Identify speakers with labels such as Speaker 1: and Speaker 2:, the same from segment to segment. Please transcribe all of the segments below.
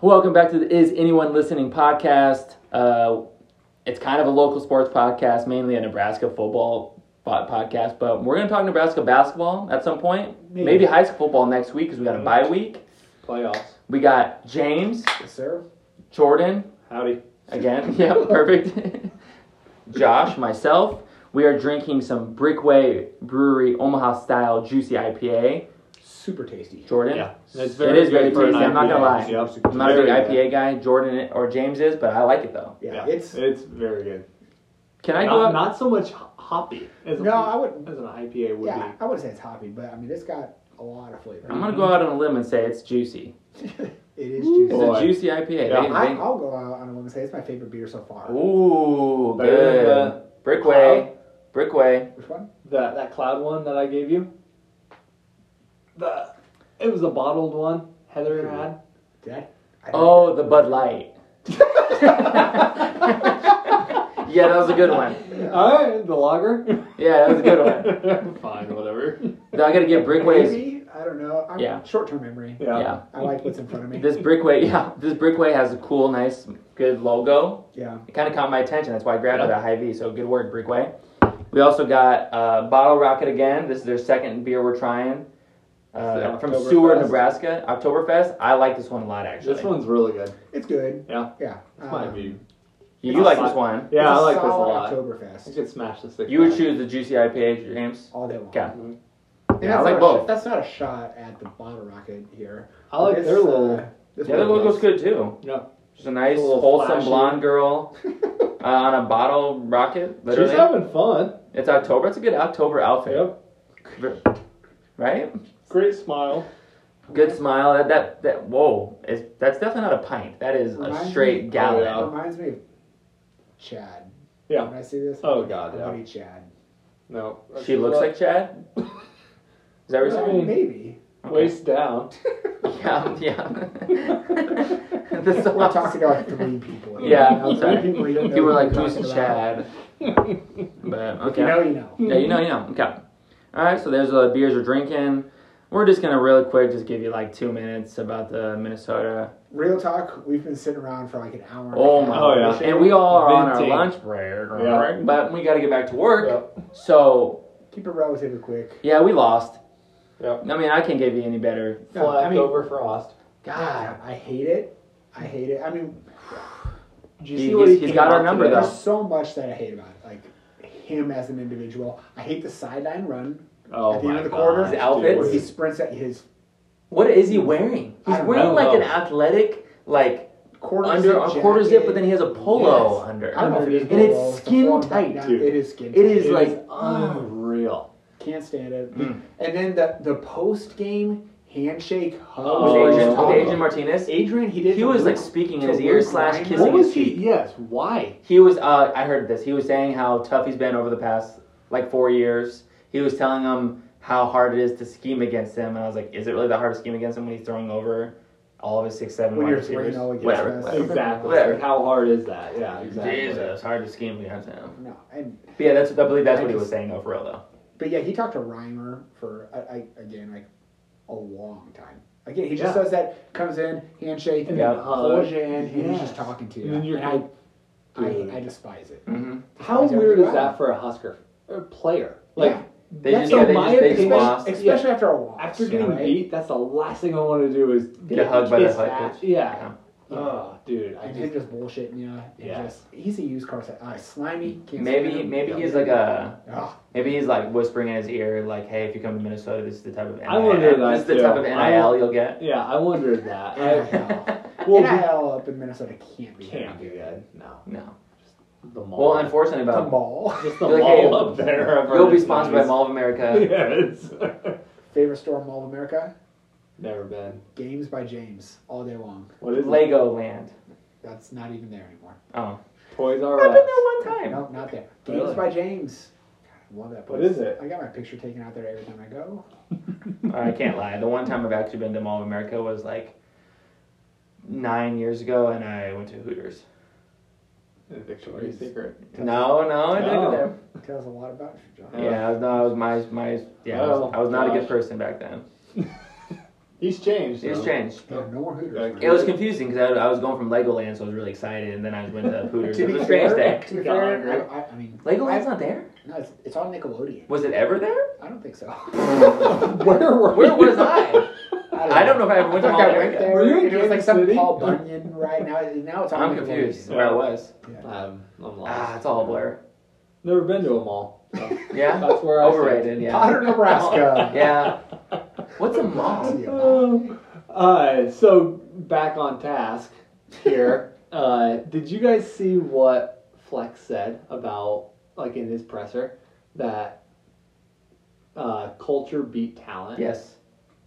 Speaker 1: Welcome back to the Is Anyone Listening podcast. Uh, it's kind of a local sports podcast, mainly a Nebraska football po- podcast, but we're going to talk Nebraska basketball at some point. Maybe,
Speaker 2: Maybe.
Speaker 1: high school football next week because we got a bye week.
Speaker 2: Playoffs.
Speaker 1: We got James,
Speaker 2: Yes, sir.
Speaker 1: Jordan,
Speaker 2: Howdy.
Speaker 1: again. yeah, perfect. Josh, myself. We are drinking some Brickway Brewery Omaha style juicy IPA.
Speaker 2: Super tasty.
Speaker 1: Jordan?
Speaker 3: Yeah, it's
Speaker 1: it is very
Speaker 3: good for an
Speaker 1: tasty. I'm not gonna lie.
Speaker 3: IPA. Yep.
Speaker 1: I'm not a big
Speaker 3: Very good.
Speaker 1: IPA guy. Jordan or James is, but I like it though.
Speaker 2: Yeah,
Speaker 3: Yeah,
Speaker 2: it's
Speaker 3: very good.
Speaker 1: Can I
Speaker 3: not,
Speaker 1: go up?
Speaker 3: not so much ho- hoppy as
Speaker 2: no. I would.
Speaker 3: as an IPA would
Speaker 2: Yeah, I wouldn't say it's hoppy, but I mean it's got a lot of flavor.
Speaker 1: I'm gonna go out on a limb and say it's juicy.
Speaker 2: It is juicy.
Speaker 1: It's
Speaker 3: Boy.
Speaker 1: a juicy IPA.
Speaker 3: Yeah.
Speaker 1: They-
Speaker 2: I,
Speaker 1: they-
Speaker 2: I'll go out on a limb and say it's my favorite beer so far.
Speaker 1: ooh,
Speaker 3: Better than
Speaker 1: good. Brickway, Brickway.
Speaker 2: Which one?
Speaker 3: be. That that cloud one that I gave you. The it was a bottled one Heather had.
Speaker 2: Did I? I don't-
Speaker 1: Oh, the Bud Light. yeah, that was a good one.
Speaker 3: All right, the lager.
Speaker 1: Yeah, that was a good one.
Speaker 3: Fine, whatever.
Speaker 1: Now I gotta give Brickway's.
Speaker 2: Maybe I don't know. I'm
Speaker 1: Yeah.
Speaker 2: Short-term memory.
Speaker 3: Yeah.
Speaker 1: Yeah,
Speaker 2: I like what's in front of me.
Speaker 1: this Brickway. Yeah, this Brickway has a cool, nice, good logo.
Speaker 2: yeah.
Speaker 1: It kind of caught my attention. That's why I grabbed it
Speaker 3: Yeah.
Speaker 1: at Hy-Vee. So good work, Brickway. We also got uh, Bottle Rocket again. This is their second beer we're trying uh,
Speaker 3: It's the
Speaker 1: from Seward,
Speaker 3: Oktoberfest.
Speaker 1: Nebraska. Oktoberfest. I like this one a lot, actually.
Speaker 3: This one's really good.
Speaker 2: It's good.
Speaker 3: Yeah.
Speaker 2: Yeah.
Speaker 3: This might
Speaker 2: Um,
Speaker 3: be.
Speaker 1: You,
Speaker 3: It's a
Speaker 1: like
Speaker 3: solid-
Speaker 1: this one.
Speaker 3: Yeah,
Speaker 2: it's
Speaker 3: I
Speaker 2: a
Speaker 3: like this a
Speaker 2: solid
Speaker 3: lot. I
Speaker 2: Oktoberfest.
Speaker 3: could smash this. thing
Speaker 1: You would
Speaker 3: back.
Speaker 1: choose the juicy IPA, James.
Speaker 2: All day long.
Speaker 1: Okay.
Speaker 3: Mm-hmm.
Speaker 2: And
Speaker 1: Yeah, I
Speaker 2: that's
Speaker 1: like
Speaker 2: not a
Speaker 1: both.
Speaker 2: sh- that's not a shot at the bottle rocket here.
Speaker 3: I like
Speaker 2: This,
Speaker 3: their little.
Speaker 2: uh, this
Speaker 1: Yeah, the
Speaker 2: one-
Speaker 1: logo's good too.
Speaker 3: Yeah.
Speaker 1: She's a nice,
Speaker 3: A little
Speaker 1: wholesome
Speaker 3: flashy.
Speaker 1: blonde girl uh, on a bottle rocket. Literally,
Speaker 3: She's having fun.
Speaker 1: it's October. It's a good October outfit,
Speaker 3: Yep.
Speaker 1: right?
Speaker 3: Great smile.
Speaker 1: Good smile. That that, that whoa, is that's definitely not a pint. That is
Speaker 2: Reminds
Speaker 1: a
Speaker 2: me-
Speaker 1: straight gallon.
Speaker 3: yeah.
Speaker 2: It reminds me of Chad.
Speaker 3: Yeah.
Speaker 2: When I see this,
Speaker 3: Oh, God,
Speaker 2: my
Speaker 3: yeah.
Speaker 2: buddy Chad.
Speaker 3: No.
Speaker 1: She looks like Chad. Is that what
Speaker 2: Well,
Speaker 1: you're
Speaker 3: No.
Speaker 1: saying?
Speaker 2: maybe.
Speaker 3: waist down.
Speaker 1: Yeah, yeah. the
Speaker 2: We're
Speaker 1: sauce.
Speaker 2: talking about three people.
Speaker 1: Yeah,
Speaker 2: Three
Speaker 1: I'm sorry.
Speaker 2: People, you don't know
Speaker 1: People were
Speaker 2: who
Speaker 1: like,
Speaker 2: you're
Speaker 1: "Who's
Speaker 2: talking about.
Speaker 1: Chad?" But
Speaker 2: If
Speaker 1: okay.
Speaker 2: You know, you know.
Speaker 1: Yeah, you know, you
Speaker 2: Mm-hmm.
Speaker 1: know. Okay. All right, so there's the beers we're drinking. We're just gonna really quick just give you like two minutes about the Minnesota,
Speaker 2: Real talk. We've been sitting around for like an hour. and a
Speaker 1: Oh,
Speaker 2: half.
Speaker 1: my-
Speaker 3: Oh, yeah.
Speaker 1: and we all are on our
Speaker 3: Venting.
Speaker 1: lunch break,
Speaker 3: Yeah.
Speaker 1: but we gotta get back to work. So
Speaker 2: Keep it relatively quick.
Speaker 1: yeah, we lost.
Speaker 3: Yeah.
Speaker 1: I mean, I can't give you any better.
Speaker 2: No, I mean,
Speaker 3: over frost.
Speaker 2: God, I hate it. I hate it. I mean,
Speaker 3: Did
Speaker 1: He- he's- he's got our number,
Speaker 2: there's
Speaker 1: though.
Speaker 2: so much that I hate about it. Like him as an individual. I hate the sideline run
Speaker 3: Oh
Speaker 2: at the end
Speaker 3: my
Speaker 2: of the
Speaker 3: God,
Speaker 2: quarter.
Speaker 1: His outfits?
Speaker 3: dude.
Speaker 2: He sprints at his
Speaker 1: What is he wearing? He's
Speaker 2: I don't
Speaker 1: wearing
Speaker 3: know.
Speaker 1: like an athletic, like
Speaker 2: quarter
Speaker 1: under a
Speaker 2: zip
Speaker 1: quarter zip,
Speaker 2: jacket.
Speaker 1: but then he has a polo
Speaker 2: Yes.
Speaker 1: under.
Speaker 2: I don't know if it is
Speaker 1: and
Speaker 2: polo,
Speaker 1: it's
Speaker 2: it's a
Speaker 1: skin
Speaker 2: form,
Speaker 1: tight.
Speaker 2: but
Speaker 3: dude.
Speaker 2: It is skin.
Speaker 1: It
Speaker 2: tight.
Speaker 1: is
Speaker 3: It
Speaker 1: like
Speaker 3: is unreal.
Speaker 2: Can't stand it.
Speaker 1: Mm.
Speaker 2: And then the the post game handshake hug.
Speaker 3: Oh,
Speaker 1: with
Speaker 3: yeah.
Speaker 1: Adrian,
Speaker 3: Oh.
Speaker 1: with Adrian Martinez.
Speaker 2: Adrian, he did.
Speaker 1: He was
Speaker 2: some
Speaker 1: like speaking in
Speaker 2: to
Speaker 1: his ear
Speaker 2: Luke
Speaker 1: slash
Speaker 2: Reimer.
Speaker 1: kissing
Speaker 2: What
Speaker 1: his
Speaker 2: was
Speaker 1: cheek.
Speaker 3: Yes. Why?
Speaker 1: He was. Uh, I heard this. He was saying how tough he's been over the past like four years. He was telling them how hard it is to scheme against him, and I was like, is it really that hard to scheme against him when he's throwing over all of his six, seven
Speaker 2: When
Speaker 1: wide
Speaker 2: you're
Speaker 1: receivers?
Speaker 2: throwing all against
Speaker 1: Whatever.
Speaker 2: us.
Speaker 1: whatever.
Speaker 3: Exactly.
Speaker 1: Whatever.
Speaker 3: Like, how hard is that? Yeah. Exactly.
Speaker 1: Jesus, hard to scheme against him.
Speaker 2: No, and
Speaker 1: But yeah, that's. I believe that's
Speaker 2: I
Speaker 1: what he
Speaker 2: just-
Speaker 1: was saying though, for real though.
Speaker 2: but yeah, he talked to Reimer for I, I, again like a long time. Again, he just
Speaker 3: Yeah.
Speaker 2: does that. Comes in, handshake, and
Speaker 3: Yeah.
Speaker 2: then holds you in, and he's
Speaker 3: Yes.
Speaker 2: just talking to you.
Speaker 3: And then you're
Speaker 2: I,
Speaker 3: Dude.
Speaker 2: I, I despise it.
Speaker 1: Mm-hmm.
Speaker 3: How weird is that for a Husker uh, player? Like
Speaker 2: Yeah.
Speaker 1: They
Speaker 3: That's
Speaker 1: just, yeah,
Speaker 3: in
Speaker 1: they
Speaker 3: my
Speaker 1: just, they just
Speaker 3: opinion-
Speaker 1: lost.
Speaker 2: Especially after a loss.
Speaker 3: after getting
Speaker 2: right?
Speaker 3: beat, that's the last thing I want to do is
Speaker 1: Get hugged by the
Speaker 3: kissed
Speaker 1: head
Speaker 3: at.
Speaker 1: coach.
Speaker 3: Yeah.
Speaker 2: Yeah.
Speaker 3: Oh, dude. I
Speaker 2: and him
Speaker 3: just.
Speaker 2: just bullshitting you. and
Speaker 3: Yeah.
Speaker 2: just- he's a used car set. Uh, slimy. Can't stand
Speaker 1: Maybe
Speaker 2: him.
Speaker 1: maybe
Speaker 2: Yeah.
Speaker 1: he's like a
Speaker 2: Ugh.
Speaker 1: maybe he's like whispering in his ear like, hey, if you come to Minnesota, this is the type of NIL.
Speaker 3: I wonder that
Speaker 1: this is the
Speaker 3: too.
Speaker 1: type of
Speaker 3: I-
Speaker 1: NIL you'll get.
Speaker 3: Yeah, I wondered that. I
Speaker 2: NIL.
Speaker 3: Well,
Speaker 2: NIL up in Minnesota can't be
Speaker 3: can't
Speaker 2: very
Speaker 3: do
Speaker 2: good.
Speaker 3: that. No.
Speaker 1: No.
Speaker 3: The mall.
Speaker 1: Well, unfortunately,
Speaker 2: The
Speaker 1: about
Speaker 2: mall.
Speaker 3: Just the
Speaker 1: You're like,
Speaker 3: mall
Speaker 1: hey,
Speaker 3: up there. I've heard
Speaker 1: you'll be
Speaker 3: it's
Speaker 1: sponsored by
Speaker 3: nice.
Speaker 1: Mall of America.
Speaker 3: Yes.
Speaker 2: Favorite store in Mall of America?
Speaker 3: Never been.
Speaker 2: Games by James all day long.
Speaker 3: What is it?
Speaker 1: Lego Land.
Speaker 2: That's not even there anymore.
Speaker 1: Oh,
Speaker 3: Toys R
Speaker 1: I've
Speaker 3: Us.
Speaker 1: been there one time.
Speaker 2: No, not there. Games
Speaker 3: Really?
Speaker 2: by James. God, I love that place.
Speaker 3: What is it?
Speaker 2: I got my picture taken out there every time I go.
Speaker 1: I can't lie. The one time I've actually been to Mall of America was like nine years ago, and I went to Hooters.
Speaker 3: Victoria's Secret.
Speaker 1: No, no, I didn't.
Speaker 3: No.
Speaker 1: There.
Speaker 2: It tells a lot about you, John.
Speaker 1: Oh, Yeah, I was, no, I was my my yeah. I was, I was not a good person back then.
Speaker 3: He's changed.
Speaker 1: It's
Speaker 3: though.
Speaker 1: changed.
Speaker 2: Yeah, no more Hooters.
Speaker 4: Okay.
Speaker 1: It
Speaker 2: man.
Speaker 1: was confusing because I, I was going from Legoland, so I was really excited, and then I went to Hooters.
Speaker 2: To
Speaker 1: it
Speaker 2: be
Speaker 1: was a strange
Speaker 2: fair,
Speaker 1: day.
Speaker 2: to be
Speaker 3: God,
Speaker 2: fair,
Speaker 3: right?
Speaker 2: I, I, I mean,
Speaker 1: Legoland's not there.
Speaker 2: no, it's, it's on Nickelodeon.
Speaker 1: Was it ever there?
Speaker 2: I don't think so.
Speaker 3: Where were
Speaker 1: Where
Speaker 3: you?
Speaker 1: was I? I don't know if I ever went to
Speaker 2: think I went
Speaker 1: Malaga.
Speaker 2: there.
Speaker 3: Were you in
Speaker 2: and it was like
Speaker 3: Kansas
Speaker 2: some
Speaker 3: City?
Speaker 2: Paul Bunyan right now. Now it's on
Speaker 1: I'm
Speaker 2: Nickelodeon.
Speaker 1: confused where I was.
Speaker 4: Um, I'm
Speaker 1: Ah,
Speaker 4: lost.
Speaker 1: it's all a blur.
Speaker 3: Never been to a mall. so
Speaker 1: Yeah,
Speaker 3: That's where I stayed.
Speaker 1: overrated. Yeah,
Speaker 2: Potter, Nebraska.
Speaker 1: yeah. What's a mall?
Speaker 2: Yeah.
Speaker 3: Um, uh, so back on task here. uh, did you guys see what Flex said about like in his presser that uh, culture beat talent?
Speaker 1: Yes,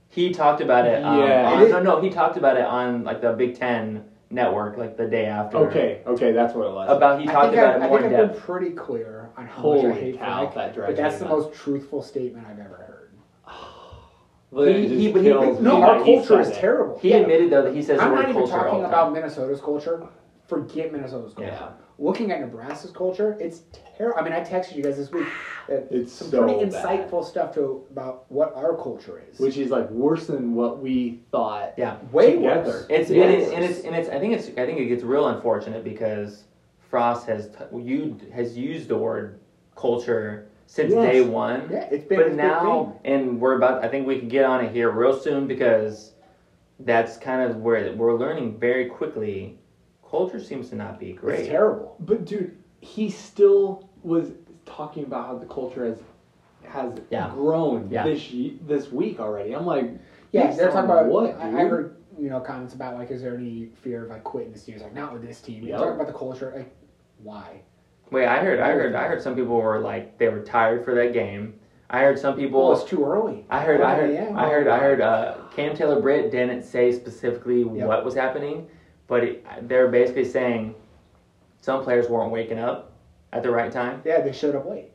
Speaker 1: he talked about it. Um,
Speaker 3: Yeah.
Speaker 1: on- no, no, he talked about it on like the Big Ten network, like the day after.
Speaker 3: Okay. Okay, that's what it was.
Speaker 1: About he
Speaker 2: I
Speaker 1: talked
Speaker 2: think,
Speaker 1: about
Speaker 2: I've,
Speaker 1: it
Speaker 2: I
Speaker 1: more
Speaker 2: think
Speaker 1: in
Speaker 2: I've
Speaker 1: depth.
Speaker 2: been pretty clear on how much I
Speaker 3: Holy
Speaker 2: hate
Speaker 3: cow,
Speaker 2: Frank,
Speaker 3: that drives
Speaker 2: but that's
Speaker 3: me
Speaker 2: the
Speaker 3: nuts.
Speaker 2: most truthful statement I've ever heard.
Speaker 3: But
Speaker 1: He-
Speaker 3: it just
Speaker 1: he- but he-
Speaker 3: kills
Speaker 1: no,
Speaker 3: me
Speaker 1: our
Speaker 3: that he said it.
Speaker 2: terrible.
Speaker 1: He
Speaker 2: Yeah.
Speaker 1: admitted though that he says
Speaker 2: I'm
Speaker 1: the
Speaker 2: not
Speaker 1: word
Speaker 2: even
Speaker 1: culture all
Speaker 2: talking
Speaker 1: the
Speaker 2: about
Speaker 1: time.
Speaker 2: Minnesota's culture. Forget Minnesota's culture.
Speaker 3: Yeah.
Speaker 2: Looking at Nebraska's culture, it's terrible. I mean, I texted you guys this week. that
Speaker 3: It's
Speaker 2: some
Speaker 3: so
Speaker 2: pretty
Speaker 3: bad.
Speaker 2: insightful stuff to about what our culture is.
Speaker 3: Which is like worse than what we thought.
Speaker 1: Yeah.
Speaker 2: Way
Speaker 3: together.
Speaker 2: worse.
Speaker 1: It's
Speaker 3: Yeah.
Speaker 1: and it's and it's and it's. I think it's. I think it gets real unfortunate because Frost has t- you has used the word culture since
Speaker 3: Yes.
Speaker 1: day one.
Speaker 2: Yeah, it's been. it's
Speaker 1: But
Speaker 2: been
Speaker 1: now,
Speaker 2: big.
Speaker 1: and we're about. I think we can get on it here real soon because that's kind of where we're learning very quickly. Culture seems to not be
Speaker 2: it's
Speaker 1: great.
Speaker 2: terrible.
Speaker 3: But dude, he still was talking about how the culture has has
Speaker 1: Yeah.
Speaker 3: grown
Speaker 1: Yeah.
Speaker 3: this ye- this week already. I'm like,
Speaker 2: Yeah,
Speaker 3: based
Speaker 2: they're talking
Speaker 3: on
Speaker 2: about.
Speaker 3: what?
Speaker 2: I, I
Speaker 3: dude?
Speaker 2: heard you know comments about like, is there any fear of like quitting this team? It's like not with this team. You're
Speaker 3: Yeah.
Speaker 2: talking about the culture. Like, why?
Speaker 1: Wait, I heard, I heard, I heard some people were like they were tired for that game. I heard some people.
Speaker 2: Well, it's too early.
Speaker 1: I heard, I heard,
Speaker 2: Yeah.
Speaker 1: I heard, I heard. Uh, Cam Taylor Britt didn't say specifically
Speaker 2: Yeah.
Speaker 1: what was happening, but it, they're basically saying some players weren't waking up at the right time.
Speaker 2: Yeah, they showed up late.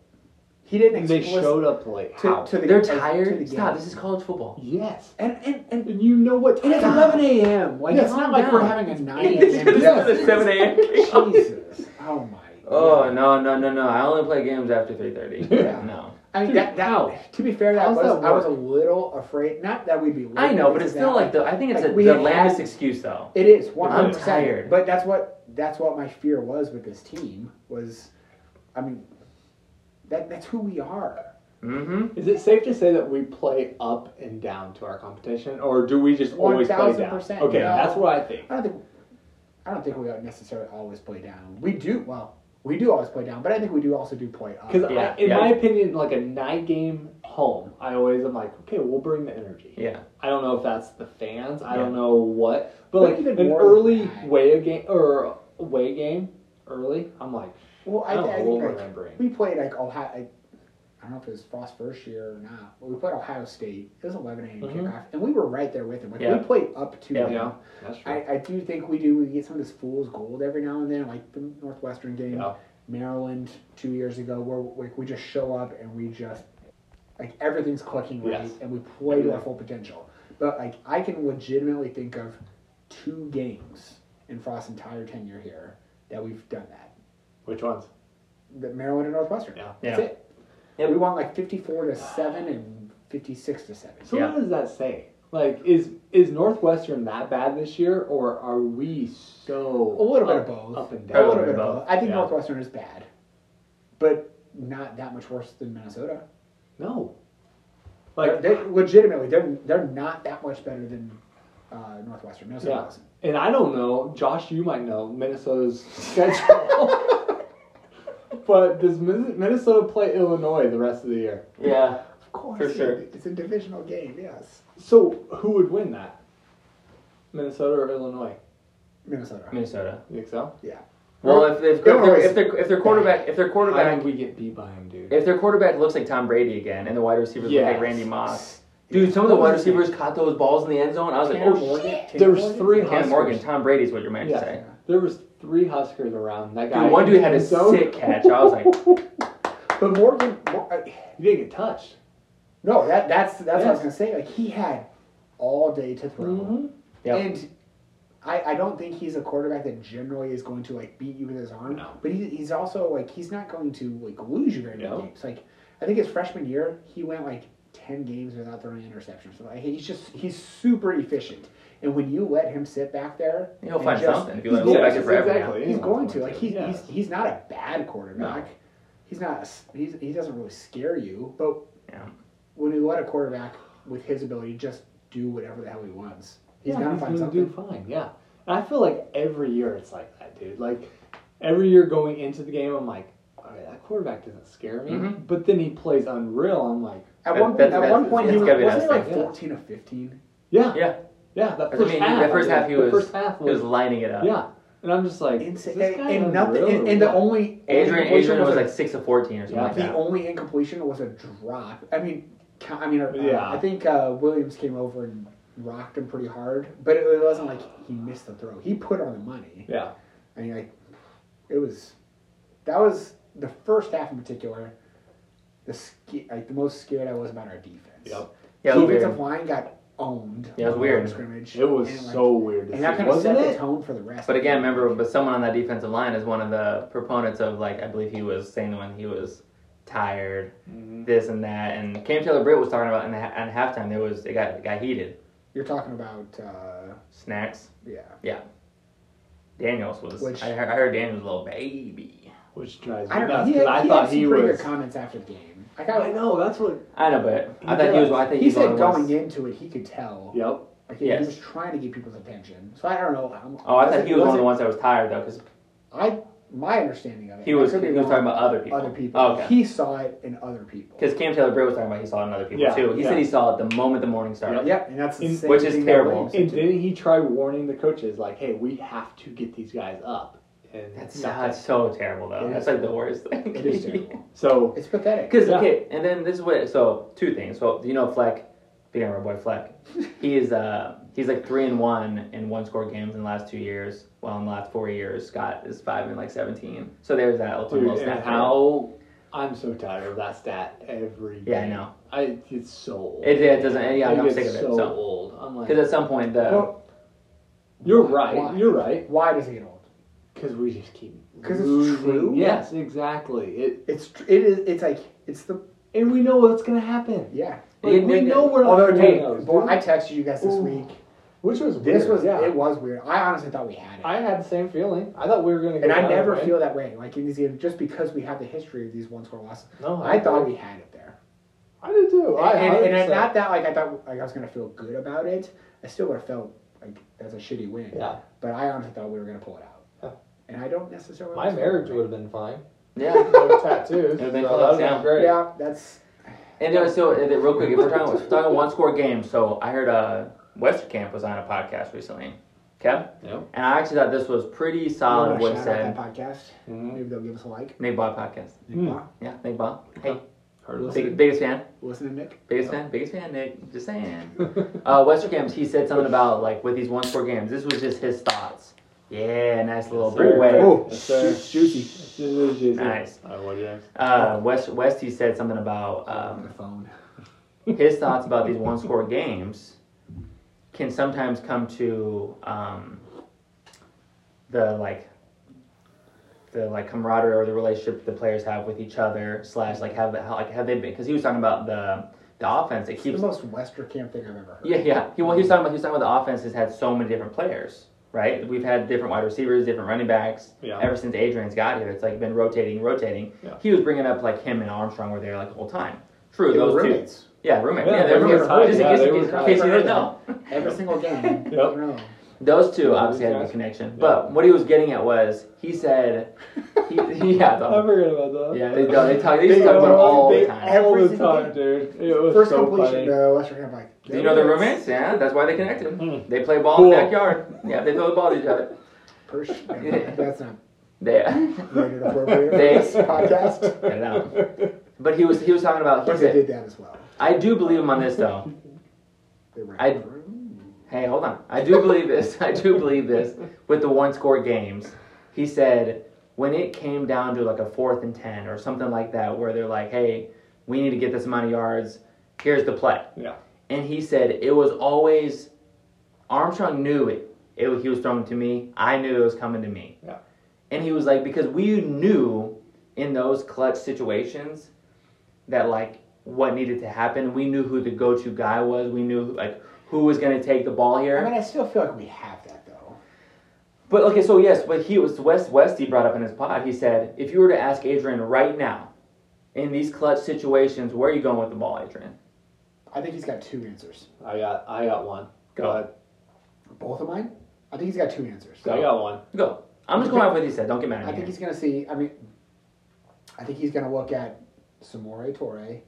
Speaker 2: He didn't.
Speaker 3: And they
Speaker 2: explicit-
Speaker 3: showed up late.
Speaker 2: to, to the,
Speaker 1: they're
Speaker 2: to the
Speaker 1: tired.
Speaker 2: game.
Speaker 1: Stop. This is college football.
Speaker 3: Yes,
Speaker 2: And and and
Speaker 3: and you know what?
Speaker 2: And it's
Speaker 3: time-
Speaker 2: 11 a.m. Like,
Speaker 3: Yeah,
Speaker 2: it's not
Speaker 1: calm
Speaker 2: like we're
Speaker 1: down.
Speaker 2: having a 9
Speaker 1: This
Speaker 2: a.m.
Speaker 1: is
Speaker 3: Yes.
Speaker 1: a seven a.m. kickoff.
Speaker 2: Jesus. Oh, my.
Speaker 1: Oh
Speaker 2: God.
Speaker 1: no no no no! I only play games after three thirty.
Speaker 2: Yeah.
Speaker 1: No,
Speaker 2: I mean,
Speaker 3: Dude,
Speaker 2: that,
Speaker 3: how?
Speaker 2: that, to be fair, that
Speaker 3: How's
Speaker 2: was,
Speaker 3: that
Speaker 2: I was a
Speaker 3: work?
Speaker 2: little afraid. Not that we'd be late.
Speaker 1: I know, but it's still
Speaker 2: that-
Speaker 1: like the. I think it's
Speaker 2: Like,
Speaker 1: a,
Speaker 2: we
Speaker 1: the
Speaker 2: had-
Speaker 1: lamest excuse though.
Speaker 2: It is, 100%.
Speaker 1: tired.
Speaker 2: But that's what, that's what my fear was with this team, was, I mean, that, that's who we are.
Speaker 1: Mm-hmm.
Speaker 3: Is it safe to say that we play up and down to our competition, or do we just always play down?
Speaker 2: 1000%,
Speaker 3: Okay,
Speaker 2: no.
Speaker 3: that's what I think.
Speaker 2: I don't think, I don't think we necessarily always play down. We do, well, we do always play down, but I think we do also do play up.
Speaker 3: Because
Speaker 1: Yeah,
Speaker 3: in
Speaker 1: yeah.
Speaker 3: my opinion, like a night game home, I always am like, okay, we'll bring the energy.
Speaker 1: Yeah.
Speaker 3: I don't know if that's the fans. I
Speaker 1: Yeah.
Speaker 3: don't know what, but
Speaker 2: But
Speaker 3: like
Speaker 2: even
Speaker 3: an
Speaker 2: more
Speaker 3: early
Speaker 2: than that.
Speaker 3: way game or away game early, I'm like,
Speaker 2: Well, I,
Speaker 3: I don't
Speaker 2: I
Speaker 3: know
Speaker 2: think
Speaker 3: what
Speaker 2: like,
Speaker 3: we're remembering.
Speaker 2: we played like Ohio. Like, I don't know if it was Frost first year or not, but we played Ohio State. It was 11 a.m.
Speaker 3: Mhm.
Speaker 2: kickoff, and we were right there with them. Like
Speaker 1: Yeah.
Speaker 2: we played up to
Speaker 1: Yeah.
Speaker 2: them.
Speaker 3: yeah, that's true.
Speaker 2: I, I do think we do. We get some of this fool's gold every now and then, like the Northwestern game,
Speaker 3: Yeah.
Speaker 2: Maryland two years ago, where like we just show up and we just like everything's clicking right,
Speaker 3: Yes.
Speaker 2: and we play to our
Speaker 3: Everything.
Speaker 2: full potential. But like I can legitimately think of two games in Frost's entire tenure here that we've done that
Speaker 3: Which ones?
Speaker 2: that Maryland and Northwestern.
Speaker 3: Yeah.
Speaker 2: That's
Speaker 1: Yeah.
Speaker 2: it.
Speaker 1: Yep.
Speaker 2: We won like 54 to 7 and 56 to 7.
Speaker 3: So
Speaker 1: Yeah.
Speaker 3: what does that say? Like, is is Northwestern that bad this year, or are we so
Speaker 2: A little bit
Speaker 3: up,
Speaker 2: of both.
Speaker 3: up and
Speaker 2: A
Speaker 3: down?
Speaker 2: little
Speaker 1: Probably
Speaker 2: bit of both.
Speaker 1: both,
Speaker 2: I think
Speaker 3: yeah.
Speaker 2: Northwestern is bad, but not that much worse than Minnesota.
Speaker 3: No,
Speaker 2: Like,
Speaker 3: like,
Speaker 2: they legitimately, they're, they're not that much better than uh, Northwestern. Minnesota
Speaker 3: Yeah.
Speaker 2: wasn't.
Speaker 3: and I don't know, Josh. You might know Minnesota's schedule, but does Min- Minnesota play Illinois the rest of the year?
Speaker 1: Yeah.
Speaker 2: Of course.
Speaker 1: For sure.
Speaker 2: It's a divisional game, yes.
Speaker 3: So who would win that? Minnesota or Illinois?
Speaker 2: Minnesota.
Speaker 1: Minnesota.
Speaker 3: You think so?
Speaker 2: Yeah.
Speaker 1: Well, if if, if,
Speaker 2: They're
Speaker 1: their,
Speaker 2: always-
Speaker 1: if their if their quarterback if their
Speaker 3: How did
Speaker 1: quarterback
Speaker 3: we get beat by him, dude?
Speaker 1: if their quarterback looks like Tom Brady again, and the wide receivers look
Speaker 3: Yes.
Speaker 1: like Randy Moss, dude, some of the wide receivers caught those balls in the end zone. I was like,
Speaker 2: Tanner
Speaker 1: oh
Speaker 2: Morgan-
Speaker 1: shit.
Speaker 2: Tanner
Speaker 3: There was
Speaker 2: Morgan?
Speaker 3: three
Speaker 1: Cam
Speaker 3: Huskers.
Speaker 1: Morgan, Tom Brady's what you're meant
Speaker 3: Yeah.
Speaker 1: to say.
Speaker 3: There was three Huskers around. That guy.
Speaker 1: Dude, one dude had a
Speaker 3: So-
Speaker 1: sick catch. I was like,
Speaker 2: But Morgan, Mor- uh,
Speaker 3: He didn't get touched.
Speaker 2: no, that, that's, that's what I
Speaker 3: Yes.
Speaker 2: was going to say. Like, he had all day to throw.
Speaker 1: Mm-hmm.
Speaker 3: Mm-hmm.
Speaker 1: Yep.
Speaker 2: And I, I don't think he's a quarterback that generally is going to like beat you with his arm.
Speaker 3: No.
Speaker 2: But he, he's also like he's not going to like lose you very many
Speaker 3: No.
Speaker 2: games. Like I think his freshman year he went like ten games without throwing an interception. So like, he's just he's super efficient. And when you let him sit back there,
Speaker 1: He'll
Speaker 2: and
Speaker 1: find
Speaker 2: just-
Speaker 1: something if you let him
Speaker 2: he's
Speaker 1: sit back
Speaker 2: going-
Speaker 1: there forever.
Speaker 3: exactly.
Speaker 1: yeah.
Speaker 2: He's
Speaker 3: Anyone
Speaker 2: going
Speaker 3: wants
Speaker 2: to like he's
Speaker 3: yeah.
Speaker 2: he's, he's not a bad quarterback.
Speaker 1: No.
Speaker 2: He's not a s- he's, he doesn't really scare you, but
Speaker 1: Yeah.
Speaker 2: when you let a quarterback with his ability just do whatever the hell he wants, he's
Speaker 3: yeah,
Speaker 2: gonna
Speaker 3: he's
Speaker 2: find
Speaker 3: gonna
Speaker 2: something.
Speaker 3: do fine. Yeah, and I feel like every year it's like that, dude. Like every year going into the game, I'm like, all right, that quarterback doesn't scare me.
Speaker 1: Mhm.
Speaker 3: But then he plays unreal. I'm like,
Speaker 2: At
Speaker 1: That-
Speaker 2: one
Speaker 1: that's-
Speaker 2: at
Speaker 1: that's-
Speaker 2: one point
Speaker 1: it's
Speaker 2: he
Speaker 1: gotta be
Speaker 2: wasn't he
Speaker 1: that
Speaker 2: like
Speaker 3: thing, yeah.
Speaker 2: fourteen of fifteen.
Speaker 3: yeah,
Speaker 1: Yeah.
Speaker 3: yeah. That
Speaker 1: I
Speaker 3: first
Speaker 1: mean,
Speaker 3: half,
Speaker 1: that first
Speaker 3: I mean,
Speaker 1: half he
Speaker 3: the
Speaker 1: was-
Speaker 3: first half
Speaker 1: He was lining it up.
Speaker 3: yeah, and I'm just like, is
Speaker 2: Insane.
Speaker 3: this guy
Speaker 2: And nothing.
Speaker 3: unreal
Speaker 2: And,
Speaker 3: or
Speaker 2: and the
Speaker 3: what?
Speaker 2: only
Speaker 1: Adrian
Speaker 2: incompletion
Speaker 1: Adrian was
Speaker 2: a-
Speaker 1: like six of fourteen or something
Speaker 3: Yeah.
Speaker 1: like
Speaker 2: the
Speaker 1: that.
Speaker 2: only incompletion was a drop. I mean, ca- I mean, uh,
Speaker 3: Yeah.
Speaker 2: I think uh, Williams came over and rocked him pretty hard, but it, it wasn't like he missed the throw. He put on the money.
Speaker 3: yeah.
Speaker 2: I mean, like it was. That was the first half in particular. The sca- like the most scared I was about our defense.
Speaker 3: Yep.
Speaker 1: Yeah, it was weird.
Speaker 2: defensive line got owned.
Speaker 1: Yeah, it was
Speaker 2: on
Speaker 1: weird.
Speaker 2: the scrimmage.
Speaker 3: It was
Speaker 2: And, like,
Speaker 3: so weird to
Speaker 2: And
Speaker 3: see,
Speaker 2: that kind of
Speaker 3: wasn't
Speaker 2: set
Speaker 3: it?
Speaker 2: the tone for the rest.
Speaker 1: But again, remember, but someone on that defensive line is one of the proponents of like I believe he was saying when he was tired, this and that, and Cam Taylor Britt was talking about in the, ha- on halftime there was it got it got heated.
Speaker 2: you're talking about uh,
Speaker 1: Snacks.
Speaker 2: yeah.
Speaker 1: Daniels was.
Speaker 2: Which-
Speaker 1: I, heard, I heard Daniels was a little baby.
Speaker 3: Which drives me
Speaker 2: I don't know.
Speaker 3: nuts
Speaker 2: He had,
Speaker 3: because I
Speaker 2: he
Speaker 3: thought
Speaker 2: had some
Speaker 3: he
Speaker 2: pretty
Speaker 3: was.
Speaker 2: good comments after the game. I got.
Speaker 3: I know that's what.
Speaker 1: I know, but I
Speaker 3: He
Speaker 1: thought he was.
Speaker 3: does.
Speaker 1: I think
Speaker 2: He
Speaker 1: he's
Speaker 2: said
Speaker 1: one of
Speaker 2: going
Speaker 1: the ones-
Speaker 2: into it, he could tell.
Speaker 3: Yep.
Speaker 2: Like, he-
Speaker 1: Yes.
Speaker 2: He was trying to get people's attention. So I don't know. I'm,
Speaker 1: Oh, I thought he was one of the
Speaker 2: wasn't-
Speaker 1: ones that was tired though, because
Speaker 2: I my understanding of it.
Speaker 1: he
Speaker 2: I
Speaker 1: was. He
Speaker 2: could be
Speaker 1: was
Speaker 2: wrong,
Speaker 1: talking about other people. Oh,
Speaker 2: other people.
Speaker 1: Okay.
Speaker 2: He saw it in other people.
Speaker 1: Because Cam Taylor Britt was talking about he saw it in other people
Speaker 3: Yeah,
Speaker 1: too. He
Speaker 3: yeah.
Speaker 1: said he saw it the moment the morning started.
Speaker 2: Yep, and that's the
Speaker 3: In-
Speaker 2: same
Speaker 1: which is
Speaker 2: thing that
Speaker 1: terrible.
Speaker 2: Williams
Speaker 3: And
Speaker 2: did.
Speaker 3: didn't he try warning the coaches like, "Hey, we have to get these guys up"? And
Speaker 1: That's,
Speaker 3: nothing.
Speaker 1: that's so terrible though.
Speaker 2: It
Speaker 1: That's
Speaker 2: is
Speaker 1: like the worst thing.
Speaker 2: It is terrible.
Speaker 3: so.
Speaker 2: It's pathetic.
Speaker 1: Because
Speaker 3: Yeah.
Speaker 1: okay, and then this is what. So two things. So you know Fleck, being our boy Fleck, he is uh he's like three and one in one score games in the last two years. Well, in the last four years, Scott is five and like seventeen. So there's that ultimate
Speaker 3: Dude,
Speaker 1: little
Speaker 3: and
Speaker 1: snap.
Speaker 3: how I'm so tired of that stat every
Speaker 1: Yeah, I
Speaker 3: game.
Speaker 1: know.
Speaker 3: I it's so old.
Speaker 1: It- it doesn't- yeah,
Speaker 3: It
Speaker 1: I'm
Speaker 3: gets
Speaker 1: sick of it,
Speaker 3: So
Speaker 1: so.
Speaker 3: old. I'm like,
Speaker 1: Because at some point the
Speaker 2: Well,
Speaker 3: you're
Speaker 2: why-
Speaker 3: right.
Speaker 2: why?
Speaker 3: You're right.
Speaker 2: Why does it get old?
Speaker 3: Because we just keep.
Speaker 2: 'Cause it's
Speaker 3: losing.
Speaker 2: true?
Speaker 3: Yes, exactly. It
Speaker 2: It's tr- it is. It's like it's the
Speaker 3: and we know what's gonna happen.
Speaker 2: yeah.
Speaker 3: Like,
Speaker 1: It-
Speaker 3: we
Speaker 1: it-
Speaker 3: know we're not
Speaker 2: Although, hey,
Speaker 3: potatoes,
Speaker 2: boy,
Speaker 3: dude.
Speaker 2: I texted you guys this
Speaker 3: Oh, Ooh.
Speaker 2: week.
Speaker 3: Which was
Speaker 2: This
Speaker 3: weird,
Speaker 2: was
Speaker 3: yeah.
Speaker 2: it was weird. I honestly thought we had it.
Speaker 3: I had the same feeling. I thought we were gonna. Go
Speaker 2: And I
Speaker 3: down,
Speaker 2: never
Speaker 3: right?
Speaker 2: feel that way. Like in these games, just because we have the history of these one score losses,
Speaker 3: No,
Speaker 2: I thought we had it there.
Speaker 3: I did too. Oh, I
Speaker 2: and and, and
Speaker 3: 100%.
Speaker 2: not that like I thought like I was gonna feel good about it. I still would have felt like that's a shitty win.
Speaker 3: Yeah,
Speaker 2: But I honestly thought we were gonna pull it out.
Speaker 3: Yeah.
Speaker 2: And I don't necessarily.
Speaker 3: my marriage would have been fine.
Speaker 1: yeah.
Speaker 3: No tattoos.
Speaker 1: It would've been
Speaker 3: so
Speaker 1: close,
Speaker 3: that would've
Speaker 1: yeah.
Speaker 3: been great.
Speaker 2: Yeah, that's
Speaker 1: And then, so and then real quick, if we're talking, we're talking one score games, so I heard uh, Western Camp was on a podcast recently, okay?
Speaker 3: Yeah.
Speaker 1: And I actually thought this was pretty
Speaker 2: I'm
Speaker 1: solid.
Speaker 2: gonna
Speaker 1: What it
Speaker 2: shout
Speaker 1: said
Speaker 2: out that podcast.
Speaker 3: Mhm.
Speaker 2: Maybe they'll give us a like.
Speaker 1: Nick Baugh podcast.
Speaker 3: Hmm.
Speaker 2: Nick Baugh.
Speaker 1: Yeah, Nick Baugh. Hey,
Speaker 3: Heard of
Speaker 1: big, biggest fan.
Speaker 2: Listen to Nick.
Speaker 1: Biggest fan, biggest fan, Nick. Just saying. uh, Western Games, he said something about like with these one score games. This was just his thoughts. Yeah, nice little
Speaker 3: Yes, sir.
Speaker 1: way.
Speaker 2: Oh,
Speaker 3: Yes, sir.
Speaker 2: ju- juicy.
Speaker 3: it.
Speaker 1: Nice.
Speaker 3: I would have.
Speaker 1: Uh, West West, he said something about
Speaker 2: on
Speaker 1: um,
Speaker 2: the phone.
Speaker 1: his thoughts about these one score games can sometimes come to um, the like the like camaraderie or the relationship the players have with each other slash like have how, like have they been because he was talking about the the offense it
Speaker 2: It's
Speaker 1: keeps
Speaker 2: the most Western camp thing I've ever heard.
Speaker 1: Yeah, yeah. He, well, he was talking about he was talking about the offense has had so many different players, right? We've had different wide receivers, different running backs.
Speaker 3: Yeah.
Speaker 1: Ever since Adrian's got here, it's like been rotating, rotating.
Speaker 3: Yeah.
Speaker 1: He was bringing up like him and Armstrong were there like the whole time. True,
Speaker 2: They were
Speaker 1: those two.
Speaker 2: roommates.
Speaker 1: Yeah, roommate.
Speaker 3: Yeah,
Speaker 1: Yeah,
Speaker 3: they
Speaker 1: they're
Speaker 3: were
Speaker 1: roommates.
Speaker 3: tied.
Speaker 1: Just in
Speaker 3: Yeah,
Speaker 1: case,
Speaker 3: they
Speaker 1: in
Speaker 3: were
Speaker 1: case- in
Speaker 3: tied.
Speaker 1: case you didn't know,
Speaker 2: Every single game.
Speaker 3: Yep.
Speaker 2: No.
Speaker 1: those two obviously had the
Speaker 3: Exactly.
Speaker 1: connection.
Speaker 3: Yeah.
Speaker 1: But what he was getting at was he said, he, yeah,
Speaker 3: I
Speaker 1: the,
Speaker 3: forgot about that.
Speaker 1: yeah, they, no, they talk, they
Speaker 3: They
Speaker 1: used to talk about it
Speaker 3: go-
Speaker 1: all
Speaker 3: they
Speaker 1: the time.
Speaker 3: All
Speaker 2: Every
Speaker 3: the
Speaker 2: single
Speaker 3: time, dude. It was
Speaker 2: First
Speaker 3: so
Speaker 2: completion
Speaker 3: funny.
Speaker 2: to Western camp. Like
Speaker 1: Do you know they're roommates? Yeah, that's why they connected.
Speaker 3: Mm.
Speaker 1: They play ball in the
Speaker 3: Cool.
Speaker 1: backyard. Yeah, they throw the ball to each other.
Speaker 2: Pers- that's not
Speaker 1: They.
Speaker 2: rated appropriate for
Speaker 1: They-
Speaker 2: this podcast.
Speaker 1: Get it out. But he was he was talking about. He
Speaker 2: But they
Speaker 1: said,
Speaker 2: did that as well.
Speaker 1: I do believe him on this though.
Speaker 2: They were
Speaker 1: I-
Speaker 2: in the room.
Speaker 1: Hey, hold on. I do believe this. I do believe this. With the one score games, he said when it came down to like a fourth and ten or something like that, where they're like, "Hey, we need to get this amount of yards. Here's the play."
Speaker 3: Yeah.
Speaker 1: And he said it was always Armstrong knew it. it was- he was throwing to me. I knew it was coming to me.
Speaker 3: Yeah.
Speaker 1: And he was like, because we knew in those clutch situations that like what needed to happen. We knew who the go-to guy was. We knew like who was going to take the ball here.
Speaker 2: I mean, I still feel like we have that though.
Speaker 1: But okay, so yes, but he was West West. He brought up in his pod. He said, if you were to ask Adrian right now, in these clutch situations, where are you going with the ball, Adrian?
Speaker 2: I think he's got two answers.
Speaker 3: I got I got one.
Speaker 1: Go.
Speaker 3: ahead.
Speaker 2: Both of mine. I think he's got two answers.
Speaker 1: Go.
Speaker 3: I got one.
Speaker 1: Go. I'm just going off what he said. Don't get mad at
Speaker 2: I
Speaker 1: me.
Speaker 2: think he's gonna see. I mean, I think he's gonna look at Samore Torre,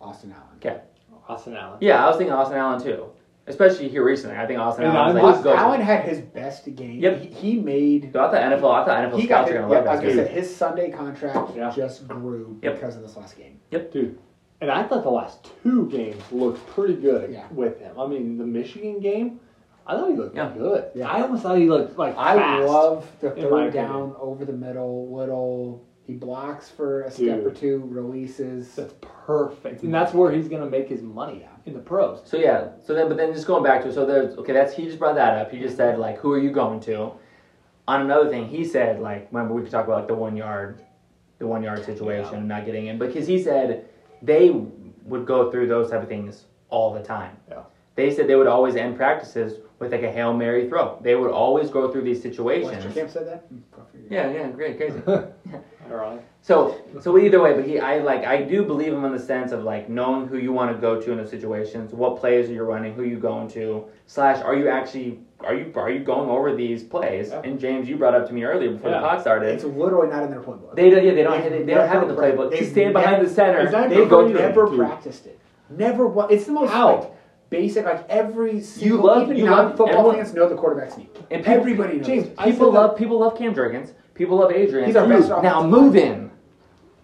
Speaker 2: Austin Allen.
Speaker 3: Austin Allen.
Speaker 1: Yeah, I was thinking Austin Allen too, especially here recently. I think Austin
Speaker 3: And
Speaker 1: Allen
Speaker 3: I'm
Speaker 1: was like,
Speaker 2: Austin
Speaker 1: go.
Speaker 2: Allen had his best game.
Speaker 1: Yep.
Speaker 2: He, he made.
Speaker 1: Throughout the NFL, I thought NFL
Speaker 2: He got.
Speaker 1: scouts
Speaker 2: His,
Speaker 1: are
Speaker 2: yeah,
Speaker 1: going to
Speaker 2: I
Speaker 1: love
Speaker 2: was
Speaker 1: that
Speaker 2: gonna
Speaker 1: dude.
Speaker 2: say his Sunday contract
Speaker 3: Yeah.
Speaker 2: just grew
Speaker 1: Yep.
Speaker 2: because of this last game.
Speaker 3: And I thought the last two games looked pretty good
Speaker 2: Yeah.
Speaker 3: with him. I mean, the Michigan game, I thought he looked
Speaker 1: Yeah.
Speaker 3: good.
Speaker 2: Yeah.
Speaker 3: I almost thought he looked like
Speaker 2: I
Speaker 3: fast.
Speaker 2: love the
Speaker 3: in my
Speaker 2: third down over the middle little. He blocks for a step
Speaker 3: Dude.
Speaker 2: or two, releases.
Speaker 3: That's perfect, and that's where he's gonna make his money at in the pros.
Speaker 1: So yeah, so then but then just going back to so there's okay that's he just brought that up. He just said like who are you going to? On another thing, he said like remember we could talk about like the one yard, the one yard situation not getting in because he said they would go through those type of things all the time.
Speaker 3: Yeah.
Speaker 1: They said they would always end practices with like a hail mary throw. They would always go through these
Speaker 2: Western
Speaker 1: situations.
Speaker 2: Camp said that. Hmm,
Speaker 1: Yeah, yeah, great, crazy.
Speaker 3: Ironic.
Speaker 1: So, so either way, but he, I like, I do believe him in the sense of like knowing who you want to go to in those situations, what plays are you running, who you going to, slash, are you actually, are you, are you going over these plays?
Speaker 3: Yeah.
Speaker 1: And James, you brought up to me earlier before
Speaker 3: Yeah.
Speaker 1: the pod started.
Speaker 2: It's literally not in their playbook.
Speaker 1: They don't, yeah, they don't,
Speaker 2: They've
Speaker 1: they, they don't have it in the
Speaker 2: never-
Speaker 1: playbook. He's
Speaker 2: they've
Speaker 1: standing behind
Speaker 2: never-
Speaker 1: the center.
Speaker 3: Exactly.
Speaker 1: They go
Speaker 2: Never,
Speaker 1: through it.
Speaker 2: never
Speaker 3: Dude.
Speaker 2: practiced it. Never. wa- It's the most
Speaker 3: How?
Speaker 2: like, basic. Like every single.
Speaker 1: love-
Speaker 2: even
Speaker 1: you love-
Speaker 2: non-football
Speaker 1: everyone-
Speaker 2: fans know the quarterback sneak.
Speaker 1: And people-
Speaker 2: Everybody knows.
Speaker 3: James,
Speaker 2: it.
Speaker 3: I
Speaker 1: People
Speaker 3: said that-
Speaker 1: love, people love Cam Jurgens. People love Adrian.
Speaker 2: He's our best
Speaker 1: Dude,
Speaker 2: offensive
Speaker 1: Now
Speaker 2: line.
Speaker 1: move in.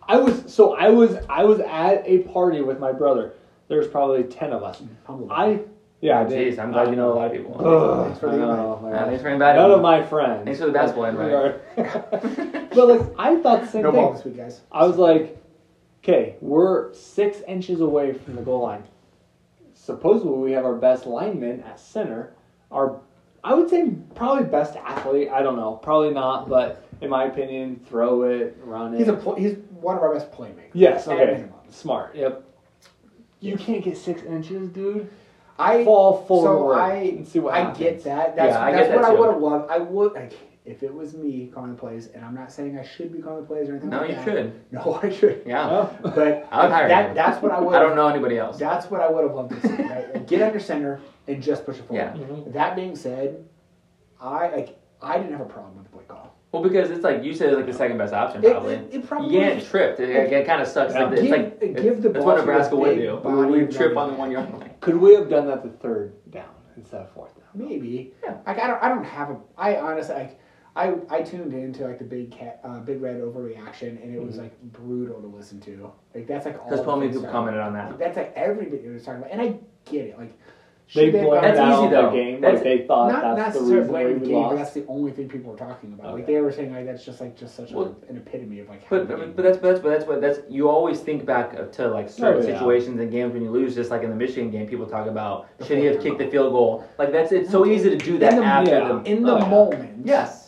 Speaker 3: I was so I was I was at a party with my brother. There was probably ten of us.
Speaker 2: Humble.
Speaker 3: I yeah. I did.
Speaker 1: Jeez, I'm glad you know a lot of people.
Speaker 3: Ugh,
Speaker 2: Thanks for the
Speaker 3: I know,
Speaker 2: invite.
Speaker 3: my
Speaker 1: Uh,
Speaker 3: God.
Speaker 1: thanks for inviting
Speaker 3: None
Speaker 1: me.
Speaker 3: of my friends.
Speaker 1: Thanks for the basketball invite.
Speaker 3: Right. but like I thought the same
Speaker 2: no
Speaker 3: thing.
Speaker 2: ball this week, guys.
Speaker 3: I was like, okay, we're six inches away from the goal line. Supposedly, we have our best lineman at center. Our, I would say, probably best athlete. I don't know. Probably not, but in my opinion, throw it, run it.
Speaker 2: He's a pl- he's one of our best playmakers.
Speaker 3: yes.
Speaker 2: At
Speaker 3: Okay.
Speaker 2: minimum.
Speaker 3: Smart. Yep. You can't get six inches, dude.
Speaker 2: I
Speaker 3: Fall
Speaker 2: so
Speaker 3: forward
Speaker 2: I
Speaker 3: and see what
Speaker 2: I
Speaker 3: happens.
Speaker 2: get that. That's
Speaker 1: Yeah, I
Speaker 2: that's
Speaker 1: get that
Speaker 2: what I
Speaker 1: too.
Speaker 2: would have loved. I would like if it was me calling the plays, and I'm not saying I should be calling the plays or anything.
Speaker 1: No,
Speaker 2: like
Speaker 1: you
Speaker 2: that.
Speaker 1: should.
Speaker 2: No, I should.
Speaker 1: Yeah.
Speaker 3: Oh.
Speaker 2: But
Speaker 1: I would hire
Speaker 2: that
Speaker 1: you.
Speaker 2: that's what I would.
Speaker 1: I don't know anybody else.
Speaker 2: That's what I would have loved to see. Right? Get under center and just push it forward.
Speaker 1: Yeah.
Speaker 3: Mhm.
Speaker 2: That being said, I like I didn't have a problem with the play call.
Speaker 1: Well, because it's like you said, it's like the second best option,
Speaker 2: It,
Speaker 1: probably.
Speaker 2: it, it
Speaker 1: You
Speaker 2: probably
Speaker 1: get tripped. It, it, kind of sucks.
Speaker 3: Yeah.
Speaker 1: Like, it's
Speaker 2: Give-
Speaker 1: like
Speaker 2: give
Speaker 1: it's-
Speaker 2: the
Speaker 1: that's
Speaker 2: ball
Speaker 1: what
Speaker 2: to
Speaker 1: Nebraska
Speaker 2: the
Speaker 1: would
Speaker 2: big
Speaker 1: do.
Speaker 2: body
Speaker 1: We would trip on the
Speaker 2: running
Speaker 1: one yard line.
Speaker 3: Could we have done that the third down instead of fourth down?
Speaker 2: maybe.
Speaker 1: Yeah.
Speaker 2: Like I don't I don't have a I honestly like I I tuned into like the big cat uh, big red overreaction and it
Speaker 1: Mm-hmm.
Speaker 2: was like brutal to listen to. Like that's like all.
Speaker 1: Chris
Speaker 2: the
Speaker 1: Pullman
Speaker 2: things
Speaker 1: who
Speaker 2: that-
Speaker 1: commented on that.
Speaker 2: That's like everybody was talking about, and I get it. Like
Speaker 3: They
Speaker 2: should have
Speaker 3: blamed
Speaker 2: gone-
Speaker 1: That's
Speaker 3: out
Speaker 1: easy,
Speaker 3: the
Speaker 1: though.
Speaker 3: game.
Speaker 1: That's-
Speaker 3: like they thought
Speaker 2: not not
Speaker 3: that's the
Speaker 2: necessarily
Speaker 3: reason
Speaker 2: blaming
Speaker 3: why
Speaker 2: the
Speaker 3: we
Speaker 2: game,
Speaker 3: lost.
Speaker 2: but that's the only thing people were talking about. Like
Speaker 3: Okay.
Speaker 2: they were saying, like that's just like just such a,
Speaker 1: Well-
Speaker 2: an epitome of like. how
Speaker 1: But
Speaker 2: the
Speaker 1: I mean,
Speaker 2: game
Speaker 1: but that's but that's but that's what that's you always think back to
Speaker 2: Oh,
Speaker 1: like certain
Speaker 3: yeah.
Speaker 1: situations and games when you lose, just like in the Michigan game, people talk about
Speaker 2: The
Speaker 1: should he have
Speaker 2: fourth down.
Speaker 1: kicked the field goal? Like that's it's so easy to do that
Speaker 3: In the-
Speaker 1: after
Speaker 3: yeah.
Speaker 1: them.
Speaker 2: in the
Speaker 3: Oh, yeah.
Speaker 2: moment.
Speaker 1: Yes.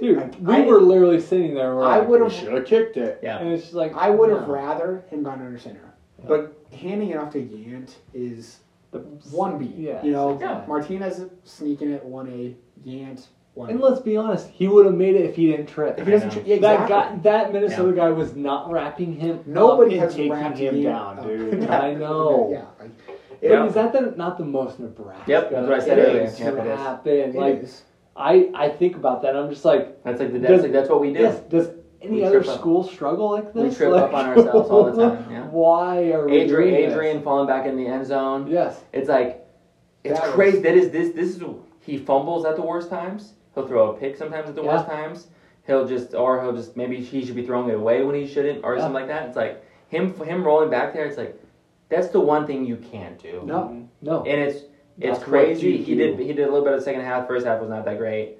Speaker 3: Dude,
Speaker 2: Like,
Speaker 3: we
Speaker 2: I-
Speaker 3: were literally sitting there. We're
Speaker 2: I
Speaker 3: like,
Speaker 2: would've-
Speaker 3: we should have kicked it.
Speaker 1: Yeah.
Speaker 3: and it's just like
Speaker 2: I would have
Speaker 3: no.
Speaker 2: rather him gone under center, but handing it off to Yant is
Speaker 3: The-
Speaker 2: one B.
Speaker 3: Yeah,
Speaker 2: You know,
Speaker 1: Yeah.
Speaker 2: Martinez sneaking it one A. Yant one.
Speaker 3: and let's be honest, he would have made it if he didn't trip.
Speaker 2: if he doesn't,
Speaker 1: I
Speaker 2: tr-
Speaker 1: know.
Speaker 2: yeah,
Speaker 3: That
Speaker 2: exactly.
Speaker 3: guy, that Minnesota guy, was not wrapping him.
Speaker 2: Nobody
Speaker 3: up
Speaker 2: has
Speaker 3: and taking
Speaker 2: wrapped
Speaker 3: him
Speaker 2: Yant
Speaker 3: down,
Speaker 2: up.
Speaker 3: dude. I know.
Speaker 2: Yeah, like,
Speaker 3: But
Speaker 2: it,
Speaker 1: Yeah.
Speaker 3: is that the, not the most Nebraska?
Speaker 1: Yep, that's what I
Speaker 2: said earlier.
Speaker 3: thing
Speaker 1: Yep,
Speaker 3: to
Speaker 1: it is.
Speaker 3: happen?
Speaker 2: it
Speaker 3: Like
Speaker 2: is.
Speaker 3: I, I think about that. I'm just like,
Speaker 1: That's like the that's
Speaker 3: Does-
Speaker 1: like that's what we do.
Speaker 3: yes. Does any
Speaker 1: We
Speaker 3: other
Speaker 1: trip up.
Speaker 3: school struggle like
Speaker 1: We
Speaker 3: this?
Speaker 1: trip
Speaker 3: Like,
Speaker 1: up on ourselves all the time, yeah.
Speaker 3: Why are we
Speaker 1: Adrian
Speaker 3: doing this?
Speaker 1: Adrian falling back in the end zone.
Speaker 3: Yes.
Speaker 1: It's like it's
Speaker 2: That was-
Speaker 1: crazy. that is this this is he fumbles at the worst times. He'll throw a pick sometimes at the worst times. He'll just or he'll just maybe he should be throwing it away when he shouldn't or
Speaker 3: Yeah.
Speaker 1: something like that. It's like him him rolling back there. It's like that's the one thing you can't do.
Speaker 2: No.
Speaker 3: No.
Speaker 1: And it's it's
Speaker 3: That's what
Speaker 1: crazy.
Speaker 3: you
Speaker 1: He
Speaker 3: do.
Speaker 1: did he did a little bit of the second half. First half was not that great.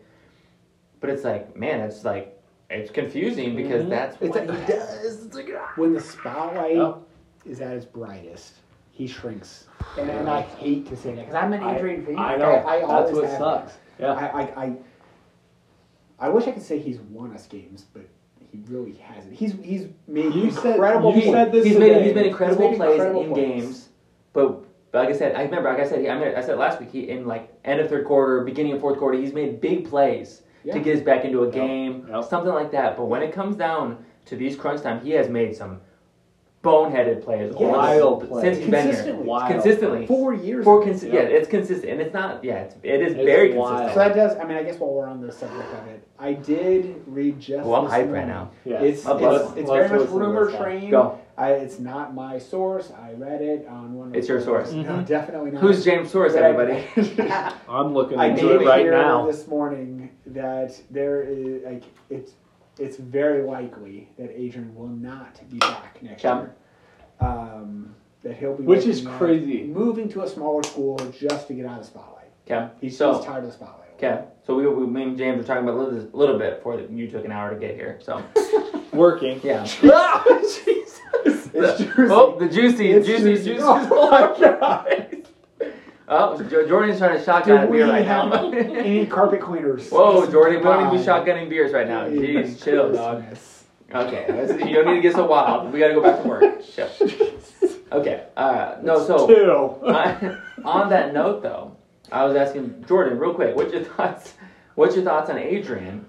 Speaker 1: But it's like man, it's like it's confusing because
Speaker 3: Mhm.
Speaker 1: that's
Speaker 2: It's
Speaker 1: what
Speaker 2: like-
Speaker 1: he does. It's like, ah.
Speaker 2: when the spotlight
Speaker 3: Oh.
Speaker 2: is at its brightest, he shrinks. And, and I hate to say that because I'm an
Speaker 3: I-
Speaker 2: Adrian fan.
Speaker 3: I
Speaker 2: Like,
Speaker 3: know.
Speaker 2: I
Speaker 3: That's
Speaker 2: always
Speaker 3: what
Speaker 2: have
Speaker 3: sucks.
Speaker 2: been.
Speaker 3: Yeah.
Speaker 2: I, I, I, I wish I could say he's won us games, but he really hasn't. He's he's made
Speaker 3: You said-
Speaker 2: incredible.
Speaker 3: you
Speaker 2: plays.
Speaker 3: said this
Speaker 1: he's made
Speaker 3: today.
Speaker 1: he's made
Speaker 3: He's
Speaker 1: incredible
Speaker 2: made
Speaker 1: plays
Speaker 2: incredible
Speaker 1: in
Speaker 2: plays.
Speaker 1: games, but, but like I said, I remember like I said he, I, mean, I said last week he in like end of third quarter, beginning of fourth quarter, he's made big plays
Speaker 2: Yeah.
Speaker 1: to get us back into a game,
Speaker 3: Yep.
Speaker 1: something like that. But when it comes down to these crunch time, he has made some boneheaded plays, all
Speaker 2: Yes.
Speaker 3: Wild
Speaker 1: this-
Speaker 3: plays.
Speaker 1: since he's been here.
Speaker 2: Consistently.
Speaker 3: Wild.
Speaker 1: Consistently,
Speaker 2: four years.
Speaker 1: Four consi-
Speaker 3: Yeah.
Speaker 1: yeah. it's consistent. And it's not, yeah, it's, it is
Speaker 3: It's
Speaker 1: very
Speaker 3: wild.
Speaker 1: consistent.
Speaker 2: So that does. I mean, I guess while we're on the subject of it, I did read just.
Speaker 1: Well, I'm
Speaker 2: this
Speaker 1: hyped right
Speaker 2: morning.
Speaker 1: now.
Speaker 3: Yeah.
Speaker 2: It's
Speaker 1: I'll
Speaker 2: it's,
Speaker 1: listen-
Speaker 2: it's
Speaker 3: let's
Speaker 2: very much
Speaker 3: listen to
Speaker 2: rumor
Speaker 3: this guy.
Speaker 2: train.
Speaker 1: Go.
Speaker 2: I, it's not my source. I read it on one. Of
Speaker 1: It's
Speaker 2: the-
Speaker 1: your source.
Speaker 2: No,
Speaker 3: Mhm.
Speaker 2: definitely not.
Speaker 1: Who's James Source,
Speaker 2: But I-
Speaker 1: everybody?
Speaker 3: I'm looking
Speaker 2: I
Speaker 3: into
Speaker 2: did
Speaker 3: it right
Speaker 2: hear
Speaker 3: now.
Speaker 2: this morning that there is like it's it's very likely that Adrian will not be back next
Speaker 1: Yeah.
Speaker 2: year. Um, that he'll be
Speaker 3: Which is
Speaker 2: looking at
Speaker 3: crazy.
Speaker 2: Moving to a smaller school just to get out of the spotlight.
Speaker 1: Okay.
Speaker 2: He's,
Speaker 1: So-
Speaker 2: he's tired of the spotlight.
Speaker 1: Okay, so we, we, me and James were talking about a little, little bit before you took an hour to get here. So
Speaker 3: Working.
Speaker 1: yeah.
Speaker 2: Jesus. It's
Speaker 1: The-
Speaker 2: juicy.
Speaker 1: Oh, the juicy,
Speaker 2: It's
Speaker 1: juicy,
Speaker 2: juicy.
Speaker 1: juicy.
Speaker 2: Oh,
Speaker 1: Oh, Jo- Jordan's trying to shotgun
Speaker 2: Do
Speaker 1: a
Speaker 2: we
Speaker 1: beer right
Speaker 2: have
Speaker 1: now.
Speaker 2: any carpet cleaners?
Speaker 1: Whoa, Jordan, we don't need to be
Speaker 2: God.
Speaker 1: shotgunning beers right now. Jeez, chill, dog.
Speaker 2: Goodness.
Speaker 1: Okay, that's- you don't need to get so wild. We gotta go back to work. Chill. Okay, uh, no, so
Speaker 3: Two.
Speaker 1: I- on that note, though, I was asking Jordan real quick. What's your thoughts? What's your thoughts on Adrian?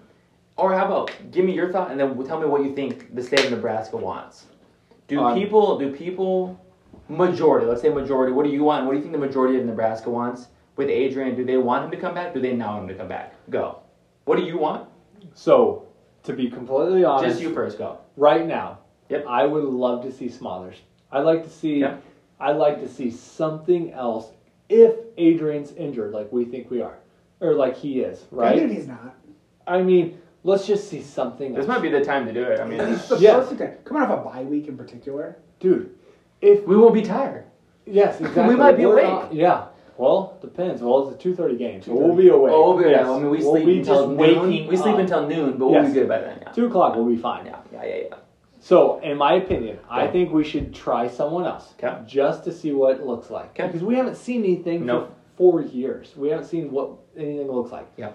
Speaker 1: Or how about give me your thought and then tell me what you think the state of Nebraska wants. Do
Speaker 3: Um,
Speaker 1: people? Do people? Majority. Let's say majority. What do you want? What do you think the majority of Nebraska wants with Adrian? Do they want him to come back? Do they not want him to come back? Go. What do you want?
Speaker 3: So, to be completely honest,
Speaker 1: Just you first. Go.
Speaker 3: right now,
Speaker 1: Yep.
Speaker 3: I would love to see Smothers. I'd like to see
Speaker 1: Yeah.
Speaker 3: I'd like to see something else if Adrian's injured like we think we are. Or like he is,
Speaker 2: Even
Speaker 3: right?
Speaker 2: if he's not.
Speaker 3: I mean, let's just see something
Speaker 1: This
Speaker 3: else.
Speaker 1: might be the time to do it. I mean,
Speaker 2: It's the
Speaker 3: Yeah.
Speaker 2: perfect time. Coming off a bye week in particular.
Speaker 3: Dude, if
Speaker 1: we won't be tired.
Speaker 3: yes, exactly.
Speaker 1: might be
Speaker 3: We're
Speaker 1: awake.
Speaker 3: not- yeah. Well, depends. Well, it's a two thirty game, so we'll be awake.
Speaker 1: Oh, we're-
Speaker 3: Yes.
Speaker 1: I mean, we
Speaker 3: We'll
Speaker 1: sleep
Speaker 3: be
Speaker 1: until
Speaker 3: just
Speaker 1: noon.
Speaker 3: waking
Speaker 1: We sleep
Speaker 3: up.
Speaker 1: until noon, but we'll be
Speaker 3: Yes.
Speaker 1: good by then. Yeah.
Speaker 3: two o'clock. We'll be fine.
Speaker 1: Yeah, yeah, yeah, yeah.
Speaker 3: So, in my opinion, I
Speaker 1: Okay.
Speaker 3: think we should try someone else
Speaker 1: Okay.
Speaker 3: just to see what it looks like.
Speaker 1: Okay.
Speaker 3: Because we haven't seen anything
Speaker 1: Nope.
Speaker 3: for four years. We haven't seen what anything looks like.
Speaker 1: Yeah.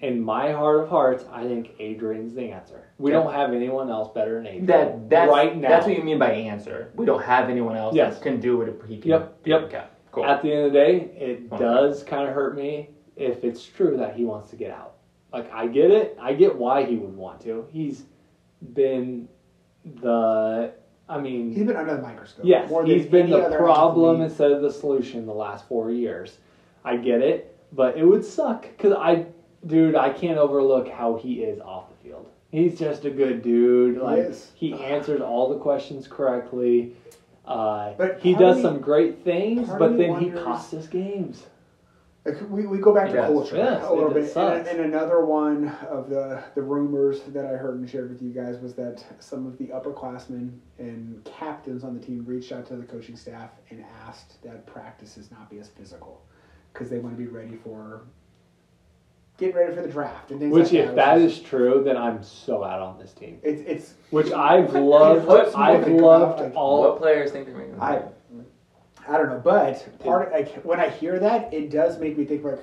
Speaker 3: In my heart of hearts, I think Adrian's the answer. We
Speaker 1: Okay.
Speaker 3: don't have anyone else better than Adrian
Speaker 1: That that's
Speaker 3: right now.
Speaker 1: That's what you mean by answer. We don't have anyone else
Speaker 3: Yes.
Speaker 1: that can do what he can.
Speaker 3: Yep,
Speaker 1: do.
Speaker 3: yep.
Speaker 1: Okay. Cool.
Speaker 3: At the end of the day, it
Speaker 1: Okay.
Speaker 3: does kind of hurt me if it's true that he wants to get out. Like I get it. I get why he would want to. He's been the. I mean,
Speaker 2: He's been under the microscope.
Speaker 3: Yes,
Speaker 2: more than
Speaker 3: he's been
Speaker 2: any
Speaker 3: the
Speaker 2: other
Speaker 3: problem
Speaker 2: athlete.
Speaker 3: instead of the solution the last four years. I get it, but it would suck because I, dude, I can't overlook how he is off the field. He's just a good dude.
Speaker 2: He
Speaker 3: Like
Speaker 2: is.
Speaker 3: he answers all the questions correctly. Uh,
Speaker 2: But
Speaker 3: he
Speaker 2: part of
Speaker 3: does
Speaker 2: me-
Speaker 3: some great things,
Speaker 2: part of
Speaker 3: but
Speaker 2: me
Speaker 3: then he
Speaker 2: wonders-
Speaker 3: costs us games.
Speaker 2: Like, we, we go back
Speaker 1: It
Speaker 2: to
Speaker 1: does.
Speaker 2: culture
Speaker 3: Yes,
Speaker 2: a little
Speaker 3: it
Speaker 2: bit. And,
Speaker 3: sucks.
Speaker 2: and another one of the, the rumors that I heard and shared with you guys was that some of the upperclassmen and captains on the team reached out to the coaching staff and asked that practices not be as physical because they want to be ready for getting ready for the draft and things
Speaker 3: Which,
Speaker 2: like "Oh,
Speaker 3: if that
Speaker 2: which
Speaker 3: is true, then I'm so out on this team.
Speaker 2: it's it's
Speaker 3: Which I've
Speaker 1: What's
Speaker 3: loved.
Speaker 1: more
Speaker 3: I've
Speaker 2: than come
Speaker 3: loved
Speaker 2: out,
Speaker 1: what
Speaker 3: all.
Speaker 1: players think they're making? the
Speaker 2: I
Speaker 1: team?
Speaker 2: I don't know, but part of, like when I hear that, it does make me think like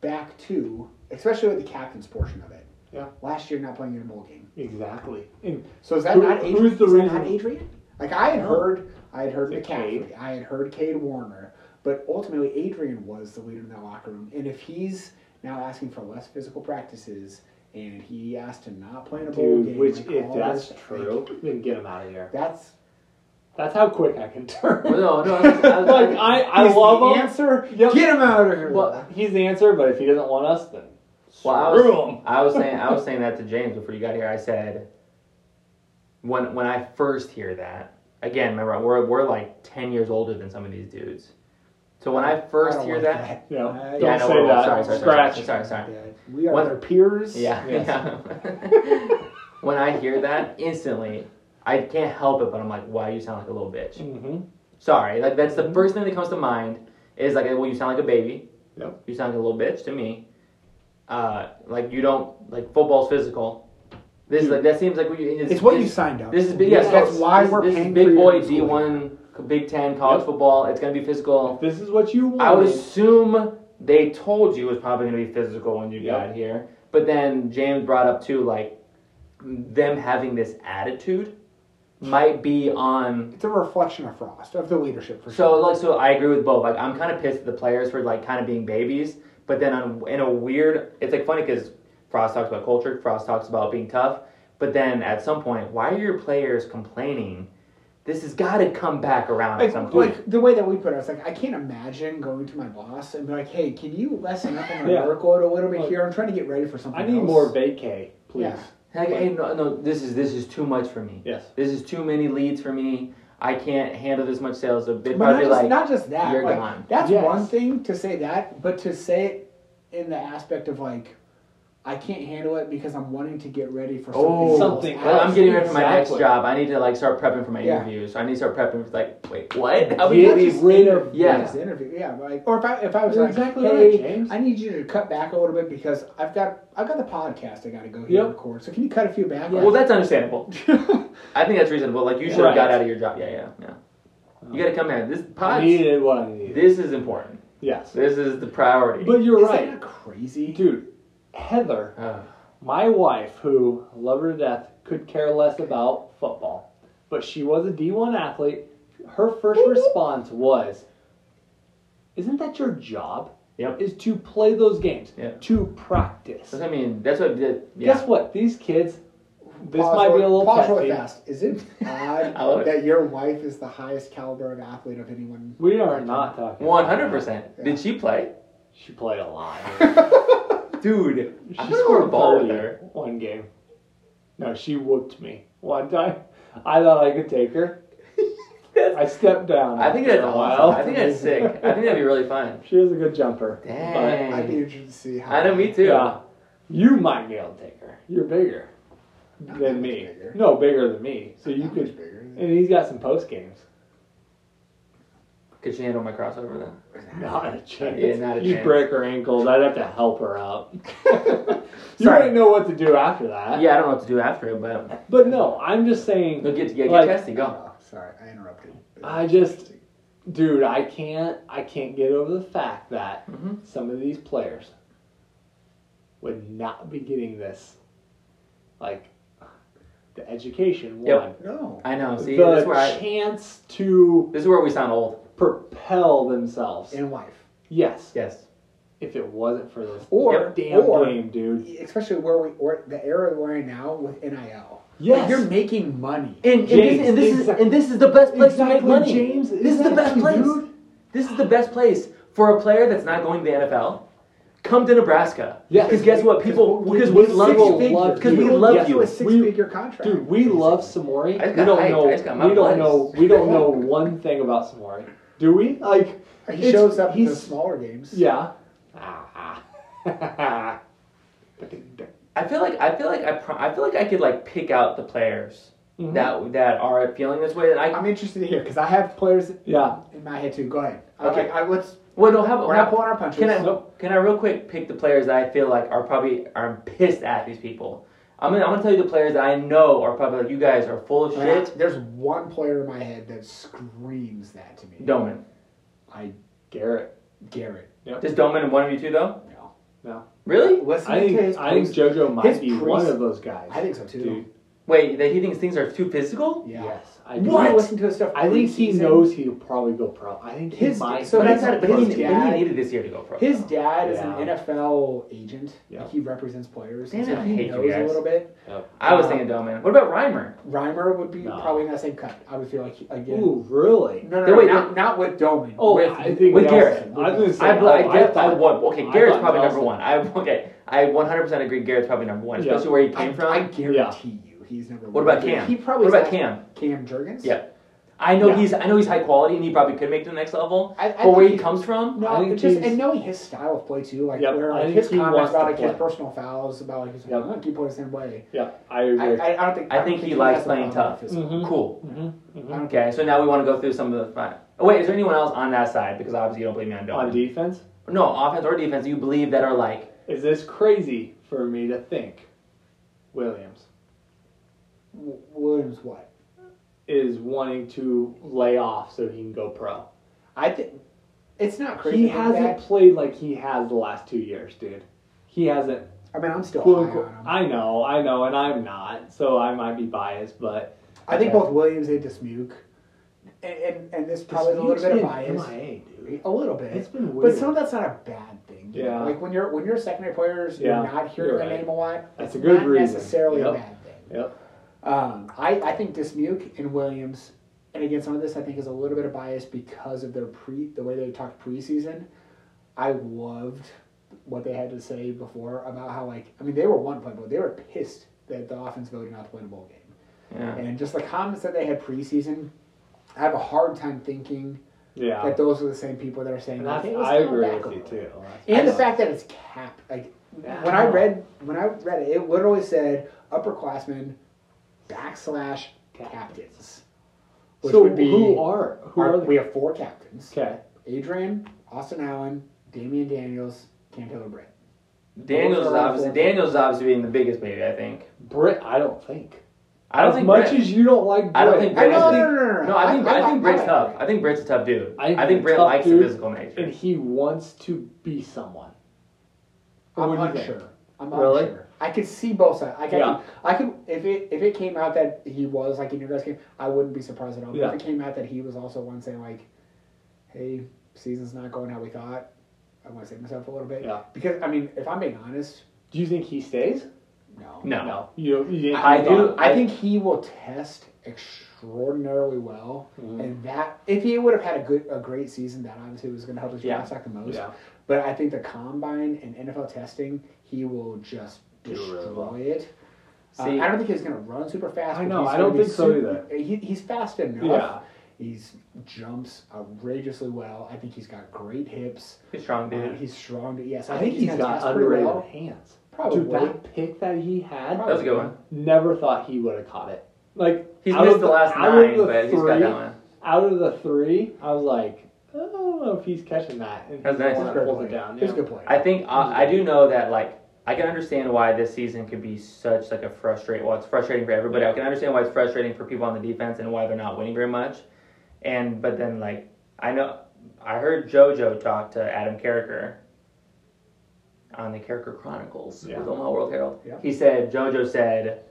Speaker 2: back to especially with the captain's portion of it.
Speaker 3: Yeah.
Speaker 2: Last year not playing in a bowl game.
Speaker 3: Exactly. And
Speaker 2: So is that
Speaker 3: Who-
Speaker 2: not Adrian?
Speaker 3: who's the
Speaker 2: is that not
Speaker 3: reason-
Speaker 2: Adrian? Like I had
Speaker 3: No.
Speaker 2: heard, I had heard
Speaker 3: Is it
Speaker 2: McCaffrey, I had heard Cade Warner, but ultimately Adrian was the leader in that locker room. And if he's now asking for less physical practices, and he asked to not play in a bowl
Speaker 3: Dude,
Speaker 2: game,
Speaker 3: which
Speaker 2: like,
Speaker 3: if
Speaker 2: all
Speaker 3: that's
Speaker 2: this-
Speaker 3: true, then get him out of here.
Speaker 2: that's
Speaker 3: That's how quick I can turn.
Speaker 1: Well, no, no. I was- I was-
Speaker 3: like I, I
Speaker 2: he's the
Speaker 3: love him.
Speaker 2: answer.
Speaker 3: Yep.
Speaker 2: Get him out of here.
Speaker 3: Well, he's the answer, but if he doesn't want us, then
Speaker 1: Well, I was-
Speaker 3: screw him.
Speaker 1: I was saying I was saying that to James before you got here. I said when when I first hear that again, remember we're we're like ten years older than some of these dudes. So when I first
Speaker 2: I don't
Speaker 1: hear
Speaker 2: like
Speaker 1: that,
Speaker 3: You know,
Speaker 2: Uh,
Speaker 3: don't
Speaker 2: yeah, I know
Speaker 3: say
Speaker 2: we're all-
Speaker 3: that.
Speaker 1: sorry, sorry,
Speaker 3: Scratch.
Speaker 1: sorry, sorry, sorry.
Speaker 2: Yeah, we are
Speaker 1: One-
Speaker 2: their peers.
Speaker 1: Yeah.
Speaker 3: Yes.
Speaker 1: yeah. when I hear that instantly, I can't help it, but I'm like, wow, you sound like a little bitch.
Speaker 3: hmm
Speaker 1: Sorry. Like, that's
Speaker 2: Mm-hmm.
Speaker 1: the first thing that comes to mind is like, well, you sound like a baby.
Speaker 3: Yep.
Speaker 1: You sound like a little bitch to me. Uh, like, you don't, like, football's physical. This is like, that seems like what you,
Speaker 2: It's what you signed up.
Speaker 1: This is big,
Speaker 2: Yes,
Speaker 1: yes,
Speaker 2: that's why
Speaker 1: this,
Speaker 2: we're
Speaker 1: this
Speaker 2: paying
Speaker 1: is
Speaker 2: for
Speaker 1: big
Speaker 2: your
Speaker 1: boy
Speaker 2: schooling.
Speaker 1: D1, Big Ten, college
Speaker 3: Yep.
Speaker 1: football. It's going to be physical.
Speaker 3: If this is what you want.
Speaker 1: I would assume they told you it was probably going to be physical when you
Speaker 3: Yeah.
Speaker 1: got here. But then James brought up too, like them having this attitude might be on
Speaker 2: It's a reflection of Frost, of the leadership for
Speaker 1: so
Speaker 2: sure.
Speaker 1: like so I agree with both. Like I'm kind of pissed at the players for like kind of being babies, but then on, in a weird, it's like funny because Frost talks about culture, Frost talks about being tough, but then at some point, why are your players complaining? This has got to come back around at
Speaker 2: Like,
Speaker 1: some point.
Speaker 2: like the way that we put it, it's like I can't imagine going to my boss and be like, "Hey, can you lessen up on my
Speaker 3: Yeah.
Speaker 2: workload a little bit
Speaker 3: Like,
Speaker 2: here? I'm trying to get ready for something."
Speaker 3: I need
Speaker 2: else."
Speaker 3: more vacay, please.
Speaker 2: Yeah.
Speaker 1: Like, hey, no, no, this is this is too much for me.
Speaker 3: Yes.
Speaker 1: This is too many leads for me. I can't handle this much sales. So they'd
Speaker 2: But not
Speaker 1: probably
Speaker 2: just,
Speaker 1: like,
Speaker 2: not just that.
Speaker 1: "You're
Speaker 2: like,
Speaker 1: gone."
Speaker 2: That's
Speaker 3: Yes.
Speaker 2: one thing to say that, but to say it in the aspect of like, I can't handle it because I'm wanting to get ready for something.
Speaker 1: Oh,
Speaker 2: else
Speaker 3: Something
Speaker 1: Well, I'm
Speaker 2: after.
Speaker 1: getting ready for my next
Speaker 3: Exactly.
Speaker 1: job. I need to like start prepping for my
Speaker 2: Yeah.
Speaker 1: interview. So I need to start prepping. for like, wait, what? How
Speaker 3: Get
Speaker 1: would you-
Speaker 2: just
Speaker 3: rid of
Speaker 1: Yeah.
Speaker 2: It's the interview. Yeah, but, like, or if I if I was
Speaker 3: You're
Speaker 2: like,
Speaker 3: exactly
Speaker 2: hey,
Speaker 3: right, James.
Speaker 2: I need you to cut back a little bit because I've got I've got the podcast I got to go here and
Speaker 3: Yep.
Speaker 2: record. So can you cut a few back?
Speaker 1: Well, that's understandable. I think that's reasonable. Like you should have
Speaker 3: Right.
Speaker 1: got out of your job. Yeah, yeah, yeah. You got to come here. This
Speaker 3: I
Speaker 1: pod.
Speaker 3: needed what I needed.
Speaker 1: This is important.
Speaker 3: yes.
Speaker 1: This is the priority.
Speaker 3: But you're
Speaker 2: Is that
Speaker 3: right.
Speaker 2: not crazy?
Speaker 3: Dude, Heather
Speaker 1: Ugh.
Speaker 3: My wife, who loved her to death, could care less about football, but she was a D1 athlete. Her first response was, "Isn't that your job?
Speaker 1: Yep.
Speaker 3: Is to play those games,
Speaker 1: Yeah.
Speaker 3: to practice."
Speaker 1: That's what I mean, that's what. Yeah. yeah.
Speaker 3: Guess what? These kids. This
Speaker 2: Pause
Speaker 3: might be a
Speaker 2: real-
Speaker 3: little
Speaker 2: pause really
Speaker 3: testy.
Speaker 2: fast. Is it
Speaker 1: I love
Speaker 2: odd
Speaker 1: it.
Speaker 2: that your wife is the highest caliber of athlete of anyone?
Speaker 3: We are not talking. about
Speaker 1: One hundred percent.
Speaker 2: Yeah.
Speaker 1: Did she play,
Speaker 3: that. She played a lot.
Speaker 1: dude?
Speaker 3: She
Speaker 1: I'm gonna score a ball with
Speaker 3: 30
Speaker 1: her.
Speaker 3: one game. No, she whooped me one time. I thought I could take her.
Speaker 1: That's-
Speaker 3: I stepped down.
Speaker 1: I think
Speaker 3: after
Speaker 1: that's
Speaker 3: a
Speaker 1: awesome.
Speaker 3: while.
Speaker 1: I think that's sick. I think that'd be really fun.
Speaker 3: She is a good jumper.
Speaker 1: Dang.
Speaker 2: I'd be interested to see how.
Speaker 1: I know, me
Speaker 3: But,
Speaker 1: too.
Speaker 3: yeah, you might be able to take her. You're bigger
Speaker 2: Not that
Speaker 3: than
Speaker 2: much
Speaker 3: me.
Speaker 2: bigger.
Speaker 3: No, bigger than me. So you
Speaker 2: Not much
Speaker 3: could.
Speaker 2: bigger.
Speaker 3: And he's got some post games.
Speaker 1: Could she handle my crossover then?
Speaker 3: Not a chance.
Speaker 1: Yeah, not a
Speaker 3: you
Speaker 1: chance.
Speaker 3: break her ankles. I'd have to help her out. you
Speaker 1: Sorry.
Speaker 3: wouldn't know what to do after that.
Speaker 1: Yeah, I don't know what to do after it, but
Speaker 3: But no, I'm just saying.
Speaker 1: no, get yeah, get
Speaker 3: Like-
Speaker 1: testy. Go.
Speaker 2: Oh, sorry, I interrupted.
Speaker 3: I just- dude i can't i can't get over the fact that
Speaker 1: Mhm.
Speaker 3: some of these players would not be getting this like the education
Speaker 1: Yep.
Speaker 3: one
Speaker 2: No.
Speaker 1: I know. See,
Speaker 3: the
Speaker 1: this is where I,
Speaker 3: chance to
Speaker 1: this is where we sound old.
Speaker 3: propel themselves
Speaker 2: In life.
Speaker 3: yes
Speaker 1: Yes.
Speaker 3: if it wasn't for this
Speaker 2: Or-
Speaker 3: damn
Speaker 2: or-
Speaker 3: game dude
Speaker 2: Especially where we or the era that we're in now with NIL.
Speaker 3: yes
Speaker 2: Like, you're making money.
Speaker 1: And, and
Speaker 3: James,
Speaker 1: this, and this is
Speaker 3: exact-
Speaker 1: and this is the best place to
Speaker 3: exactly
Speaker 1: make money.
Speaker 3: james
Speaker 1: This is the best
Speaker 3: exactly,
Speaker 1: place.
Speaker 3: dude.
Speaker 1: This is the best place for a player that's not going to the NFL. Come to Nebraska.
Speaker 3: Yes.
Speaker 1: Because guess what? People, because we
Speaker 3: People
Speaker 1: love
Speaker 3: will
Speaker 1: you.
Speaker 3: love
Speaker 1: Because
Speaker 3: you.
Speaker 1: we
Speaker 2: People
Speaker 1: love
Speaker 2: get
Speaker 1: you.
Speaker 2: A six-figure contract.
Speaker 3: Dude, we
Speaker 2: basically.
Speaker 3: love Samori.
Speaker 1: I just
Speaker 3: We
Speaker 1: got
Speaker 3: don't
Speaker 1: hyped. I just got
Speaker 3: know.
Speaker 1: my
Speaker 3: We don't
Speaker 1: buzz.
Speaker 3: know. We don't know one thing about Samori. Do we? Like
Speaker 2: He
Speaker 3: it's-
Speaker 2: shows up in the
Speaker 3: he's-
Speaker 2: smaller games.
Speaker 3: Yeah. Ah.
Speaker 1: I feel like I feel like I pro- I feel like I could like pick out the players
Speaker 3: Mhm.
Speaker 1: that that are feeling this way. And I
Speaker 2: I'm interested to hear because I have players
Speaker 3: yeah.
Speaker 2: in my head too. Go ahead. I-
Speaker 1: Okay.
Speaker 2: I, I, let's.
Speaker 1: well, no, how about
Speaker 2: We're not pulling our punches.
Speaker 1: Can I
Speaker 3: Nope.
Speaker 1: can I real quick pick the players that I feel like are probably are I'm pissed at these people? I'm gonna I'm gonna tell you the players that I know are probably like you guys are full of
Speaker 3: Oh,
Speaker 2: I mean, I-
Speaker 1: shit.
Speaker 2: there's one player in my head that screams that to me.
Speaker 1: Doman,
Speaker 2: I
Speaker 3: Garrett.
Speaker 2: Garrett.
Speaker 1: just Doman and one of you two though.
Speaker 2: No.
Speaker 1: Really?
Speaker 2: Listen
Speaker 3: I
Speaker 2: to his
Speaker 3: think, I think
Speaker 2: post-
Speaker 3: JoJo
Speaker 2: his
Speaker 3: might be one
Speaker 2: priest-
Speaker 3: of those guys.
Speaker 2: I think so too.
Speaker 3: Dude,
Speaker 1: Wait, that he thinks things are too physical?
Speaker 2: Yeah.
Speaker 3: Yes. I
Speaker 2: I
Speaker 3: do.
Speaker 2: do
Speaker 1: What?
Speaker 2: Listen to his stuff.
Speaker 3: I think he
Speaker 2: preseason.
Speaker 3: knows he'll probably go pro. I think he
Speaker 2: His-
Speaker 3: might.
Speaker 2: so
Speaker 1: But,
Speaker 2: that's
Speaker 1: I thought-
Speaker 2: not-
Speaker 1: but he,
Speaker 2: his
Speaker 1: but he
Speaker 2: dad-
Speaker 1: needed this year to go pro.
Speaker 2: His dad is an
Speaker 3: Yeah.
Speaker 2: NFL agent.
Speaker 3: Yeah.
Speaker 2: Like he represents players.
Speaker 1: Damn
Speaker 2: so
Speaker 1: it, I
Speaker 2: he
Speaker 1: hate you
Speaker 2: knows
Speaker 1: guys.
Speaker 2: a little bit.
Speaker 3: Yep.
Speaker 1: I was
Speaker 2: um,
Speaker 1: thinking Doman. What about Reimer?
Speaker 2: Reimer would be
Speaker 3: No.
Speaker 2: probably in that same cut. I would feel like he- again.
Speaker 3: Ooh, really?
Speaker 2: No, no,
Speaker 1: Then
Speaker 2: no
Speaker 1: wait,
Speaker 2: not, not with Doman.
Speaker 3: Oh,
Speaker 2: with,
Speaker 3: I think
Speaker 1: with
Speaker 3: that
Speaker 1: Garrett.
Speaker 3: was- I was gonna say,
Speaker 1: I,
Speaker 3: oh,
Speaker 1: I, I,
Speaker 3: thought-
Speaker 1: I want. Okay,
Speaker 3: I
Speaker 1: Garrett's
Speaker 3: thought
Speaker 1: probably number
Speaker 3: Nelson.
Speaker 1: one. I okay. I 100% agree. Garrett's probably number one,
Speaker 3: Yeah.
Speaker 1: especially where he
Speaker 2: I,
Speaker 1: came from.
Speaker 2: I guarantee you, he's never.
Speaker 1: what about Cam?
Speaker 2: He probably
Speaker 1: What about
Speaker 2: is
Speaker 1: Cam?
Speaker 2: not- Cam Jurgens.
Speaker 1: Yeah. I know
Speaker 3: Yeah.
Speaker 1: he's I know he's high quality and he probably could make it to the next level.
Speaker 2: I, I
Speaker 1: But where
Speaker 2: think
Speaker 1: he comes from,
Speaker 2: No,
Speaker 3: I think
Speaker 2: but just
Speaker 3: he's-
Speaker 2: and knowing his style of play too, like
Speaker 3: Yep,
Speaker 2: where
Speaker 3: I
Speaker 2: like,
Speaker 3: think
Speaker 2: his
Speaker 3: he
Speaker 2: comments
Speaker 3: wants
Speaker 2: about
Speaker 3: to
Speaker 2: like
Speaker 3: play.
Speaker 2: his personal fouls, about like he's like,
Speaker 3: Yep.
Speaker 2: "Oh, keep playing the same way.
Speaker 3: Yeah, I
Speaker 2: I,
Speaker 3: agree.
Speaker 2: I, I don't think.
Speaker 1: I
Speaker 2: don't
Speaker 1: think he
Speaker 2: has
Speaker 1: likes
Speaker 2: the
Speaker 1: playing
Speaker 2: problem
Speaker 1: tough.
Speaker 2: with physical.
Speaker 3: Mhm.
Speaker 1: cool.
Speaker 3: Mhm,
Speaker 2: I
Speaker 3: mhm.
Speaker 2: don't
Speaker 1: Okay, so now we want to go through some of the. fi- Oh, wait, is there anyone else on that side? Because obviously you don't believe me on
Speaker 3: On
Speaker 1: Dolan.
Speaker 3: defense,
Speaker 1: No, offense or defense, you believe that are like
Speaker 3: is this crazy for me to think? Williams.
Speaker 2: W- Williams what?
Speaker 3: is wanting to lay off so he can go pro.
Speaker 2: I think it's not crazy.
Speaker 3: He
Speaker 2: to think
Speaker 3: hasn't
Speaker 2: that.
Speaker 3: played like he has the last two years, dude. He hasn't.
Speaker 2: I mean, I'm still
Speaker 3: Quote,
Speaker 2: high
Speaker 3: unquote-
Speaker 2: on him. I,
Speaker 3: I know, I know, and I'm not, so I might be biased, but
Speaker 2: think
Speaker 1: okay.
Speaker 2: both Williams and Dismuke, and, and, and this probably is a little bit of bias.
Speaker 3: MIA, dude.
Speaker 2: A little bit.
Speaker 3: It's been weird.
Speaker 2: But some of that's not a bad thing. you know?
Speaker 3: Yeah.
Speaker 2: Like when you're when your secondary players
Speaker 3: Yeah,
Speaker 2: you're not hearing
Speaker 3: you're
Speaker 2: their
Speaker 3: right.
Speaker 2: name a lot.
Speaker 3: That's
Speaker 2: it's
Speaker 3: a good
Speaker 2: not
Speaker 3: reason.
Speaker 2: necessarily
Speaker 3: Yep.
Speaker 2: a bad thing.
Speaker 3: Yep.
Speaker 2: Um, I, I think Dismuke and Williams, and again some of this I think is a little bit of bias because of their pre the way they talked preseason. I loved what they had to say before about how like I mean they were one playable. They were pissed that the offense voted not to win a bowl game.
Speaker 1: Yeah.
Speaker 2: And just the comments that they had preseason, I have a hard time thinking
Speaker 3: Yeah.
Speaker 2: that those are the same people that are saying
Speaker 3: And
Speaker 2: like,
Speaker 3: that's,
Speaker 2: "Hey, let's
Speaker 3: I
Speaker 2: dial
Speaker 3: agree
Speaker 2: back a
Speaker 3: with you
Speaker 2: little."
Speaker 3: too.
Speaker 2: And the fact that it's capped, like
Speaker 3: Yeah.
Speaker 2: when I read when I read it, it literally said upperclassmen backslash captains, which
Speaker 3: so
Speaker 2: would be
Speaker 3: who are who
Speaker 2: our-
Speaker 3: are
Speaker 2: we
Speaker 3: the
Speaker 2: have four captains:
Speaker 3: okay?
Speaker 2: Adrian, Austin Allen, Damian Daniels, Cam Taylor Britt.
Speaker 1: Daniels
Speaker 2: Those
Speaker 1: is
Speaker 2: are our
Speaker 1: obviously
Speaker 2: four.
Speaker 1: Daniels is obviously being the biggest baby. I think.
Speaker 3: Brit, I don't think.
Speaker 1: I don't
Speaker 3: as
Speaker 1: think
Speaker 3: much
Speaker 1: Brett-
Speaker 3: as you don't like. Brit,
Speaker 1: I don't think
Speaker 2: I
Speaker 1: Britt
Speaker 2: no,
Speaker 1: is
Speaker 2: Oh, no,
Speaker 1: the-
Speaker 2: no, no, no,
Speaker 1: No, I think I, think Britt's
Speaker 2: like
Speaker 1: tough.
Speaker 2: Britt.
Speaker 1: I think Britt's a tough dude.
Speaker 3: I
Speaker 1: I
Speaker 3: think
Speaker 1: think,
Speaker 3: he's a
Speaker 1: Britt
Speaker 3: tough
Speaker 1: likes
Speaker 3: dude.
Speaker 1: the physical nature.
Speaker 3: and he wants to be someone.
Speaker 2: I'm
Speaker 3: What do you
Speaker 2: unsure.
Speaker 3: think?
Speaker 2: I'm
Speaker 3: Really?
Speaker 2: unsure. I could see both sides. Like,
Speaker 3: Yeah.
Speaker 2: I, could, I could if it if it came out that he was like in your guys game, I wouldn't be surprised at all. But
Speaker 3: Yeah.
Speaker 2: if it came out that he was also one saying like, "Hey, season's not going how we thought," I want to save myself a little bit.
Speaker 3: Yeah.
Speaker 2: Because I mean, if I'm being honest,
Speaker 3: Do you think he stays?
Speaker 2: no,
Speaker 1: No.
Speaker 3: You. you didn't-
Speaker 1: I
Speaker 2: I do.
Speaker 1: thought-
Speaker 2: I think he will test extraordinarily well,
Speaker 3: Mhm.
Speaker 2: and that if he would have had a good a great season, that obviously was going to help his
Speaker 1: Yeah.
Speaker 2: draft stock the most.
Speaker 3: Yeah.
Speaker 2: But I think the combine and NFL testing, he will just
Speaker 3: Do really
Speaker 2: destroy
Speaker 3: well.
Speaker 2: it. Uh,
Speaker 1: See-
Speaker 2: I don't think he's going to run super fast.
Speaker 3: I
Speaker 2: but
Speaker 3: know,
Speaker 2: he's
Speaker 3: I
Speaker 2: gonna
Speaker 3: don't
Speaker 2: be
Speaker 3: think so
Speaker 2: super- He, he's fast enough.
Speaker 3: Yeah.
Speaker 2: He's jumps outrageously well. I think he's got great hips.
Speaker 1: He's strong,
Speaker 2: Uh,
Speaker 1: dude.
Speaker 2: he's strong. Yes,
Speaker 3: I think
Speaker 2: he's
Speaker 3: he's
Speaker 2: gonna
Speaker 3: got
Speaker 2: test pretty
Speaker 3: underrated
Speaker 2: well.
Speaker 3: hands.
Speaker 2: Probably.
Speaker 3: Dude, that pick that he had,
Speaker 1: That was a good one.
Speaker 3: never thought he would have caught it. Like
Speaker 1: He's
Speaker 3: out
Speaker 1: missed
Speaker 3: of
Speaker 1: the last
Speaker 3: out of
Speaker 1: nine,
Speaker 3: the
Speaker 1: but he's got
Speaker 3: three-
Speaker 1: that one.
Speaker 3: Out of the three, I was like, I don't know if he's catching that. And
Speaker 1: That's
Speaker 3: he's the
Speaker 1: nice.
Speaker 3: one
Speaker 2: He's a
Speaker 3: that
Speaker 2: great
Speaker 3: pulls
Speaker 2: player.
Speaker 3: it down.
Speaker 2: He's a
Speaker 3: yeah.
Speaker 2: good player.
Speaker 1: I think uh, I I do know that like I can understand why this season could be such like a frustrate. Well, it's frustrating for everybody. I can understand why it's frustrating for people on the defense and why they're not winning very much. And but then like I know I heard JoJo talk to Adam Carricker on the Carricker Chronicles
Speaker 3: Yeah.
Speaker 1: with Omaha World Herald.
Speaker 2: Yeah.
Speaker 1: He said JoJo said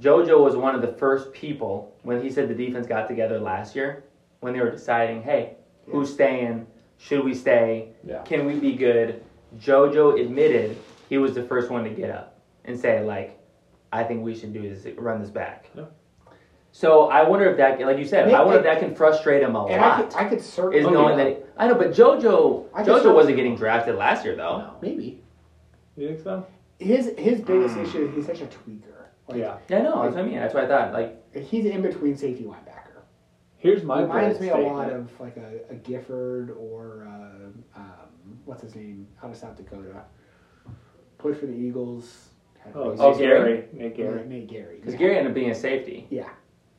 Speaker 1: JoJo was one of the first people when he said the defense got together last year when they were deciding, hey, who's staying? Should we stay?
Speaker 3: Yeah.
Speaker 1: Can we be good? JoJo admitted he was the first one to get up and say, like, I think we should do is run this back.
Speaker 3: Yeah.
Speaker 1: So I wonder if that, like you said,
Speaker 2: Yeah,
Speaker 1: I wonder if
Speaker 2: yeah.
Speaker 1: that can frustrate him a
Speaker 2: and I
Speaker 1: lot.
Speaker 2: could, I could certainly
Speaker 1: is knowing
Speaker 3: yeah.
Speaker 1: that I know, but JoJo,
Speaker 2: I could
Speaker 1: JoJo
Speaker 2: certainly-
Speaker 1: wasn't getting drafted last year though.
Speaker 3: No.
Speaker 2: maybe
Speaker 3: You think so? Oh,
Speaker 2: his his biggest issue is he's such a tweaker. Like,
Speaker 3: Hmm. yeah.
Speaker 1: Yeah, no, that's what I mean. That's what I thought. Like,
Speaker 2: he's in between safety linebacker.
Speaker 3: Here's my
Speaker 2: Reminds
Speaker 3: bold
Speaker 2: me a lot
Speaker 3: statement.
Speaker 2: of like a, a Gifford or uh, um, what's his name out of South Dakota, played for the Eagles. Had a
Speaker 3: Oh,
Speaker 2: big
Speaker 1: Oh,
Speaker 3: Nick
Speaker 2: season.
Speaker 1: Gary?
Speaker 3: Nick
Speaker 2: Gary.
Speaker 3: Gary.
Speaker 2: Nate Gary.
Speaker 1: because
Speaker 2: yeah.
Speaker 1: Gary ended up being a safety.
Speaker 2: Yeah,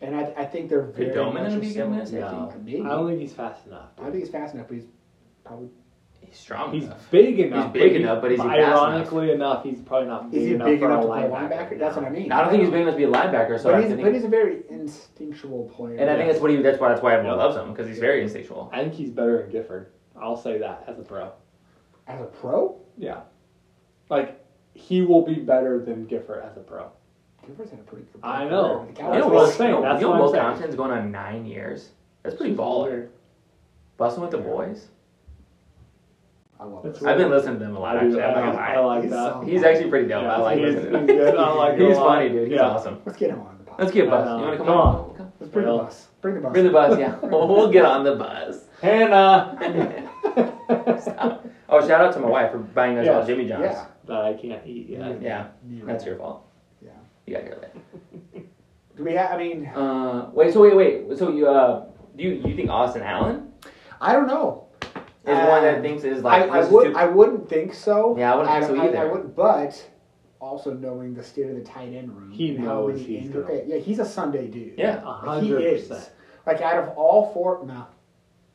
Speaker 2: and I, I think they're very.
Speaker 1: Could Doman
Speaker 2: much
Speaker 1: end up being
Speaker 2: similar-
Speaker 1: a safety?
Speaker 3: No.
Speaker 2: Maybe.
Speaker 3: I don't think he's fast enough.
Speaker 2: I don't think he's fast enough, but he's probably
Speaker 1: He's strong
Speaker 3: He's
Speaker 1: enough.
Speaker 3: big enough.
Speaker 1: big enough, but is he fast enough?
Speaker 3: ironically enough? he's probably not big
Speaker 2: is he
Speaker 3: enough
Speaker 2: big
Speaker 3: for
Speaker 2: enough
Speaker 3: a
Speaker 2: to play
Speaker 3: linebacker.
Speaker 2: linebacker? That's what I mean.
Speaker 1: I don't think he's big enough to be a linebacker. So I
Speaker 2: But he's,
Speaker 1: think,
Speaker 2: but he's a very instinctual player.
Speaker 1: and I think that's what he. That's why. That's why everyone
Speaker 3: Yeah.
Speaker 1: loves him because he's very instinctual.
Speaker 3: I think he's better than Gifford. I'll say that as a pro.
Speaker 2: as a pro,
Speaker 3: Yeah, like he will be better than Gifford as a pro.
Speaker 2: Gifford's had a pretty good.
Speaker 3: I
Speaker 2: career
Speaker 3: know.
Speaker 2: with the
Speaker 1: You
Speaker 2: Cowboys.
Speaker 3: That's
Speaker 1: know,
Speaker 3: what
Speaker 1: Will,
Speaker 3: I'm saying,
Speaker 1: you know,
Speaker 3: that's
Speaker 1: you know
Speaker 3: what I'm
Speaker 1: Will
Speaker 3: saying.
Speaker 1: Compton's going on nine years. That's pretty
Speaker 3: He's
Speaker 1: baller.
Speaker 3: weird.
Speaker 1: Busting with the boys.
Speaker 2: I love
Speaker 3: That's
Speaker 2: it.
Speaker 1: I've been listening to him a lot.
Speaker 3: I, do,
Speaker 1: Actually,
Speaker 3: I,
Speaker 1: I'm not
Speaker 3: like- I
Speaker 1: gonna lie.
Speaker 3: like
Speaker 2: He's
Speaker 3: that.
Speaker 2: solid.
Speaker 1: He's actually pretty dope.
Speaker 3: Yeah,
Speaker 1: I like
Speaker 3: he's,
Speaker 1: listening to
Speaker 3: he's
Speaker 1: him.
Speaker 3: good. I like him a
Speaker 1: He's
Speaker 3: lot.
Speaker 1: funny, dude. He's
Speaker 3: Yeah.
Speaker 1: awesome.
Speaker 2: Let's get him on the podcast.
Speaker 1: Let's get
Speaker 3: I
Speaker 1: Bus.
Speaker 3: know.
Speaker 1: You want to come,
Speaker 3: Come
Speaker 1: on?
Speaker 3: on.
Speaker 1: Come.
Speaker 2: Let's bring
Speaker 3: Well,
Speaker 2: the bus. Bring the bus.
Speaker 1: Bring the bus. Yeah, we'll, we'll get on the bus.
Speaker 3: Hannah.
Speaker 1: Oh, shout out to my wife for buying us
Speaker 3: Yeah.
Speaker 1: all Jimmy John's.
Speaker 2: Yeah.
Speaker 3: that I can't eat yet.
Speaker 1: Yeah,
Speaker 2: Yeah.
Speaker 1: that's your fault.
Speaker 2: Yeah.
Speaker 1: You got to hear that.
Speaker 2: Do we have, I mean,
Speaker 1: Uh, wait. So wait, wait. So you, uh, do you you think Austin Allen
Speaker 2: I don't know.
Speaker 1: is one that
Speaker 3: Uh,
Speaker 2: Um,
Speaker 1: thinks is like
Speaker 2: I, I,
Speaker 1: this is
Speaker 2: would,
Speaker 1: too-
Speaker 2: I wouldn't think so.
Speaker 1: Yeah, I wouldn't think so
Speaker 2: I-
Speaker 1: either.
Speaker 2: I wouldn't, but also knowing the state of the tight end room.
Speaker 3: He
Speaker 2: and how
Speaker 3: knows
Speaker 2: many
Speaker 3: he's
Speaker 2: injury-
Speaker 3: gonna-
Speaker 2: Yeah, he's a Sunday dude.
Speaker 1: yeah.
Speaker 3: A
Speaker 2: Like, He
Speaker 3: hundred
Speaker 2: is.
Speaker 3: percent.
Speaker 2: Like out of all four, no.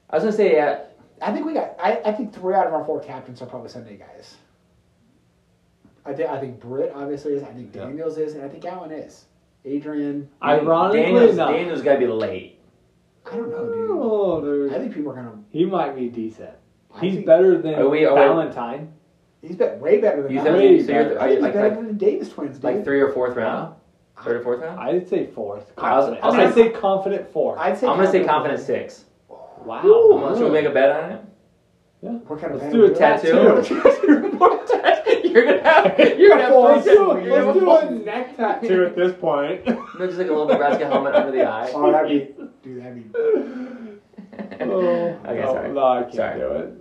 Speaker 1: I was gonna say uh, yeah.
Speaker 2: I think we got. I, I think three out of our four captains are probably Sunday guys. I think I think Britt obviously is. I think
Speaker 3: Yeah.
Speaker 2: Daniels is, and I think Allen is. Adrian,
Speaker 3: Ironically
Speaker 1: Daniel's,
Speaker 3: enough.
Speaker 1: Daniel's gotta be late.
Speaker 2: I don't know,
Speaker 3: Oh,
Speaker 2: dude. I
Speaker 3: dude.
Speaker 2: think people are gonna.
Speaker 3: He might be decent.
Speaker 2: I
Speaker 3: He's
Speaker 2: think-
Speaker 3: better than
Speaker 1: Are we- are we-
Speaker 3: Valentine.
Speaker 2: He's been way better than
Speaker 1: You
Speaker 2: I
Speaker 1: said
Speaker 2: was.
Speaker 3: Way
Speaker 1: so you're
Speaker 3: better.
Speaker 2: I
Speaker 1: are
Speaker 2: think
Speaker 1: you,
Speaker 2: he's
Speaker 1: like
Speaker 2: better
Speaker 1: like
Speaker 2: than the Davis twins, dude.
Speaker 1: like three or fourth round, third or fourth round.
Speaker 3: I'd say fourth.
Speaker 1: I was- I was
Speaker 3: Confident. I'd say confident four.
Speaker 2: I'd say
Speaker 1: I'm gonna say confident
Speaker 2: confidence.
Speaker 1: six.
Speaker 3: wow.
Speaker 1: I'm gonna- Should we make a bet on it?
Speaker 2: What kind
Speaker 3: Let's
Speaker 2: of
Speaker 3: do a
Speaker 1: tattoo.
Speaker 3: tattoo.
Speaker 1: you're gonna have you're gonna have
Speaker 3: Let's
Speaker 1: three tattoos. You're
Speaker 3: do a- let's
Speaker 1: gonna have
Speaker 3: do
Speaker 1: four-
Speaker 3: a neck tattoo at this point.
Speaker 1: No, just like a little Nebraska helmet under the eye.
Speaker 2: Oh, that'd be, dude, that'd be.
Speaker 3: Oh,
Speaker 1: okay,
Speaker 3: no,
Speaker 1: sorry.
Speaker 3: No, I can't
Speaker 1: Sorry.
Speaker 3: do it.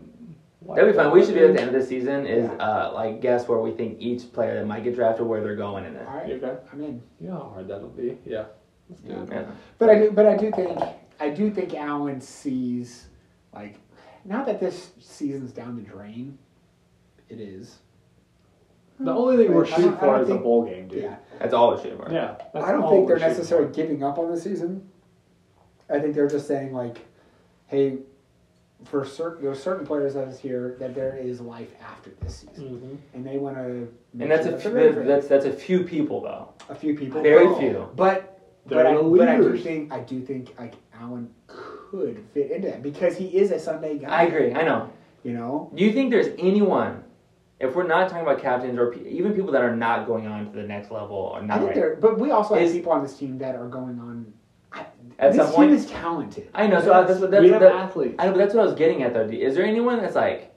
Speaker 1: That'd be fun. We should do it at the end of the season. Is uh, like guess where we think each player that might get drafted, where they're going in it.
Speaker 2: All right,
Speaker 3: Okay.
Speaker 2: I'm in.
Speaker 3: You know how hard that'll be. Yeah. Let's do it.
Speaker 1: Yeah.
Speaker 2: But I do, but I do think, I do think Allen sees, like, now that this season's down the drain, it is.
Speaker 3: The only thing we're
Speaker 2: I don't-
Speaker 3: shooting
Speaker 2: I
Speaker 3: for
Speaker 2: don't
Speaker 3: is
Speaker 2: think-
Speaker 3: a bowl game, dude.
Speaker 2: Yeah,
Speaker 1: That's all we're shooting for.
Speaker 3: Yeah, that's
Speaker 2: I don't
Speaker 3: all
Speaker 2: think they're
Speaker 3: we're shooting
Speaker 2: necessarily
Speaker 3: for.
Speaker 2: giving up on the season. I think they're just saying like, hey, for certain there's certain players that is here that there is life after this season,
Speaker 3: Mhm.
Speaker 2: and they want to.
Speaker 1: And that's a few, that's that's a few people though.
Speaker 2: a few people,
Speaker 1: Very
Speaker 2: but-
Speaker 1: few.
Speaker 2: But
Speaker 3: They're
Speaker 2: but I,
Speaker 3: the
Speaker 2: but I do
Speaker 3: leaders.
Speaker 2: think I do think like Allen could fit into that because he is a Sunday guy.
Speaker 1: I agree. I know.
Speaker 2: You know,
Speaker 1: Do you think there's anyone, if we're not talking about captains or pe- even people that are not going on to the next level or
Speaker 2: I
Speaker 1: not
Speaker 2: think
Speaker 1: right?
Speaker 2: there. But we also have
Speaker 1: Is-
Speaker 2: people on this team that are going on. I,
Speaker 1: At
Speaker 2: this
Speaker 1: some point-
Speaker 2: team is talented.
Speaker 1: I know. So I, that's what that's
Speaker 3: we
Speaker 1: what
Speaker 3: have
Speaker 1: that,
Speaker 3: athletes.
Speaker 1: I know, but that's what I was getting at though. D. Is there anyone that's like,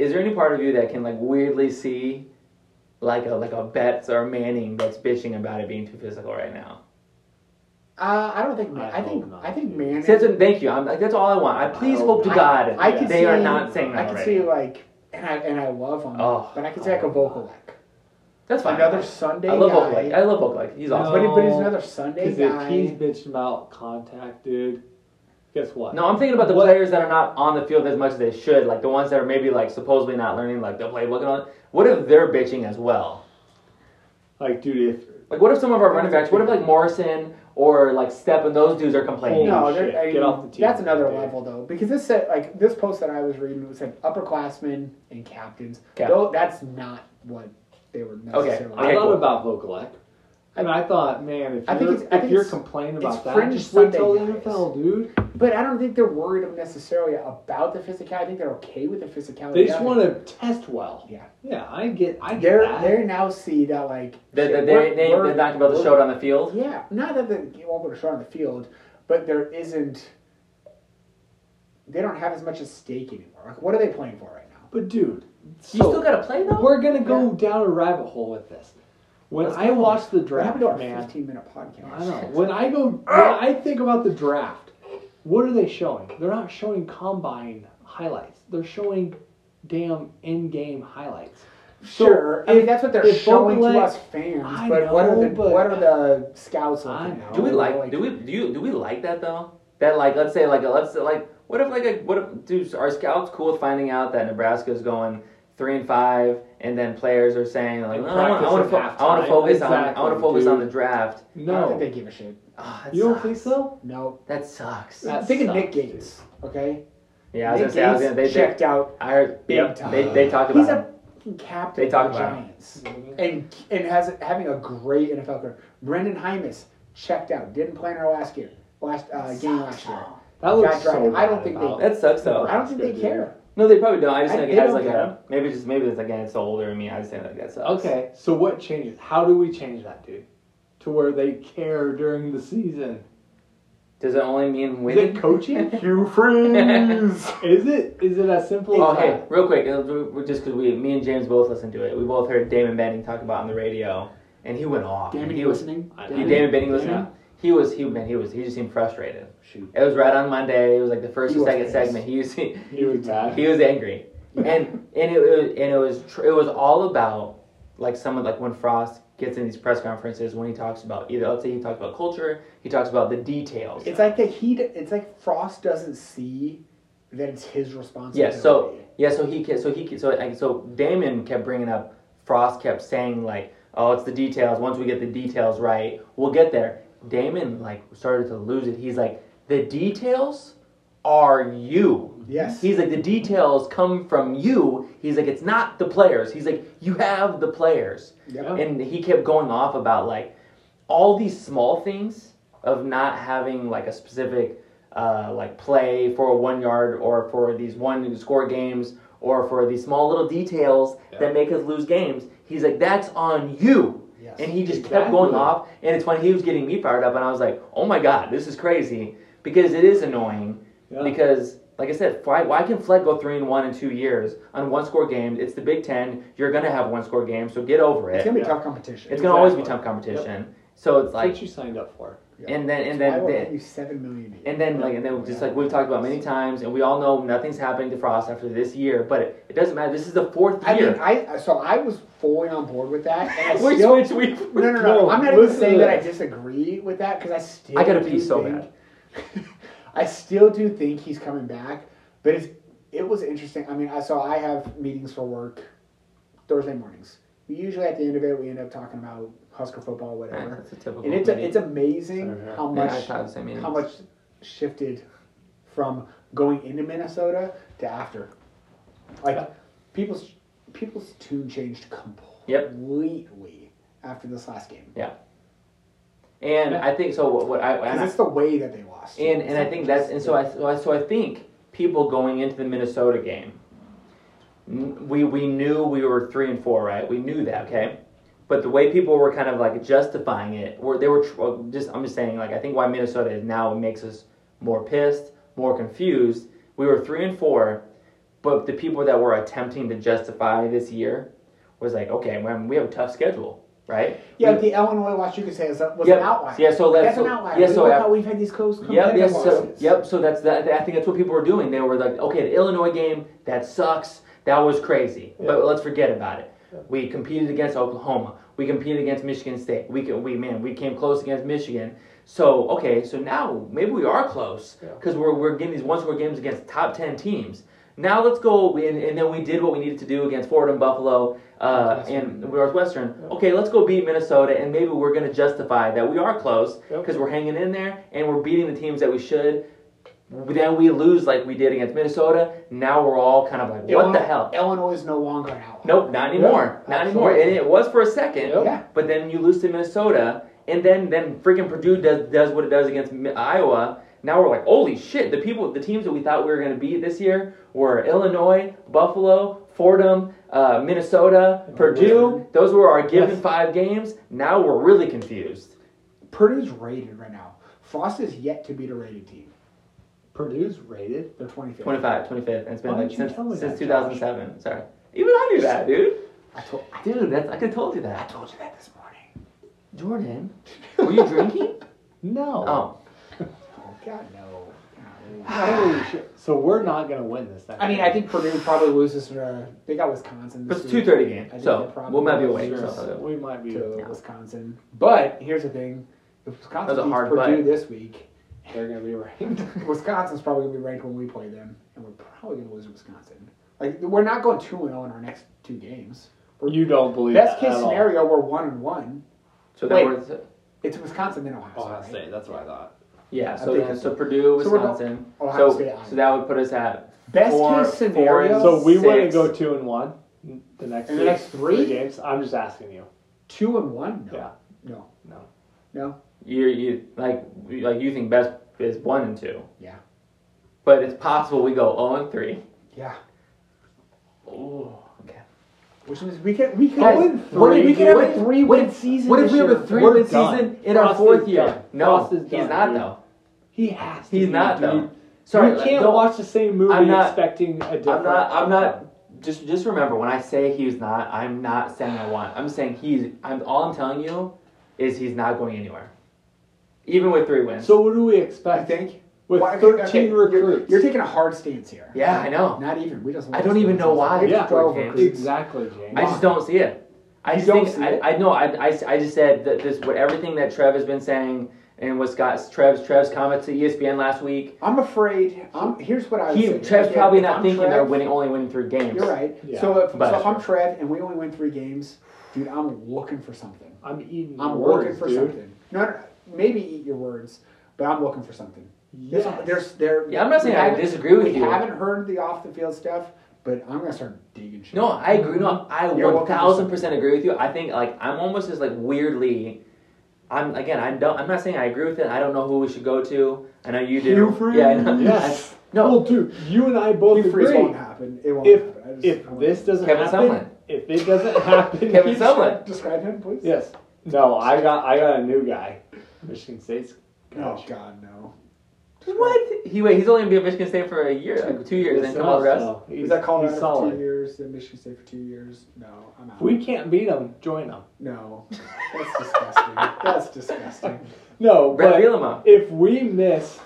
Speaker 1: is there any part of you that can like weirdly see, like a like a Betts or a Manning that's bitching about it being too physical right now?
Speaker 2: Uh, I don't think. Man,
Speaker 3: I
Speaker 2: I, think.
Speaker 3: hope not,
Speaker 2: I think
Speaker 3: dude.
Speaker 2: Manning.
Speaker 1: See, that's what- thank you. I'm like that's all I want. I please hope to God
Speaker 2: I could
Speaker 1: they are
Speaker 2: see-
Speaker 1: not saying
Speaker 2: I
Speaker 1: that
Speaker 2: can
Speaker 1: already.
Speaker 2: see like, and I and I love him,
Speaker 1: Oh.
Speaker 2: but I can see like a Vokalek,
Speaker 1: that's fine.
Speaker 2: another Sunday
Speaker 1: I love
Speaker 2: guy.
Speaker 1: Oakley. I love Oakley. He's awesome.
Speaker 2: But, he, but he's
Speaker 3: No,
Speaker 2: another Sunday
Speaker 3: Because if he's
Speaker 2: guy.
Speaker 3: bitching about contact, dude, guess what?
Speaker 1: No, I'm thinking about the
Speaker 3: What-
Speaker 1: players that are not on the field as much as they should, like the ones that are maybe like supposedly not learning like the playbook and all. that. What if they're bitching as well?
Speaker 3: Like, dude, if
Speaker 1: Like, what if some of our running backs? What if like Morrison or like Step and those dudes are complaining?
Speaker 2: No,
Speaker 3: Holy
Speaker 2: they're-
Speaker 3: shit,
Speaker 2: I mean,
Speaker 3: get off the team,
Speaker 2: that's another
Speaker 3: dude.
Speaker 2: level though, because this said like this post that I was reading was said upperclassmen and captains.
Speaker 1: Cap-
Speaker 2: Though that's not what they were necessarily.
Speaker 1: Okay,
Speaker 3: I thought
Speaker 1: cool.
Speaker 3: about Vokalek. And I thought, man, if
Speaker 2: I think
Speaker 3: you're,
Speaker 2: it's- I
Speaker 3: if
Speaker 2: think
Speaker 3: you're
Speaker 2: it's-
Speaker 3: complaining
Speaker 2: it's
Speaker 3: about that,
Speaker 2: fringe
Speaker 3: just wait till
Speaker 2: Sunday Oh, guys.
Speaker 3: NFL, dude.
Speaker 2: But I don't think they're worried necessarily about the physicality. I think they're okay with the physicality.
Speaker 3: They just
Speaker 2: of it.
Speaker 3: want to test well.
Speaker 2: Yeah.
Speaker 3: Yeah, I get, I get
Speaker 2: They're
Speaker 3: that.
Speaker 2: they now see that like
Speaker 1: They,
Speaker 2: shit,
Speaker 1: they,
Speaker 2: we're-
Speaker 1: they, they,
Speaker 2: we're-
Speaker 1: are not going to be able to show it on the field.
Speaker 2: Yeah, not that the, you won't put a shot on the field, but there isn't. They don't have as much at stake anymore. Like, what are they playing for right now?
Speaker 3: But dude, so
Speaker 1: you still got to play though.
Speaker 3: we're gonna go down a rabbit hole with this. When
Speaker 2: Let's
Speaker 3: I
Speaker 2: go.
Speaker 3: watch the
Speaker 2: What
Speaker 3: draft,
Speaker 2: happened to our
Speaker 3: man,
Speaker 2: fifteen-minute podcast?
Speaker 3: I know. When I go, when I think about the draft, what are they showing? They're not showing combine highlights. They're showing damn in-game highlights. So,
Speaker 2: Sure, I mean
Speaker 3: if-
Speaker 2: that's what they're
Speaker 3: if
Speaker 2: showing
Speaker 3: Oakland-
Speaker 2: to us fans.
Speaker 3: I
Speaker 2: But what
Speaker 3: know,
Speaker 2: are the
Speaker 3: but-
Speaker 2: what are the scouts
Speaker 3: I
Speaker 2: looking at?
Speaker 3: know.
Speaker 1: Do we like,
Speaker 2: Like,
Speaker 1: Do we do you do we like that though? Oh That like let's say like let's say, like what if like a, what if do are scouts cool with finding out that Nebraska's going three and five and then players are saying like
Speaker 3: And
Speaker 1: no, I want
Speaker 3: practice
Speaker 1: I want to
Speaker 3: at
Speaker 1: fo- I want
Speaker 3: halftime.
Speaker 1: to focus on I
Speaker 3: Exactly,
Speaker 1: want to focus on the
Speaker 3: dude.
Speaker 1: draft.
Speaker 2: I don't think
Speaker 3: No,
Speaker 2: they give a shit.
Speaker 1: Oh, that
Speaker 3: you don't
Speaker 1: sucks.
Speaker 3: think so?
Speaker 2: No, Uh,
Speaker 1: That sucks.
Speaker 3: That
Speaker 2: think of Nick
Speaker 3: sucks, dude.
Speaker 2: Gates. Okay,
Speaker 1: Yeah, I was
Speaker 2: Nick
Speaker 1: gonna say I was
Speaker 2: Gates
Speaker 1: gonna they, they
Speaker 2: checked out
Speaker 1: I heard
Speaker 2: big
Speaker 1: yep,
Speaker 2: time.
Speaker 1: they they talk about
Speaker 2: He's
Speaker 1: him.
Speaker 2: a fucking captain.
Speaker 1: They talk
Speaker 2: of the
Speaker 1: about him.
Speaker 2: Giants. and and has having a great NFL career. Brendan Hymus checked out, didn't play in our last year, last uh, game last year.
Speaker 3: That looks
Speaker 2: drafted.
Speaker 3: so.
Speaker 2: I don't
Speaker 3: bad
Speaker 2: think they-
Speaker 3: about-
Speaker 1: That sucks though.
Speaker 2: I don't think they care.
Speaker 1: No, they probably don't. I just
Speaker 2: I-
Speaker 1: think
Speaker 2: they
Speaker 1: it has
Speaker 2: don't
Speaker 1: like a maybe just maybe it's again it's older in me. I just think like that sucks.
Speaker 3: Okay, so what changes? How do we change that, dude? To where they care during the season?
Speaker 1: Does it only mean
Speaker 3: Is it
Speaker 1: winning?
Speaker 3: coaching?
Speaker 2: Hugh Freeze.
Speaker 3: is it? Is it as simple as
Speaker 1: Okay,
Speaker 3: that?
Speaker 1: Oh, real quick, it'll do- we- just because we, me and James both listened to it, we both heard Damon Benning talk about it on the radio, and he went off.
Speaker 2: Damon,
Speaker 1: he
Speaker 2: you
Speaker 1: was,
Speaker 2: listening?
Speaker 3: I-
Speaker 1: you Damon Benning
Speaker 3: Yeah.
Speaker 1: listening? He was, he man, he was, he just seemed frustrated.
Speaker 2: Shoot.
Speaker 1: It was right on Monday. It was like the first
Speaker 2: He
Speaker 1: and
Speaker 2: was
Speaker 1: second
Speaker 2: pissed.
Speaker 1: segment. He was, he,
Speaker 3: He was bad.
Speaker 1: he was angry, and and it, was and it was tr- it was all about like someone like when Frost gets in these press conferences when he talks about either let's say he talks about culture, he talks about the details.
Speaker 2: It's like that he. It's like Frost doesn't see that it's his responsibility.
Speaker 1: Yeah, so yeah, so he kept, so he kept, so I, so Damon kept bringing up Frost kept saying like, "Oh, it's the details. Once we get the details right, we'll get there." Damon like started to lose it. He's like, "The details are you."
Speaker 2: yes,
Speaker 1: He's like, "The details come from you." He's like, "It's not the players." He's like, "You have the players."
Speaker 2: Yep.
Speaker 1: And he kept going off about like all these small things of not having like a specific uh, like play for a one yard or for these one score games or for these small little details
Speaker 3: Yeah.
Speaker 1: that make us lose games. He's like, that's on you.
Speaker 2: Yes.
Speaker 1: And he just kept
Speaker 3: Exactly.
Speaker 1: going off. And it's when he was getting me fired up, and I was like, oh my God, this is crazy. Because it is annoying.
Speaker 3: Yeah.
Speaker 1: Because, like I said, why, why can Fleck go 3 and 1 in two years on one score games? It's the Big Ten. You're going to have one score games, so get over
Speaker 2: It's
Speaker 1: it.
Speaker 2: gonna be
Speaker 3: Yeah.
Speaker 2: tough competition.
Speaker 1: It's going to always be
Speaker 3: Exactly.
Speaker 1: tough competition. So it's
Speaker 3: That's
Speaker 1: like,
Speaker 3: what you signed up for.
Speaker 1: and then, and
Speaker 2: I
Speaker 1: then,
Speaker 2: will
Speaker 1: then
Speaker 2: give you seven million. a year.
Speaker 1: and then, like, and then, just like we've talked about many times, and we all know nothing's happening to Frost after this year, but it, it doesn't matter. This is the fourth
Speaker 2: I mean,
Speaker 1: year.
Speaker 2: I so I was fully on board with that, and I
Speaker 1: We're
Speaker 2: still
Speaker 1: switch. We
Speaker 2: no, no, no,
Speaker 3: No,
Speaker 2: I'm not even
Speaker 3: listen
Speaker 2: saying
Speaker 3: to
Speaker 2: that I
Speaker 3: this.
Speaker 2: disagree with that because I still.
Speaker 1: I gotta
Speaker 2: do
Speaker 1: pee so
Speaker 2: think- I still do think he's coming back, but it's it was interesting. I mean, I so I have meetings for work Thursday mornings. We usually at the end of it we end up talking about Husker football, whatever,
Speaker 1: Eh, That's a typical.
Speaker 2: and it's
Speaker 1: meeting.
Speaker 2: it's amazing
Speaker 3: Sorry, yeah.
Speaker 2: how
Speaker 1: yeah, I
Speaker 2: much
Speaker 1: thought the same meeting.
Speaker 2: how much shifted from going into Minnesota to after.
Speaker 3: Yeah.
Speaker 2: Like people's people's tune changed
Speaker 1: Yep.
Speaker 2: completely after this last game.
Speaker 1: And I think so. What, what I and,
Speaker 2: Because
Speaker 1: I
Speaker 2: it's the way that they lost.
Speaker 1: and and I think that's and so I so I, so I think people going into the Minnesota game, n- we we knew we were three and four, right? We knew that, okay. But the way people were kind of like justifying it, or they were tr- well, just I'm just saying like I think why Minnesota is now makes us more pissed, more confused. We were three and four, but the people that were attempting to justify this year was like, okay, man, we have a tough schedule, right?
Speaker 2: yeah,
Speaker 1: We-
Speaker 2: the Illinois watch you could say is a, was
Speaker 1: Yep.
Speaker 2: an outlier.
Speaker 1: Yeah, so let's-
Speaker 2: that's an
Speaker 1: so-
Speaker 2: outlier.
Speaker 1: yeah,
Speaker 2: We
Speaker 1: so
Speaker 2: look
Speaker 1: af-
Speaker 2: how we've had these close
Speaker 1: Yep,
Speaker 2: competitive
Speaker 1: yes, so,
Speaker 2: losses.
Speaker 1: yep. So that's that. I think that's what people were doing. They were like, okay, the Illinois game that sucks. That was crazy,
Speaker 3: Yeah.
Speaker 1: but let's forget about it.
Speaker 3: Yeah.
Speaker 1: We competed against Oklahoma. We competed against Michigan State. We can, we man, we came close against Michigan. So okay, so now maybe we are close
Speaker 3: Yeah.
Speaker 1: because we're we're getting these one score games against top ten teams. Now let's go and, and then we did what we needed to do against Fordham, Buffalo, uh, and Northwestern.
Speaker 3: Yeah.
Speaker 1: Okay, let's go beat Minnesota, and maybe we're going to justify that we are close
Speaker 3: Yep.
Speaker 1: because we're hanging in there and we're beating the teams that we should. Then we lose like we did against Minnesota. Now we're all kind of like, what the
Speaker 2: Illinois-
Speaker 1: hell?
Speaker 2: Illinois is no longer an outlier.
Speaker 1: Nope, not anymore.
Speaker 2: Yeah,
Speaker 1: not anymore. And
Speaker 2: absolutely.
Speaker 1: it was for a second,
Speaker 3: Yep.
Speaker 2: Yeah.
Speaker 1: but then you lose to Minnesota, and then then freaking Purdue does does what it does against Mi- Iowa. Now we're like, holy shit! The people, the teams that we thought we were going to beat this year were Illinois, Buffalo, Fordham, uh, Minnesota, Purdue. Those were our given
Speaker 3: Yes.
Speaker 1: five games. Now we're really confused.
Speaker 2: Purdue's rated right now. Frost is yet to beat a rated team.
Speaker 3: Purdue's rated.
Speaker 2: They're 25th.
Speaker 1: 25, 25th, and it's been
Speaker 3: Why
Speaker 1: like
Speaker 3: didn't you
Speaker 1: since,
Speaker 3: tell me
Speaker 1: since
Speaker 3: that,
Speaker 1: 2007. Sorry, even I knew that, dude.
Speaker 2: I told I
Speaker 1: Dude, that's I could have told you that.
Speaker 2: told you that this morning.
Speaker 1: Jordan, were you drinking?
Speaker 3: No.
Speaker 1: Oh,
Speaker 2: Oh God no.
Speaker 3: Holy shit. So we're not gonna win this. Next
Speaker 2: Oh. I mean, I think Purdue probably loses. To, they got Wisconsin.
Speaker 1: but
Speaker 2: This
Speaker 1: it's
Speaker 2: week.
Speaker 1: 2:30 game,
Speaker 2: I think
Speaker 1: so
Speaker 2: they're probably
Speaker 1: we might be awake.
Speaker 2: think
Speaker 3: Sure.
Speaker 1: so-
Speaker 3: we might be.
Speaker 2: to
Speaker 1: Yeah.
Speaker 2: Wisconsin. But here's the thing: if Wisconsin
Speaker 1: That was a
Speaker 2: beats
Speaker 1: hard
Speaker 2: Purdue
Speaker 1: butt.
Speaker 2: this week,
Speaker 3: They're gonna be ranked.
Speaker 2: Wisconsin's probably gonna be ranked when we play them, and we're probably gonna lose to Wisconsin. Like we're not going two and zero in our next two games.
Speaker 3: you don't believe that
Speaker 2: Best case
Speaker 3: at all.
Speaker 2: scenario, we're one and one.
Speaker 1: So then
Speaker 2: Wait.
Speaker 1: we're
Speaker 2: It's Wisconsin then Ohio,
Speaker 3: Ohio
Speaker 2: State. right?
Speaker 3: State. That's what I thought.
Speaker 1: yeah.
Speaker 2: I
Speaker 1: So
Speaker 2: think
Speaker 1: then,
Speaker 2: that's-
Speaker 1: so Purdue,
Speaker 2: so we're not-
Speaker 1: Wisconsin.
Speaker 2: Ohio
Speaker 1: So
Speaker 2: State, Iowa.
Speaker 1: so that would put us at
Speaker 2: Best
Speaker 1: Four-
Speaker 2: case scenario.
Speaker 1: four
Speaker 3: So we wouldn't
Speaker 1: Six.
Speaker 3: go two and one. The next
Speaker 2: In the
Speaker 3: two-
Speaker 2: next three?
Speaker 3: games. I'm just asking you.
Speaker 2: two and one. No,
Speaker 3: Yeah.
Speaker 2: no,
Speaker 3: No.
Speaker 2: no.
Speaker 1: you you like like you think best is one and two.
Speaker 2: Yeah.
Speaker 1: But it's possible we go zero and three.
Speaker 2: Yeah.
Speaker 1: Oh, okay.
Speaker 2: Which means we can we can
Speaker 1: Guys, what if we could have a
Speaker 2: three
Speaker 1: what
Speaker 2: win
Speaker 1: if-
Speaker 2: season.
Speaker 1: What if
Speaker 2: this
Speaker 1: we have
Speaker 2: year?
Speaker 1: a three
Speaker 3: We're
Speaker 1: win
Speaker 3: done.
Speaker 1: season in our
Speaker 3: Frost
Speaker 1: fourth
Speaker 3: is
Speaker 1: year?
Speaker 3: done.
Speaker 1: No,
Speaker 3: Frost is
Speaker 1: he's
Speaker 3: done,
Speaker 1: not
Speaker 3: dude.
Speaker 1: though.
Speaker 3: He has to.
Speaker 1: He's
Speaker 3: be,
Speaker 1: not
Speaker 3: dude.
Speaker 1: though. Sorry,
Speaker 3: you can't
Speaker 1: don't-
Speaker 3: watch the same movie
Speaker 1: I'm not-
Speaker 3: expecting a different.
Speaker 1: I'm not. I'm not. Just just remember when I say he's not, I'm not saying I want. I'm saying he's. I'm all I'm telling you is he's not going anywhere, even with three wins.
Speaker 3: So what do we
Speaker 2: I
Speaker 3: expect?
Speaker 2: think
Speaker 3: with
Speaker 2: Why- okay,
Speaker 3: 13
Speaker 2: okay, you're-
Speaker 3: recruits.
Speaker 2: You're, taking a hard stance here.
Speaker 1: yeah, I know.
Speaker 2: Not even. We just.
Speaker 1: I don't even know why.
Speaker 2: Yeah.
Speaker 3: Yeah.
Speaker 2: Twelve
Speaker 1: Okay.
Speaker 2: recruits.
Speaker 3: exactly, James.
Speaker 1: I just don't see it. I
Speaker 2: You
Speaker 1: just
Speaker 2: don't
Speaker 1: think
Speaker 2: see
Speaker 1: I,
Speaker 2: it?
Speaker 1: I know I, I, I just said that this what everything that Trev has been saying and what Scott's Trev's Trev's comment to E ESPN last week.
Speaker 2: I'm afraid. I'm, here's what I. Would
Speaker 1: He
Speaker 2: say.
Speaker 1: Trev's
Speaker 2: If-
Speaker 1: probably
Speaker 2: if
Speaker 1: not
Speaker 2: I'm
Speaker 1: thinking
Speaker 2: Trev,
Speaker 1: they're winning only winning three games.
Speaker 2: You're right.
Speaker 3: Yeah.
Speaker 2: So if,
Speaker 1: But-
Speaker 2: so if I'm Trev and we only win three games, dude. I'm looking for something.
Speaker 3: I'm eating.
Speaker 2: I'm
Speaker 3: words,
Speaker 2: looking for
Speaker 3: dude.
Speaker 2: something. No, no, maybe eat your words, but I'm looking for something. There's,
Speaker 3: Yes.
Speaker 2: there's there.
Speaker 1: Yeah, I'm not saying
Speaker 2: we
Speaker 1: I
Speaker 2: haven't-
Speaker 1: disagree with
Speaker 2: we
Speaker 1: you.
Speaker 2: haven't heard the off the field stuff, but I'm gonna start digging shit.
Speaker 1: No, I agree. No, I
Speaker 2: You're
Speaker 1: one
Speaker 2: welcome to
Speaker 1: thousand percent
Speaker 2: something.
Speaker 1: agree with you. I think like I'm almost as like weirdly. I'm again. I don't. I'm not saying I agree with it. I don't know who we should go to. I know you do.
Speaker 2: Hugh Freeze.
Speaker 1: Yeah. I know.
Speaker 3: Yes.
Speaker 1: No,
Speaker 3: Well, dude, you and I both
Speaker 2: You freeze
Speaker 3: agree.
Speaker 2: won't happen. It won't
Speaker 3: If
Speaker 2: happen. I just- I
Speaker 3: if
Speaker 2: won't-
Speaker 3: this doesn't
Speaker 1: Kevin
Speaker 3: happen,
Speaker 1: Sumlin.
Speaker 3: if it doesn't happen,
Speaker 1: Kevin
Speaker 3: he's-
Speaker 1: Sumlin.
Speaker 2: describe him, please.
Speaker 3: Yes. No, I got I got a new guy. Michigan State's
Speaker 2: Oh
Speaker 3: coach.
Speaker 2: God, no.
Speaker 1: What? He wait. He's only gonna be at Michigan State for a year, like two years,
Speaker 3: This
Speaker 1: and come out the
Speaker 3: semester,
Speaker 1: rest.
Speaker 3: though,
Speaker 2: Is
Speaker 3: he's-
Speaker 2: that Colorado
Speaker 3: he's
Speaker 2: for two
Speaker 3: solid.
Speaker 2: years? Then Michigan State for two years? No, I'm out.
Speaker 3: If we can't beat him, join them.
Speaker 2: no, that's disgusting. That's disgusting.
Speaker 3: No,
Speaker 1: Brett
Speaker 3: but
Speaker 1: Bielema.
Speaker 3: if we miss,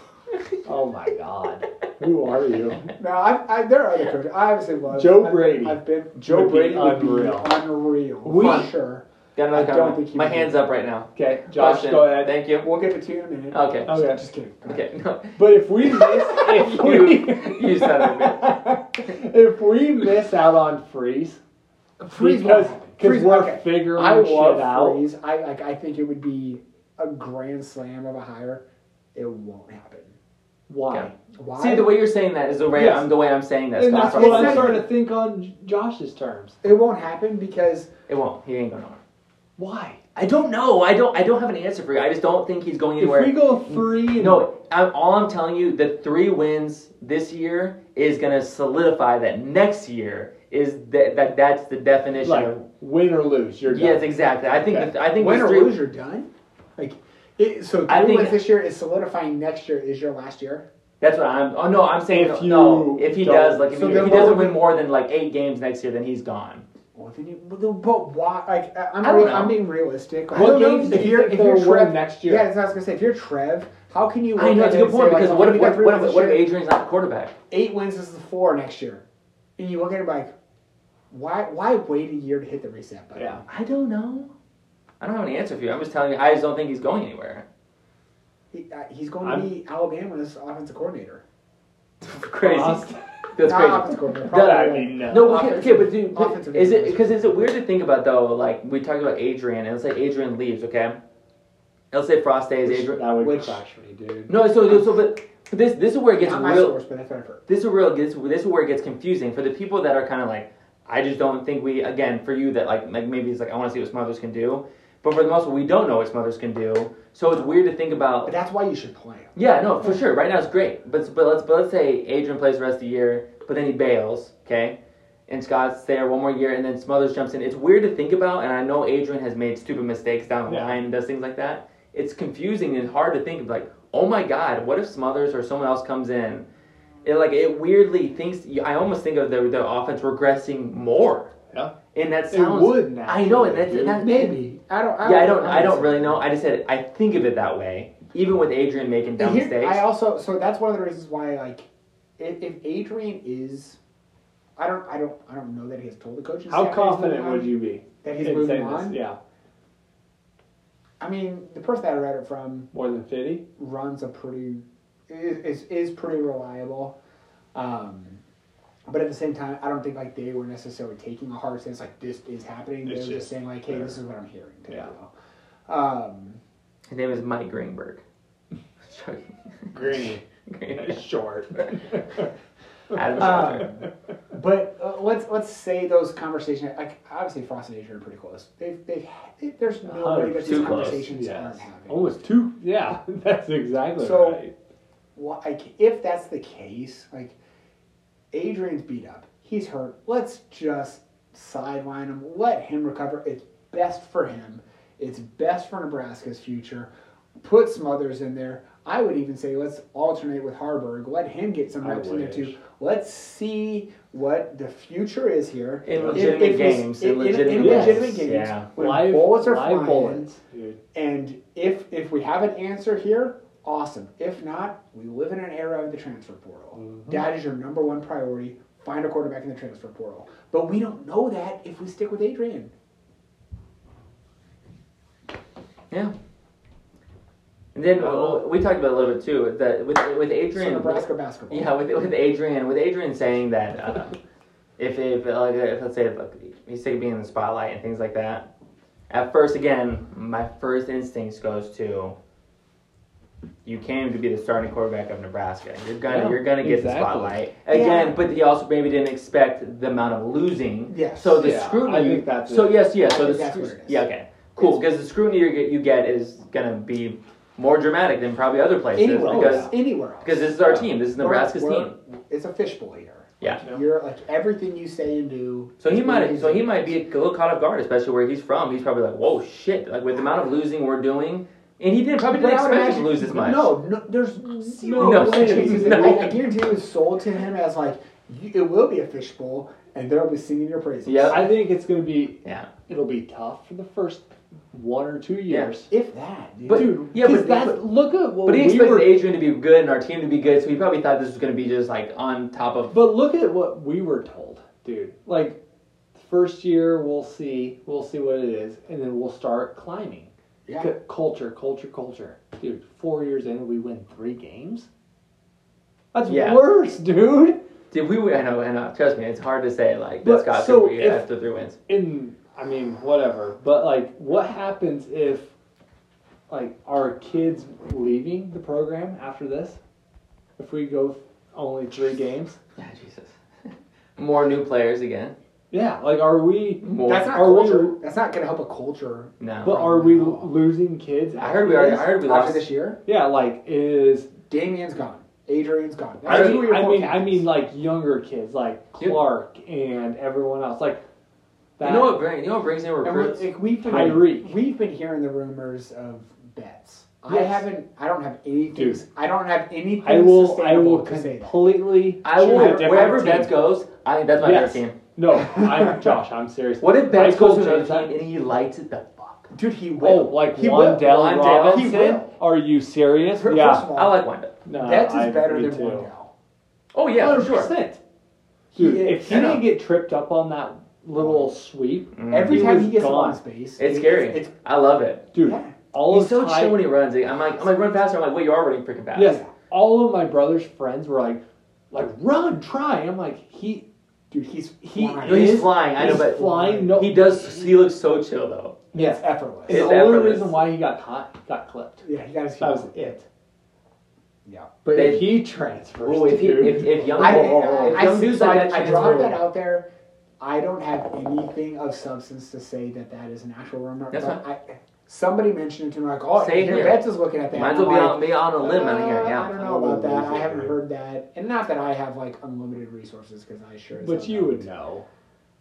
Speaker 3: oh my God, who are you?
Speaker 2: No, I, I, there are other coaches. I obviously love
Speaker 3: Joe
Speaker 2: I've-
Speaker 3: Brady.
Speaker 2: I've been Joe
Speaker 3: would be
Speaker 2: Brady would be
Speaker 3: unreal.
Speaker 2: unreal.
Speaker 3: We-
Speaker 2: for sure.
Speaker 1: Got another
Speaker 2: I don't
Speaker 1: comment.
Speaker 2: think he
Speaker 1: My
Speaker 2: would be-
Speaker 1: hands up right now.
Speaker 3: Okay, Josh,
Speaker 1: Question.
Speaker 3: go ahead.
Speaker 1: Thank you.
Speaker 2: We'll get it to you in a minute.
Speaker 1: Okay.
Speaker 2: Just,
Speaker 3: Okay.
Speaker 2: just kidding. Go ahead.
Speaker 1: Okay. No.
Speaker 3: But if we miss, if
Speaker 1: You-
Speaker 3: we,
Speaker 1: you son of a
Speaker 3: if we miss out on freeze,
Speaker 2: Freeze
Speaker 3: because
Speaker 2: won't happen.
Speaker 3: because
Speaker 2: Freeze-
Speaker 3: we're
Speaker 2: okay.
Speaker 3: figuring
Speaker 2: I
Speaker 3: shit
Speaker 2: love
Speaker 3: out.
Speaker 2: Freeze. I like. I think it would be a grand slam of a hire. It won't happen.
Speaker 3: Why?
Speaker 1: Okay.
Speaker 2: Why?
Speaker 1: See, the way you're saying that is the way
Speaker 3: Yes.
Speaker 1: I'm the way I'm saying that.
Speaker 3: And that's
Speaker 2: not-
Speaker 3: what
Speaker 2: it's
Speaker 3: I'm
Speaker 2: not-
Speaker 3: starting to think on J- Josh's terms.
Speaker 2: it won't happen because
Speaker 1: It won't. He ain't going nowhere.
Speaker 3: Why?
Speaker 1: I don't know. I don't. I don't have an answer for you. I just don't think he's going
Speaker 3: If
Speaker 1: anywhere.
Speaker 3: we go three, and
Speaker 1: no, I'm, all I'm telling you, the three wins this year is going to solidify that next year is that, that that's the definition
Speaker 3: like
Speaker 1: of.
Speaker 3: win or lose, you're
Speaker 1: Yes,
Speaker 3: done.
Speaker 1: exactly. I think.
Speaker 3: Okay.
Speaker 1: The, I think.
Speaker 2: win
Speaker 1: the
Speaker 2: or
Speaker 1: three,
Speaker 2: lose, you're done. Like, it, so
Speaker 1: I
Speaker 2: three
Speaker 1: think-
Speaker 2: wins this year is solidifying. Next year is your last year.
Speaker 1: That's what I'm. Oh no, I'm saying
Speaker 3: If
Speaker 1: no.
Speaker 3: you
Speaker 1: If he
Speaker 3: don't-
Speaker 1: does, like if,
Speaker 2: So
Speaker 1: he,
Speaker 2: then
Speaker 1: if he doesn't
Speaker 2: what-
Speaker 1: win more than like eight games next year, then he's gone.
Speaker 2: Well, then you, but, but why? Like, I- I'm,
Speaker 1: I don't
Speaker 2: real,
Speaker 1: know.
Speaker 2: I'm being realistic. Like,
Speaker 3: What games do
Speaker 2: if
Speaker 3: you
Speaker 2: you're,
Speaker 3: think
Speaker 2: if
Speaker 3: they'll
Speaker 2: you're
Speaker 3: win
Speaker 2: Trev,
Speaker 3: next year?
Speaker 2: Yeah, that's what I was gonna say. If you're Trev, how can you?
Speaker 1: I
Speaker 2: look
Speaker 1: know
Speaker 2: at
Speaker 1: it's a
Speaker 2: it
Speaker 1: good
Speaker 2: and
Speaker 1: point
Speaker 2: say, like,
Speaker 1: because
Speaker 2: oh,
Speaker 1: what
Speaker 2: we
Speaker 1: if
Speaker 2: got
Speaker 1: what,
Speaker 2: three
Speaker 1: what
Speaker 2: wins
Speaker 1: if
Speaker 2: this
Speaker 1: what if
Speaker 2: year.
Speaker 1: Adrian's not the quarterback?
Speaker 2: eight wins is the four next year, and you look at it like, why? Why wait a year to hit the reset button?
Speaker 3: Yeah.
Speaker 1: I don't know. I don't have an answer for you. I'm just telling you. I just don't think he's going anywhere.
Speaker 2: He, uh, he's going to
Speaker 3: I'm-
Speaker 2: be Alabama's offensive coordinator.
Speaker 1: crazy.
Speaker 3: Lost.
Speaker 1: That's
Speaker 2: Not
Speaker 1: crazy.
Speaker 2: offensive coordinator.
Speaker 1: That-
Speaker 2: probably,
Speaker 3: I mean,
Speaker 2: like,
Speaker 1: No, okay, okay,
Speaker 2: offensive-
Speaker 1: but dude, but
Speaker 2: offensive
Speaker 1: is it
Speaker 2: defense.
Speaker 1: because is it weird to think about though? Like we talked about Adrian, and let's say Adrian leaves, okay? And let's say Frost stays. Adrian.
Speaker 3: That would
Speaker 2: Which-
Speaker 3: crush me, dude.
Speaker 1: No, so so but this this is where it gets
Speaker 2: Not my
Speaker 1: real.
Speaker 2: source, but that's what I've heard.
Speaker 1: This is where it gets this is where it gets confusing for the people that are kind of like, I just don't think we again for you that like like maybe it's like I want to see what Smothers can do, but for the most part we don't know what Smothers can do. So it's weird to think about
Speaker 2: But that's why you should play him.
Speaker 1: Yeah, no, for sure. Right now it's great, but but let's but let's say Adrian plays the rest of the year, but then he bails, okay? And Scott's there one more year, and then Smothers jumps in. It's weird to think about, and I know Adrian has made stupid mistakes down the
Speaker 3: Yeah.
Speaker 1: line and does things like that. It's confusing and hard to think of, like, oh my God, what if Smothers or someone else comes in? It like it weirdly thinks. I almost think of the the offense regressing more,
Speaker 3: Yeah.
Speaker 1: and that
Speaker 3: It
Speaker 1: sounds.
Speaker 3: would now.
Speaker 1: I know, and that's and that
Speaker 2: Maybe I don't. I
Speaker 1: Yeah, I don't. I don't
Speaker 2: know.
Speaker 1: really know. I just said I think of it that way, even with Adrian making dumb
Speaker 2: And here-
Speaker 1: mistakes.
Speaker 2: I also so that's one of the reasons why like if, if Adrian is, I don't I don't I don't know that he has told the coaches.
Speaker 3: How confident would you be
Speaker 2: that he's
Speaker 3: in
Speaker 2: moving
Speaker 3: saying
Speaker 2: on?
Speaker 3: this? Yeah,
Speaker 2: I mean, the person that I read it from
Speaker 3: more than fifty.
Speaker 2: runs a pretty is is, is pretty reliable. Um, but at the same time, I don't think like they were necessarily taking a hard stance like this is happening. They
Speaker 3: It's
Speaker 2: were just
Speaker 3: just
Speaker 2: saying like, hey,
Speaker 3: there.
Speaker 2: this is what I'm hearing. Type
Speaker 3: Yeah.
Speaker 2: deal. Um,
Speaker 1: His name is Mike Greenberg. Chucky.
Speaker 3: Green,
Speaker 1: Green.
Speaker 3: short.
Speaker 1: Adam Schefter.
Speaker 2: um, but uh, let's let's say those conversations. Like obviously, Frost and Adrian are pretty close. They've they've they- there's no way that
Speaker 1: Too
Speaker 2: these
Speaker 1: close,
Speaker 2: conversations
Speaker 3: yes.
Speaker 2: aren't happening.
Speaker 3: Almost two. Yeah, that's exactly
Speaker 2: So-
Speaker 3: right.
Speaker 2: Well, like if that's the case, like Adrian's beat up, he's hurt. Let's just sideline him, let him recover. It's best for him. It's best for Nebraska's future. Put Smothers in there. I would even say let's alternate with Harburg. Let him get some
Speaker 3: I
Speaker 2: reps in there too.
Speaker 3: wish.
Speaker 2: Let's see what the future is here.
Speaker 1: In
Speaker 2: If-
Speaker 1: legitimate
Speaker 2: if it's-
Speaker 1: games,
Speaker 2: in,
Speaker 1: in
Speaker 2: in-
Speaker 1: legitimate
Speaker 2: in
Speaker 3: games.
Speaker 2: legitimate games,
Speaker 1: Yeah.
Speaker 2: when
Speaker 3: Live-
Speaker 2: bullets are
Speaker 3: live
Speaker 2: flying,
Speaker 3: bullets, dude.
Speaker 2: and if if we have an answer here, awesome. If not, we live in an era of the transfer portal.
Speaker 1: Mm-hmm.
Speaker 2: That is your number one priority. Find a quarterback in the transfer portal. But we don't know that if we stick with Adrian.
Speaker 1: Yeah. And then
Speaker 3: Uh,
Speaker 1: uh, we talked about it a little bit too that with with
Speaker 2: So
Speaker 1: Adrian.
Speaker 2: Nebraska basketball.
Speaker 1: Yeah, with with Adrian with Adrian saying that uh, if if like if let's say like, he's sick of being in the spotlight and things like that. At first, again, my first instincts goes to. You came to be the starting quarterback of Nebraska. You're gonna
Speaker 3: Yeah,
Speaker 1: you're gonna get
Speaker 3: exactly.
Speaker 1: the spotlight again,
Speaker 2: Yeah.
Speaker 1: but he also maybe didn't expect the amount of losing.
Speaker 2: Yes.
Speaker 1: So the
Speaker 3: Yeah,
Speaker 1: scrutiny.
Speaker 3: I think that's
Speaker 1: so
Speaker 3: it.
Speaker 1: yes, yeah. So
Speaker 2: I
Speaker 1: the
Speaker 2: think that's
Speaker 1: scru-
Speaker 2: what it is.
Speaker 1: yeah. Okay. Cool. Because the scrutiny you get, you get is gonna be more dramatic than probably other places
Speaker 2: anywhere
Speaker 1: because
Speaker 2: else. Anywhere else.
Speaker 1: because this is our team. This is
Speaker 2: We're-
Speaker 1: Nebraska's
Speaker 2: we're-
Speaker 1: team.
Speaker 2: It's a fishbowl here.
Speaker 1: Yeah.
Speaker 3: You know?
Speaker 2: You're like everything you say and do.
Speaker 1: So he
Speaker 2: is
Speaker 1: might
Speaker 2: amazing.
Speaker 1: so he might be a little caught off guard, especially where he's from. He's probably like, "Whoa, shit!" Like with the amount of losing we're doing, and he didn't probably
Speaker 2: But
Speaker 1: didn't
Speaker 2: I would
Speaker 1: expect us to lose
Speaker 2: imagine-
Speaker 1: this much.
Speaker 2: No, no there's
Speaker 3: Mm-hmm.
Speaker 2: zero
Speaker 1: No.
Speaker 2: chances. that
Speaker 1: No.
Speaker 2: we- I guarantee it was sold to him as like you, it will be a fishbowl, and there will be singing your praises.
Speaker 1: Yeah.
Speaker 3: I think it's going to be
Speaker 1: Yeah.
Speaker 3: it'll be tough for the first one or two years.
Speaker 2: if that. Dude.
Speaker 1: But-
Speaker 3: Dude,
Speaker 1: yeah,
Speaker 3: yeah,
Speaker 1: but-
Speaker 3: but that's look at what
Speaker 1: But he
Speaker 3: we
Speaker 1: expected
Speaker 3: were.
Speaker 1: Adrian to be good and our team to be good, so he probably thought this was going to be just like on top of.
Speaker 3: But look at what we were told, dude. Like first year, we'll see, we'll see what it is, and then we'll start climbing.
Speaker 2: yeah,
Speaker 3: C- Culture, culture, culture, dude. Four years in, we win three games. That's
Speaker 1: Yeah.
Speaker 3: worse, dude.
Speaker 1: Did we? I know, I know. Trust me, it's hard to say. Like that's
Speaker 3: But-
Speaker 1: got
Speaker 3: so
Speaker 1: three
Speaker 3: if-
Speaker 1: after three wins.
Speaker 3: in I mean whatever, but like what happens if like our kids leaving the program after this? If we go only three games?
Speaker 1: Yeah, Jesus. More new players again.
Speaker 3: Yeah, like are we
Speaker 1: More.
Speaker 2: that's not
Speaker 3: Are we-
Speaker 2: culture. that's not gonna help a culture
Speaker 1: no.
Speaker 3: but are we l- losing kids after
Speaker 1: I heard we already.
Speaker 3: this?
Speaker 1: I heard we
Speaker 2: after
Speaker 1: lost.
Speaker 2: this year.
Speaker 3: Yeah, like is
Speaker 2: Damien's gone. Adrian's gone.
Speaker 3: I
Speaker 2: That's
Speaker 1: heard-
Speaker 2: who
Speaker 3: mean,
Speaker 2: your
Speaker 3: I
Speaker 2: four
Speaker 3: mean I
Speaker 2: captains.
Speaker 3: mean like younger kids like
Speaker 1: Dude.
Speaker 3: Clark and everyone else like that
Speaker 1: You know what brings? You know what brings in
Speaker 2: And we're-
Speaker 1: recruits?
Speaker 2: like, we've been
Speaker 3: Tyreek.
Speaker 2: we've been hearing the rumors of bets. I
Speaker 3: Yes.
Speaker 2: haven't. I don't have anything.
Speaker 3: Dude.
Speaker 2: I don't have anything.
Speaker 3: I will I
Speaker 2: sustainable
Speaker 3: will
Speaker 2: to say that.
Speaker 3: completely
Speaker 1: I will.
Speaker 3: choose a different
Speaker 1: Wherever
Speaker 3: team.
Speaker 1: Betts goes, I think that's my
Speaker 3: Yes.
Speaker 1: favorite team.
Speaker 3: No, I'm Josh, I'm serious.
Speaker 1: What if Betts
Speaker 3: Betts
Speaker 1: goes
Speaker 3: goes
Speaker 1: to another
Speaker 3: to another
Speaker 1: team and he lights it the fuck?
Speaker 2: Dude, he
Speaker 3: Oh,
Speaker 2: will.
Speaker 3: like
Speaker 2: he
Speaker 3: Wandell
Speaker 2: will.
Speaker 1: Wandale.
Speaker 3: Robinson?
Speaker 2: He will.
Speaker 3: Are you serious?
Speaker 2: First
Speaker 3: yeah.
Speaker 2: of all,
Speaker 1: I like Wanda.
Speaker 3: no,
Speaker 2: Betts
Speaker 3: I-
Speaker 2: is better
Speaker 3: me
Speaker 2: than
Speaker 3: too.
Speaker 2: Wandell.
Speaker 1: Oh yeah, for sure.
Speaker 3: 100%.
Speaker 2: He
Speaker 3: Dude,
Speaker 2: is-
Speaker 3: if he
Speaker 1: I know.
Speaker 3: didn't get tripped up on that little sweep,
Speaker 1: Mm.
Speaker 2: Every
Speaker 3: he
Speaker 2: time
Speaker 3: was
Speaker 2: he gets
Speaker 3: gone.
Speaker 2: on space,
Speaker 1: It's
Speaker 2: it-
Speaker 1: scary.
Speaker 2: It's,
Speaker 1: I love it.
Speaker 3: dude,
Speaker 2: Yeah.
Speaker 3: all
Speaker 1: He's
Speaker 3: of
Speaker 1: so
Speaker 3: Ty-
Speaker 1: chill when he runs. I'm like, I'm like, run faster. I'm like, wait, you are running freaking fast.
Speaker 3: Yes, all of my brother's friends were like, like run, try. I'm like, he
Speaker 2: dude, he's
Speaker 3: he
Speaker 2: flying.
Speaker 1: No, he's
Speaker 3: is-
Speaker 1: flying, I know,
Speaker 3: he's
Speaker 1: but-
Speaker 3: flying. No,
Speaker 1: He does. He looks so chill though.
Speaker 2: It's effortless.
Speaker 3: It's
Speaker 1: It's
Speaker 3: the only
Speaker 1: effortless.
Speaker 3: reason why he got caught, got clipped.
Speaker 2: yeah, he got his
Speaker 3: That was it.
Speaker 2: Yeah.
Speaker 3: But
Speaker 1: They-
Speaker 3: if he transfers,
Speaker 1: Oh, if he,
Speaker 3: dude,
Speaker 1: if, if young, Oh,
Speaker 2: I,
Speaker 1: if
Speaker 2: I, I,
Speaker 1: young dudes like that,
Speaker 2: I, I
Speaker 1: chance
Speaker 2: dropped
Speaker 1: for-
Speaker 2: that out there. I don't have anything of substance to say that that is an actual rumor.
Speaker 1: That's
Speaker 2: but I, somebody mentioned it to me like, oh,
Speaker 1: Say it
Speaker 2: your
Speaker 1: here.
Speaker 2: Betts is looking at that.
Speaker 1: Might as
Speaker 2: I'm
Speaker 1: well be
Speaker 2: like,
Speaker 1: on, be on a limb out
Speaker 2: uh,
Speaker 1: here. Yeah.
Speaker 2: I don't know about that. I haven't
Speaker 1: dude.
Speaker 2: heard that, and not that I have like unlimited resources because I
Speaker 1: oh,
Speaker 2: sure. as
Speaker 3: but
Speaker 2: hell
Speaker 3: you
Speaker 2: don't.
Speaker 3: would know.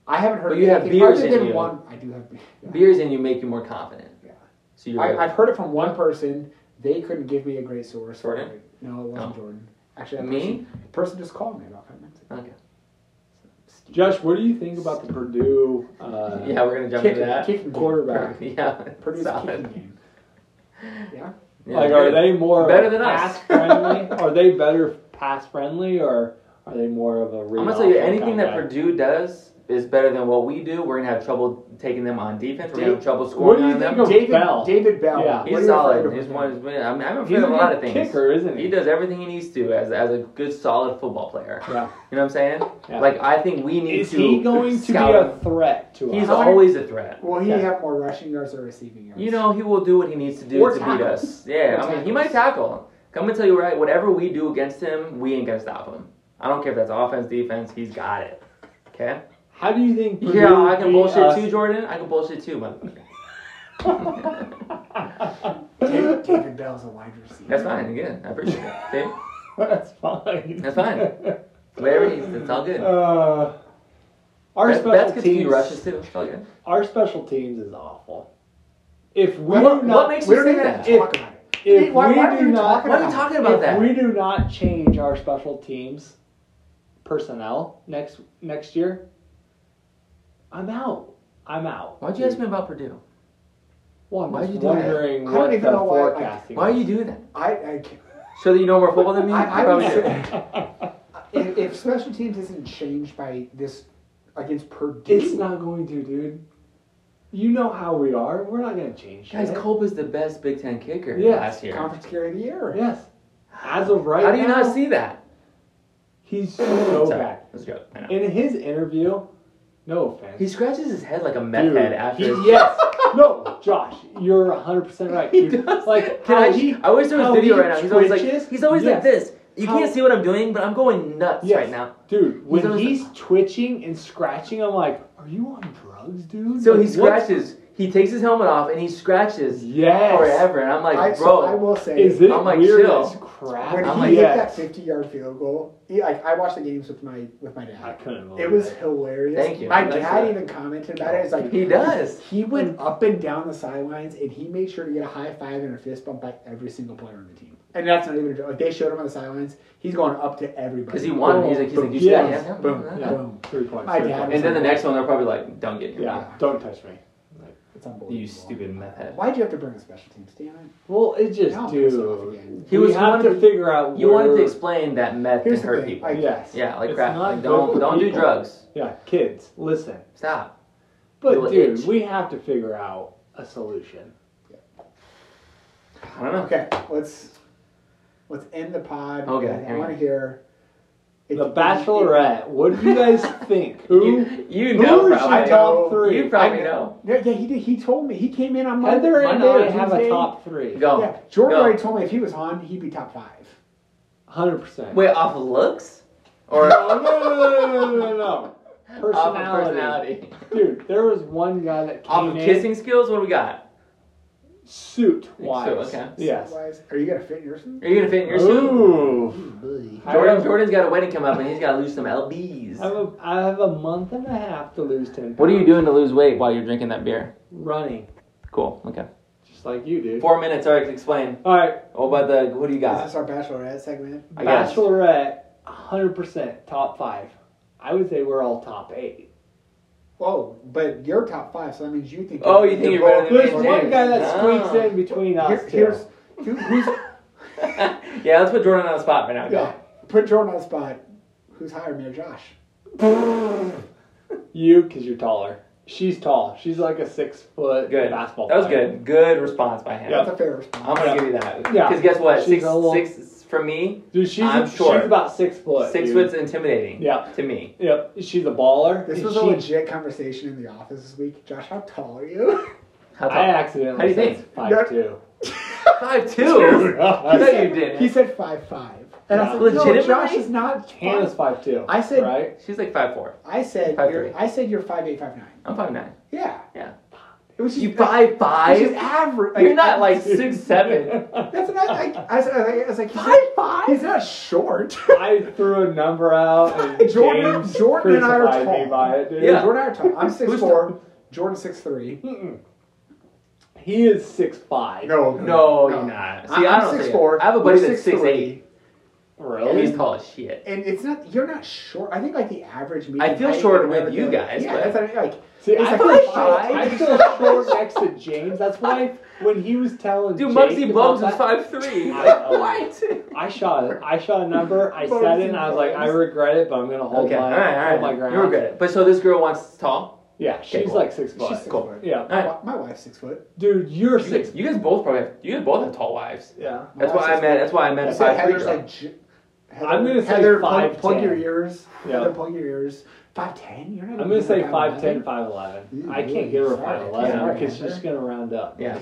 Speaker 2: I haven't heard.
Speaker 1: But you have
Speaker 2: anything
Speaker 1: beers
Speaker 2: other
Speaker 1: in
Speaker 2: than
Speaker 1: you.
Speaker 2: one. I do have. yeah.
Speaker 1: Beers in you make you more confident.
Speaker 2: Yeah.
Speaker 1: So you're.
Speaker 2: I, I've heard it from one person. They couldn't give me a great source.
Speaker 1: Jordan?
Speaker 2: No, it wasn't
Speaker 1: No.
Speaker 2: Jordan. Actually, that
Speaker 1: Me?
Speaker 2: Person, the person just called me about five minutes ago.
Speaker 1: okay.
Speaker 2: Steve.
Speaker 3: Josh, what do you think about the Purdue? Uh,
Speaker 1: Yeah, we're gonna jump
Speaker 2: Kick-
Speaker 1: into that.
Speaker 2: kicking
Speaker 3: quarterback.
Speaker 1: Yeah.
Speaker 2: Purdue's
Speaker 1: solid.
Speaker 2: kicking game. Yeah.
Speaker 1: Yeah,
Speaker 3: like,
Speaker 1: good.
Speaker 3: are they more
Speaker 1: Better than us.
Speaker 3: pass friendly? Are they better pass friendly, or are they more of a?
Speaker 1: I'm gonna tell you, anything that Purdue does is better than what we do. We're gonna have trouble taking them on defense. We're gonna have trouble
Speaker 3: What
Speaker 1: scoring
Speaker 3: do you
Speaker 1: on
Speaker 3: think
Speaker 1: them.
Speaker 3: of
Speaker 2: David
Speaker 3: Bell?
Speaker 2: David Bell.
Speaker 3: Yeah.
Speaker 2: What are
Speaker 1: He's
Speaker 2: you afraid
Speaker 1: solid.
Speaker 2: of
Speaker 1: He's
Speaker 2: him?
Speaker 1: one. He's, been- I'm, I'm afraid
Speaker 3: He's
Speaker 1: of a lot
Speaker 3: good
Speaker 1: of things.
Speaker 3: kicker, isn't he?
Speaker 1: He does everything he needs to as as a good, solid football player.
Speaker 3: Yeah.
Speaker 1: You know what I'm saying?
Speaker 3: Yeah.
Speaker 1: Like I think we need
Speaker 3: Is
Speaker 1: to.
Speaker 3: he going to be
Speaker 1: scout
Speaker 3: a threat to
Speaker 1: him. He's
Speaker 3: us?
Speaker 1: always a threat.
Speaker 2: Will he
Speaker 3: Yeah.
Speaker 2: have more rushing yards or receiving yards?
Speaker 1: You know he will do what he needs to do
Speaker 2: Or
Speaker 1: to beat
Speaker 2: tackles.
Speaker 1: us. Yeah, I
Speaker 2: Or
Speaker 1: mean he
Speaker 2: tackles.
Speaker 1: might tackle. Come and tell you right, whatever we do against him, we ain't gonna stop him. I don't care if that's offense, defense. He's got it. Okay.
Speaker 3: How do you think? Purdue
Speaker 1: Yeah, I can
Speaker 3: beat
Speaker 1: bullshit
Speaker 3: us?
Speaker 1: too, Jordan. I can bullshit too, motherfucker.
Speaker 2: David, David Bell's a wide receiver.
Speaker 1: That's fine. Again, I appreciate it. See?
Speaker 3: That's fine.
Speaker 1: That's fine. Larry, it's all good.
Speaker 3: Uh, our
Speaker 1: Beth-
Speaker 3: special
Speaker 1: Beth gets
Speaker 3: teams.
Speaker 1: rushes too. It's all good.
Speaker 3: Our special teams is awful. If we
Speaker 2: What-
Speaker 3: do not,
Speaker 1: what makes
Speaker 2: We
Speaker 1: you
Speaker 2: don't
Speaker 1: say
Speaker 2: even
Speaker 1: that?
Speaker 2: have to talk about it.
Speaker 3: if
Speaker 2: why-
Speaker 3: we
Speaker 2: why are
Speaker 3: do
Speaker 2: you
Speaker 3: not,
Speaker 2: talking
Speaker 1: Why are we talking about
Speaker 3: if
Speaker 1: that?
Speaker 3: we do not change our special teams personnel next next year, I'm out. I'm out.
Speaker 1: Why'd you ask me about Purdue?
Speaker 3: Well, I'm
Speaker 1: why'd
Speaker 3: just
Speaker 1: you do that?
Speaker 3: wondering
Speaker 2: I don't
Speaker 3: what
Speaker 2: even
Speaker 3: the
Speaker 2: know why I-
Speaker 3: forecasting.
Speaker 1: Why are you
Speaker 3: is.
Speaker 1: doing that?
Speaker 2: I, I can't-
Speaker 1: So that you know more football than me?
Speaker 2: I- I
Speaker 1: You probably
Speaker 2: would
Speaker 1: do.
Speaker 2: say- if, if special teams isn't changed by this against Purdue,
Speaker 3: It's not going to, dude. You know how we are. We're not going to change.
Speaker 1: Guys,
Speaker 3: shit.
Speaker 1: Culp is the best Big Ten kicker
Speaker 3: Yes.
Speaker 1: last year.
Speaker 2: conference carry of the year.
Speaker 3: Yes. As of right
Speaker 1: How do you
Speaker 3: now,
Speaker 1: not see that?
Speaker 3: he's so
Speaker 1: Sorry,
Speaker 3: bad.
Speaker 1: That's a joke. I know.
Speaker 3: In his interview, no offense.
Speaker 1: He scratches his head like a meth
Speaker 3: Dude,
Speaker 1: head after.
Speaker 3: he-
Speaker 1: his-
Speaker 3: yes. No, Josh, you're 100% right.
Speaker 1: He
Speaker 3: dude.
Speaker 1: does.
Speaker 3: Like,
Speaker 1: Can
Speaker 3: how
Speaker 1: I,
Speaker 3: he,
Speaker 1: I always do his
Speaker 3: how
Speaker 1: video
Speaker 3: he
Speaker 1: right now. He's always like,
Speaker 3: twitches?
Speaker 1: he's always like
Speaker 3: Yes.
Speaker 1: this. You
Speaker 3: How-
Speaker 1: can't see what I'm doing, but I'm going nuts
Speaker 3: Yes.
Speaker 1: right now.
Speaker 3: Dude,
Speaker 1: He's
Speaker 3: when
Speaker 1: always
Speaker 3: he's
Speaker 1: like-
Speaker 3: twitching and scratching, I'm like, are you on drugs, dude?
Speaker 1: So
Speaker 3: Like,
Speaker 1: he
Speaker 3: what's-
Speaker 1: scratches. he takes his helmet off and he scratches
Speaker 3: Yes.
Speaker 1: forever. And I'm like,
Speaker 2: I, so
Speaker 1: bro,
Speaker 2: I will say,
Speaker 3: Is it
Speaker 1: I'm like,
Speaker 3: weird
Speaker 1: chill.
Speaker 3: as crap?
Speaker 2: when
Speaker 1: I'm
Speaker 2: he
Speaker 1: like,
Speaker 2: hit
Speaker 3: yes.
Speaker 2: that 50 yard field goal, he, like I watched the games with my with my
Speaker 3: I
Speaker 2: dad.
Speaker 3: couldn't believe
Speaker 2: It was
Speaker 3: it.
Speaker 2: hilarious.
Speaker 1: Thank you.
Speaker 2: My
Speaker 1: That's
Speaker 2: dad
Speaker 1: it.
Speaker 2: even commented about it. It's like
Speaker 1: He does.
Speaker 2: He went up and down the sidelines, and he made sure to get a high five and a fist bump by every single player on the team. And that's not even a joke. Like they showed him on the sidelines. He's going up to everybody.
Speaker 1: Because he won. He's like, he's like, you should
Speaker 3: Yeah.
Speaker 1: have him.
Speaker 2: Boom.
Speaker 1: Yeah.
Speaker 3: Yeah.
Speaker 2: Boom.
Speaker 3: Three points.
Speaker 2: My
Speaker 3: three
Speaker 2: dad
Speaker 3: points.
Speaker 1: And then the next one, they're probably like, don't get him.
Speaker 3: Yeah, don't touch me.
Speaker 2: It's unbelievable.
Speaker 1: You stupid meth head.
Speaker 2: Why'd you have to bring a special teams? Damn it.
Speaker 3: Well, it just
Speaker 2: Now I'm pissed off again.
Speaker 3: dude.
Speaker 1: He
Speaker 3: we
Speaker 1: was
Speaker 3: have
Speaker 1: wanting-
Speaker 3: to figure out.
Speaker 1: You
Speaker 3: where,
Speaker 1: wanted to explain that meth
Speaker 2: Here's
Speaker 1: can
Speaker 2: the
Speaker 1: hurt
Speaker 2: thing.
Speaker 1: people.
Speaker 2: I-
Speaker 3: Yes.
Speaker 1: yeah, like
Speaker 3: It's
Speaker 1: crap.
Speaker 3: not
Speaker 1: Like,
Speaker 3: good
Speaker 1: don't
Speaker 3: for
Speaker 1: don't do
Speaker 3: people.
Speaker 1: drugs.
Speaker 3: Yeah, kids, listen.
Speaker 1: Stop. It'll
Speaker 3: But dude,
Speaker 1: itch.
Speaker 3: we have to figure out a solution.
Speaker 1: I don't know.
Speaker 2: Okay, let's let's end the pod.
Speaker 1: Okay,
Speaker 2: I
Speaker 1: hang
Speaker 2: want to hear if
Speaker 3: The
Speaker 2: you-
Speaker 3: Bachelorette. What do you guys think? Who?
Speaker 1: You, you
Speaker 3: who
Speaker 1: know
Speaker 3: is
Speaker 1: probably.
Speaker 3: your
Speaker 2: know.
Speaker 3: top three?
Speaker 1: You probably
Speaker 2: I-
Speaker 1: know.
Speaker 2: Yeah, yeah, he did. He told me. He came in on Monday.
Speaker 3: Heather
Speaker 1: Why
Speaker 3: and
Speaker 1: not?
Speaker 3: I have a
Speaker 2: Tuesday?
Speaker 3: top Oh, three.
Speaker 1: Go.
Speaker 2: Yeah, Jordan
Speaker 1: Go.
Speaker 2: already told me if he was on, he'd be top five.
Speaker 3: Hundred percent.
Speaker 1: Wait, off of looks? Or
Speaker 3: No, no, no, no, no, no, no.
Speaker 1: off of
Speaker 3: Personality.
Speaker 1: personality?
Speaker 3: Dude, there was one guy that came
Speaker 1: off of
Speaker 3: in
Speaker 1: kissing skills? What do we got?
Speaker 3: suit wise.
Speaker 1: Suit, okay.
Speaker 3: Yes.
Speaker 2: Wise. Are you gonna fit in your suit?
Speaker 1: Are you going to fit in your suit?
Speaker 3: Ooh. I
Speaker 1: Jordan,
Speaker 3: have-
Speaker 1: Jordan's got a wedding come up and he's got to lose some
Speaker 3: I have,
Speaker 1: LBs.
Speaker 3: a, I have a month and a half to lose ten.
Speaker 1: What are you
Speaker 3: pounds.
Speaker 1: doing to lose weight while you're drinking that beer?
Speaker 3: Running,
Speaker 1: Cool. Okay.
Speaker 3: just like you do.
Speaker 1: Four minutes. All right, explain.
Speaker 3: All right,
Speaker 1: What about the, who do you
Speaker 2: Is
Speaker 1: got?
Speaker 2: this our bachelorette segment?
Speaker 1: I guess.
Speaker 3: Bachelorette, hundred percent top five. I would say we're all top eight.
Speaker 2: Whoa, oh, but you're top five, so that means you think.
Speaker 1: Oh, you think you're better than me
Speaker 3: There's
Speaker 1: and
Speaker 3: one
Speaker 1: James.
Speaker 3: guy that
Speaker 1: No.
Speaker 3: squeaks in between us
Speaker 2: Here,
Speaker 3: two.
Speaker 2: here's who, who's
Speaker 1: yeah, let's put Jordan on the spot right now. Go.
Speaker 2: yeah. Put Jordan on the spot. Who's higher, me or Josh?
Speaker 3: You, because you're taller. She's tall. Sheshe's like a six foot
Speaker 1: Good.
Speaker 3: basketball.
Speaker 1: That was
Speaker 3: player.
Speaker 1: good. Good response by him.
Speaker 2: That's a fair response.
Speaker 1: I'm gonna
Speaker 3: Yeah.
Speaker 1: give you that.
Speaker 3: Yeah.
Speaker 1: Because guess what?
Speaker 3: She's
Speaker 1: six
Speaker 3: a little-
Speaker 1: six for me.
Speaker 3: Dude, she's,
Speaker 1: I'm
Speaker 3: she's
Speaker 1: short.
Speaker 3: about six foot.
Speaker 1: six
Speaker 3: dude.
Speaker 1: foot's intimidating.
Speaker 3: Yeah.
Speaker 1: To me.
Speaker 3: Yep. She's a baller.
Speaker 2: this
Speaker 3: And
Speaker 2: was a
Speaker 3: she-
Speaker 2: legit conversation in the office this week. Josh, how tall are you?
Speaker 1: How
Speaker 3: I
Speaker 1: tall?
Speaker 3: accidentally
Speaker 1: How do you
Speaker 3: said
Speaker 1: think?
Speaker 3: five
Speaker 2: Yeah.
Speaker 3: two.
Speaker 1: Five two. I
Speaker 3: Hannah's
Speaker 1: bet you did.
Speaker 2: He said five five, and I was like, no,
Speaker 1: Legitimately?
Speaker 2: Josh is not. five.
Speaker 3: five two.
Speaker 2: I said-
Speaker 3: right.
Speaker 1: She's like five four.
Speaker 2: I said
Speaker 1: Five
Speaker 2: you're.
Speaker 1: three.
Speaker 2: I said you're five eight five nine.
Speaker 1: I'm five nine.
Speaker 2: Yeah,
Speaker 1: Yeah.
Speaker 2: it was
Speaker 1: You five
Speaker 2: Which is
Speaker 1: five?
Speaker 2: average.
Speaker 1: You're not like six seven.
Speaker 2: That's not like I was, I was like he's
Speaker 1: Five
Speaker 2: not-
Speaker 1: five?
Speaker 2: He's not short.
Speaker 3: I threw a number out. And
Speaker 2: Jordan-
Speaker 3: James
Speaker 2: Jordan and I are
Speaker 3: crucified me
Speaker 2: tall.
Speaker 3: by it, dude.
Speaker 1: Yeah.
Speaker 2: Jordan and I are tall. I'm six
Speaker 1: Who's
Speaker 2: four. Jordan six three.
Speaker 3: Mm-mm. He is six five.
Speaker 2: No,
Speaker 1: No, you're not. See, I
Speaker 2: I'm
Speaker 1: don't think-
Speaker 2: six four.
Speaker 1: I have a buddy
Speaker 2: You're
Speaker 1: that's
Speaker 2: 6'3".
Speaker 1: 6'8".
Speaker 3: really.
Speaker 1: He's tall as shit.
Speaker 2: And it's not. You're not short. I think like the average. Median
Speaker 1: I feel
Speaker 2: height
Speaker 1: shorter
Speaker 2: in
Speaker 1: with
Speaker 2: America-
Speaker 1: you guys,
Speaker 2: Yeah,
Speaker 1: but-
Speaker 2: that's what I mean. Like
Speaker 3: See,
Speaker 2: He's
Speaker 3: I
Speaker 2: like
Speaker 3: feel
Speaker 2: five
Speaker 3: short.
Speaker 2: five.
Speaker 3: I feel short next to James. That's why when he was telling
Speaker 1: Dude,
Speaker 3: Jake
Speaker 1: Muggsy
Speaker 3: about
Speaker 1: Bogues was
Speaker 3: that-
Speaker 1: five three.
Speaker 3: I know.
Speaker 1: What?
Speaker 3: I shot it. I shot a number. I said it, and I was like, I regret it, but I'm gonna hold
Speaker 1: Okay.
Speaker 3: my
Speaker 1: All right. All right.
Speaker 3: hold my ground.
Speaker 1: You regret it. But so this girl wants tall.
Speaker 3: Yeah, she's
Speaker 1: cool.
Speaker 3: like six
Speaker 2: she's
Speaker 3: foot.
Speaker 2: six
Speaker 1: Cool.
Speaker 2: foot.
Speaker 3: Yeah,
Speaker 1: All right.
Speaker 2: My- My wife's six foot.
Speaker 3: dude,
Speaker 1: You
Speaker 3: you're
Speaker 1: guys,
Speaker 3: six.
Speaker 1: you guys both probably have, you guys both have tall wives.
Speaker 3: Yeah.
Speaker 2: My
Speaker 1: That's why
Speaker 2: wife's
Speaker 1: I
Speaker 2: six
Speaker 1: met.
Speaker 2: foot.
Speaker 1: That's why I met a
Speaker 2: I said
Speaker 1: five three
Speaker 2: Heather's
Speaker 1: girl.
Speaker 2: like. J-
Speaker 3: I'm gonna say
Speaker 2: Heather, plug,
Speaker 3: 5'10".
Speaker 2: plug your ears.
Speaker 3: Yeah.
Speaker 2: Heather, plug your ears. Five ten. You're not.
Speaker 3: I'm gonna
Speaker 2: even
Speaker 3: say 5'10",
Speaker 2: five eleven.
Speaker 3: 5'11".
Speaker 2: Ooh,
Speaker 3: I
Speaker 2: really?
Speaker 3: can't give her
Speaker 2: Sorry.
Speaker 3: five eleven
Speaker 1: Sorry,
Speaker 3: because
Speaker 2: Heather.
Speaker 3: she's gonna round up.
Speaker 1: yeah.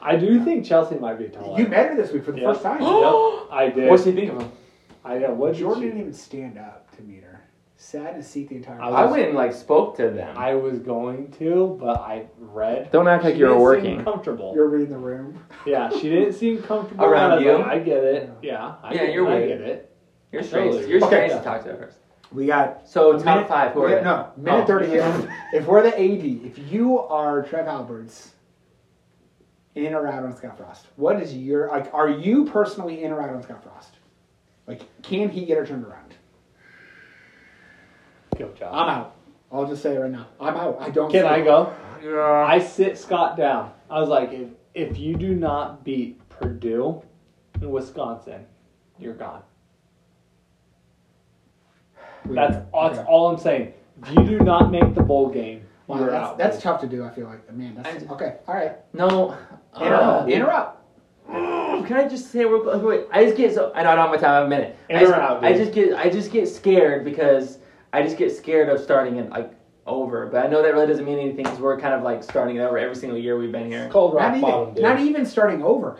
Speaker 3: I do think Chelsea might be taller.
Speaker 2: You met her this week for the
Speaker 3: Yeah.
Speaker 2: first time.
Speaker 3: Yep, I did.
Speaker 1: What's she think of him?
Speaker 3: I know. What
Speaker 2: Jordan
Speaker 3: Jordan?
Speaker 2: didn't even stand up to meet her. Sad to see the entire.
Speaker 3: I
Speaker 1: I
Speaker 3: was-
Speaker 1: went and like spoke to them.
Speaker 3: I was going to, but I read.
Speaker 1: Don't act like
Speaker 3: She
Speaker 1: you were
Speaker 3: didn't seem
Speaker 1: working.
Speaker 3: Comfortable.
Speaker 2: You're reading the room.
Speaker 3: Yeah, she didn't seem comfortable.
Speaker 1: Around
Speaker 3: and I was
Speaker 1: you?
Speaker 3: like, I get it. Yeah. I
Speaker 1: Yeah,
Speaker 3: get,
Speaker 1: you're
Speaker 3: I
Speaker 1: weird.
Speaker 3: get it.
Speaker 1: You're strange.
Speaker 3: Totally.
Speaker 1: You're
Speaker 2: Okay.
Speaker 1: strange to talk to first.
Speaker 2: We got
Speaker 1: So
Speaker 2: a
Speaker 1: top
Speaker 2: minute-
Speaker 1: five. Who are
Speaker 2: we
Speaker 1: they?
Speaker 2: got- No, minute
Speaker 1: Oh.
Speaker 2: thirty here. if we're the AD, if you are Trev Alberts, in or out on Scott Frost, what is your like? Are you personally in or out on Scott Frost? Like, can he get her turned around?
Speaker 3: Go, Josh.
Speaker 2: I'm out. I'll just say it right now. I'm out. I don't.
Speaker 3: Can I go?
Speaker 1: Yeah.
Speaker 3: I sit Scott down. I was like, if, if you do not beat Purdue and Wisconsin, you're gone. That's, that's
Speaker 2: Okay.
Speaker 3: all I'm saying. If you do not make the bowl game,
Speaker 2: Wow,
Speaker 3: you're
Speaker 2: that's,
Speaker 3: out.
Speaker 2: that's tough to do. I feel like man. That's
Speaker 1: I-
Speaker 2: okay. All right.
Speaker 1: No.
Speaker 2: In or
Speaker 1: Uh,
Speaker 2: out. In or out.
Speaker 1: Mm, Can I just say real quick? Wait, I just get so I know I don't have my time. I have a minute.
Speaker 3: In
Speaker 1: I just,
Speaker 3: or out, dude?
Speaker 1: I just get I just get scared because I just get scared of starting it like over. But I know that really doesn't mean anything because we're kind of like starting it over every single year we've been here.
Speaker 3: It's cold rock
Speaker 2: Not
Speaker 3: bottom,
Speaker 2: even.
Speaker 3: dude.
Speaker 2: Not even starting over.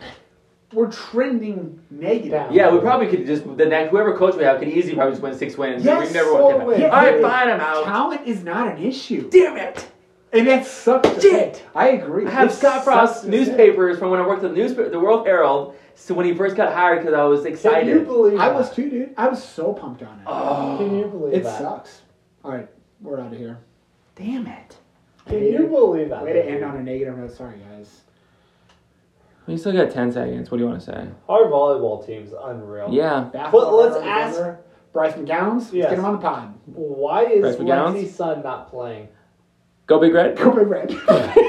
Speaker 2: We're trending negative.
Speaker 3: Down.
Speaker 1: Yeah, we probably could just the next whoever coach we have could easily probably just win six wins.
Speaker 2: Yes,
Speaker 1: we've never
Speaker 2: so
Speaker 1: won. ten.
Speaker 2: would-
Speaker 1: All right, fine, I'm out.
Speaker 2: Talent is not an issue.
Speaker 1: Damn it!
Speaker 2: And that sucks.
Speaker 1: Shit!
Speaker 2: I agree.
Speaker 1: I have
Speaker 2: It
Speaker 1: Scott
Speaker 2: sucks
Speaker 1: Frost's
Speaker 2: to
Speaker 1: newspapers from when I worked at the newspaper, the World Herald. So when he first got hired, because I was
Speaker 2: say. Can you
Speaker 1: excited.
Speaker 2: believe I
Speaker 3: that?
Speaker 2: was too, dude. I was so pumped on it.
Speaker 1: Oh,
Speaker 3: Can you believe
Speaker 2: it
Speaker 3: that?
Speaker 2: sucks. All right, we're out of here.
Speaker 1: damn it!
Speaker 3: Can you believe that?
Speaker 2: Way to end on a negative note. Sorry, guys.
Speaker 1: We still got ten seconds. What do you want to say?
Speaker 3: Our volleyball team's unreal.
Speaker 1: Yeah,
Speaker 3: Well,
Speaker 2: Basketball
Speaker 3: let's
Speaker 2: player,
Speaker 3: ask-
Speaker 2: remember? Bryce McGowns.
Speaker 3: Yes.
Speaker 2: Let's get him on the pod.
Speaker 3: Why is
Speaker 1: Bryce McGowan's?
Speaker 3: Lexi's son not playing?
Speaker 1: go Big Red.
Speaker 2: Go Big Red.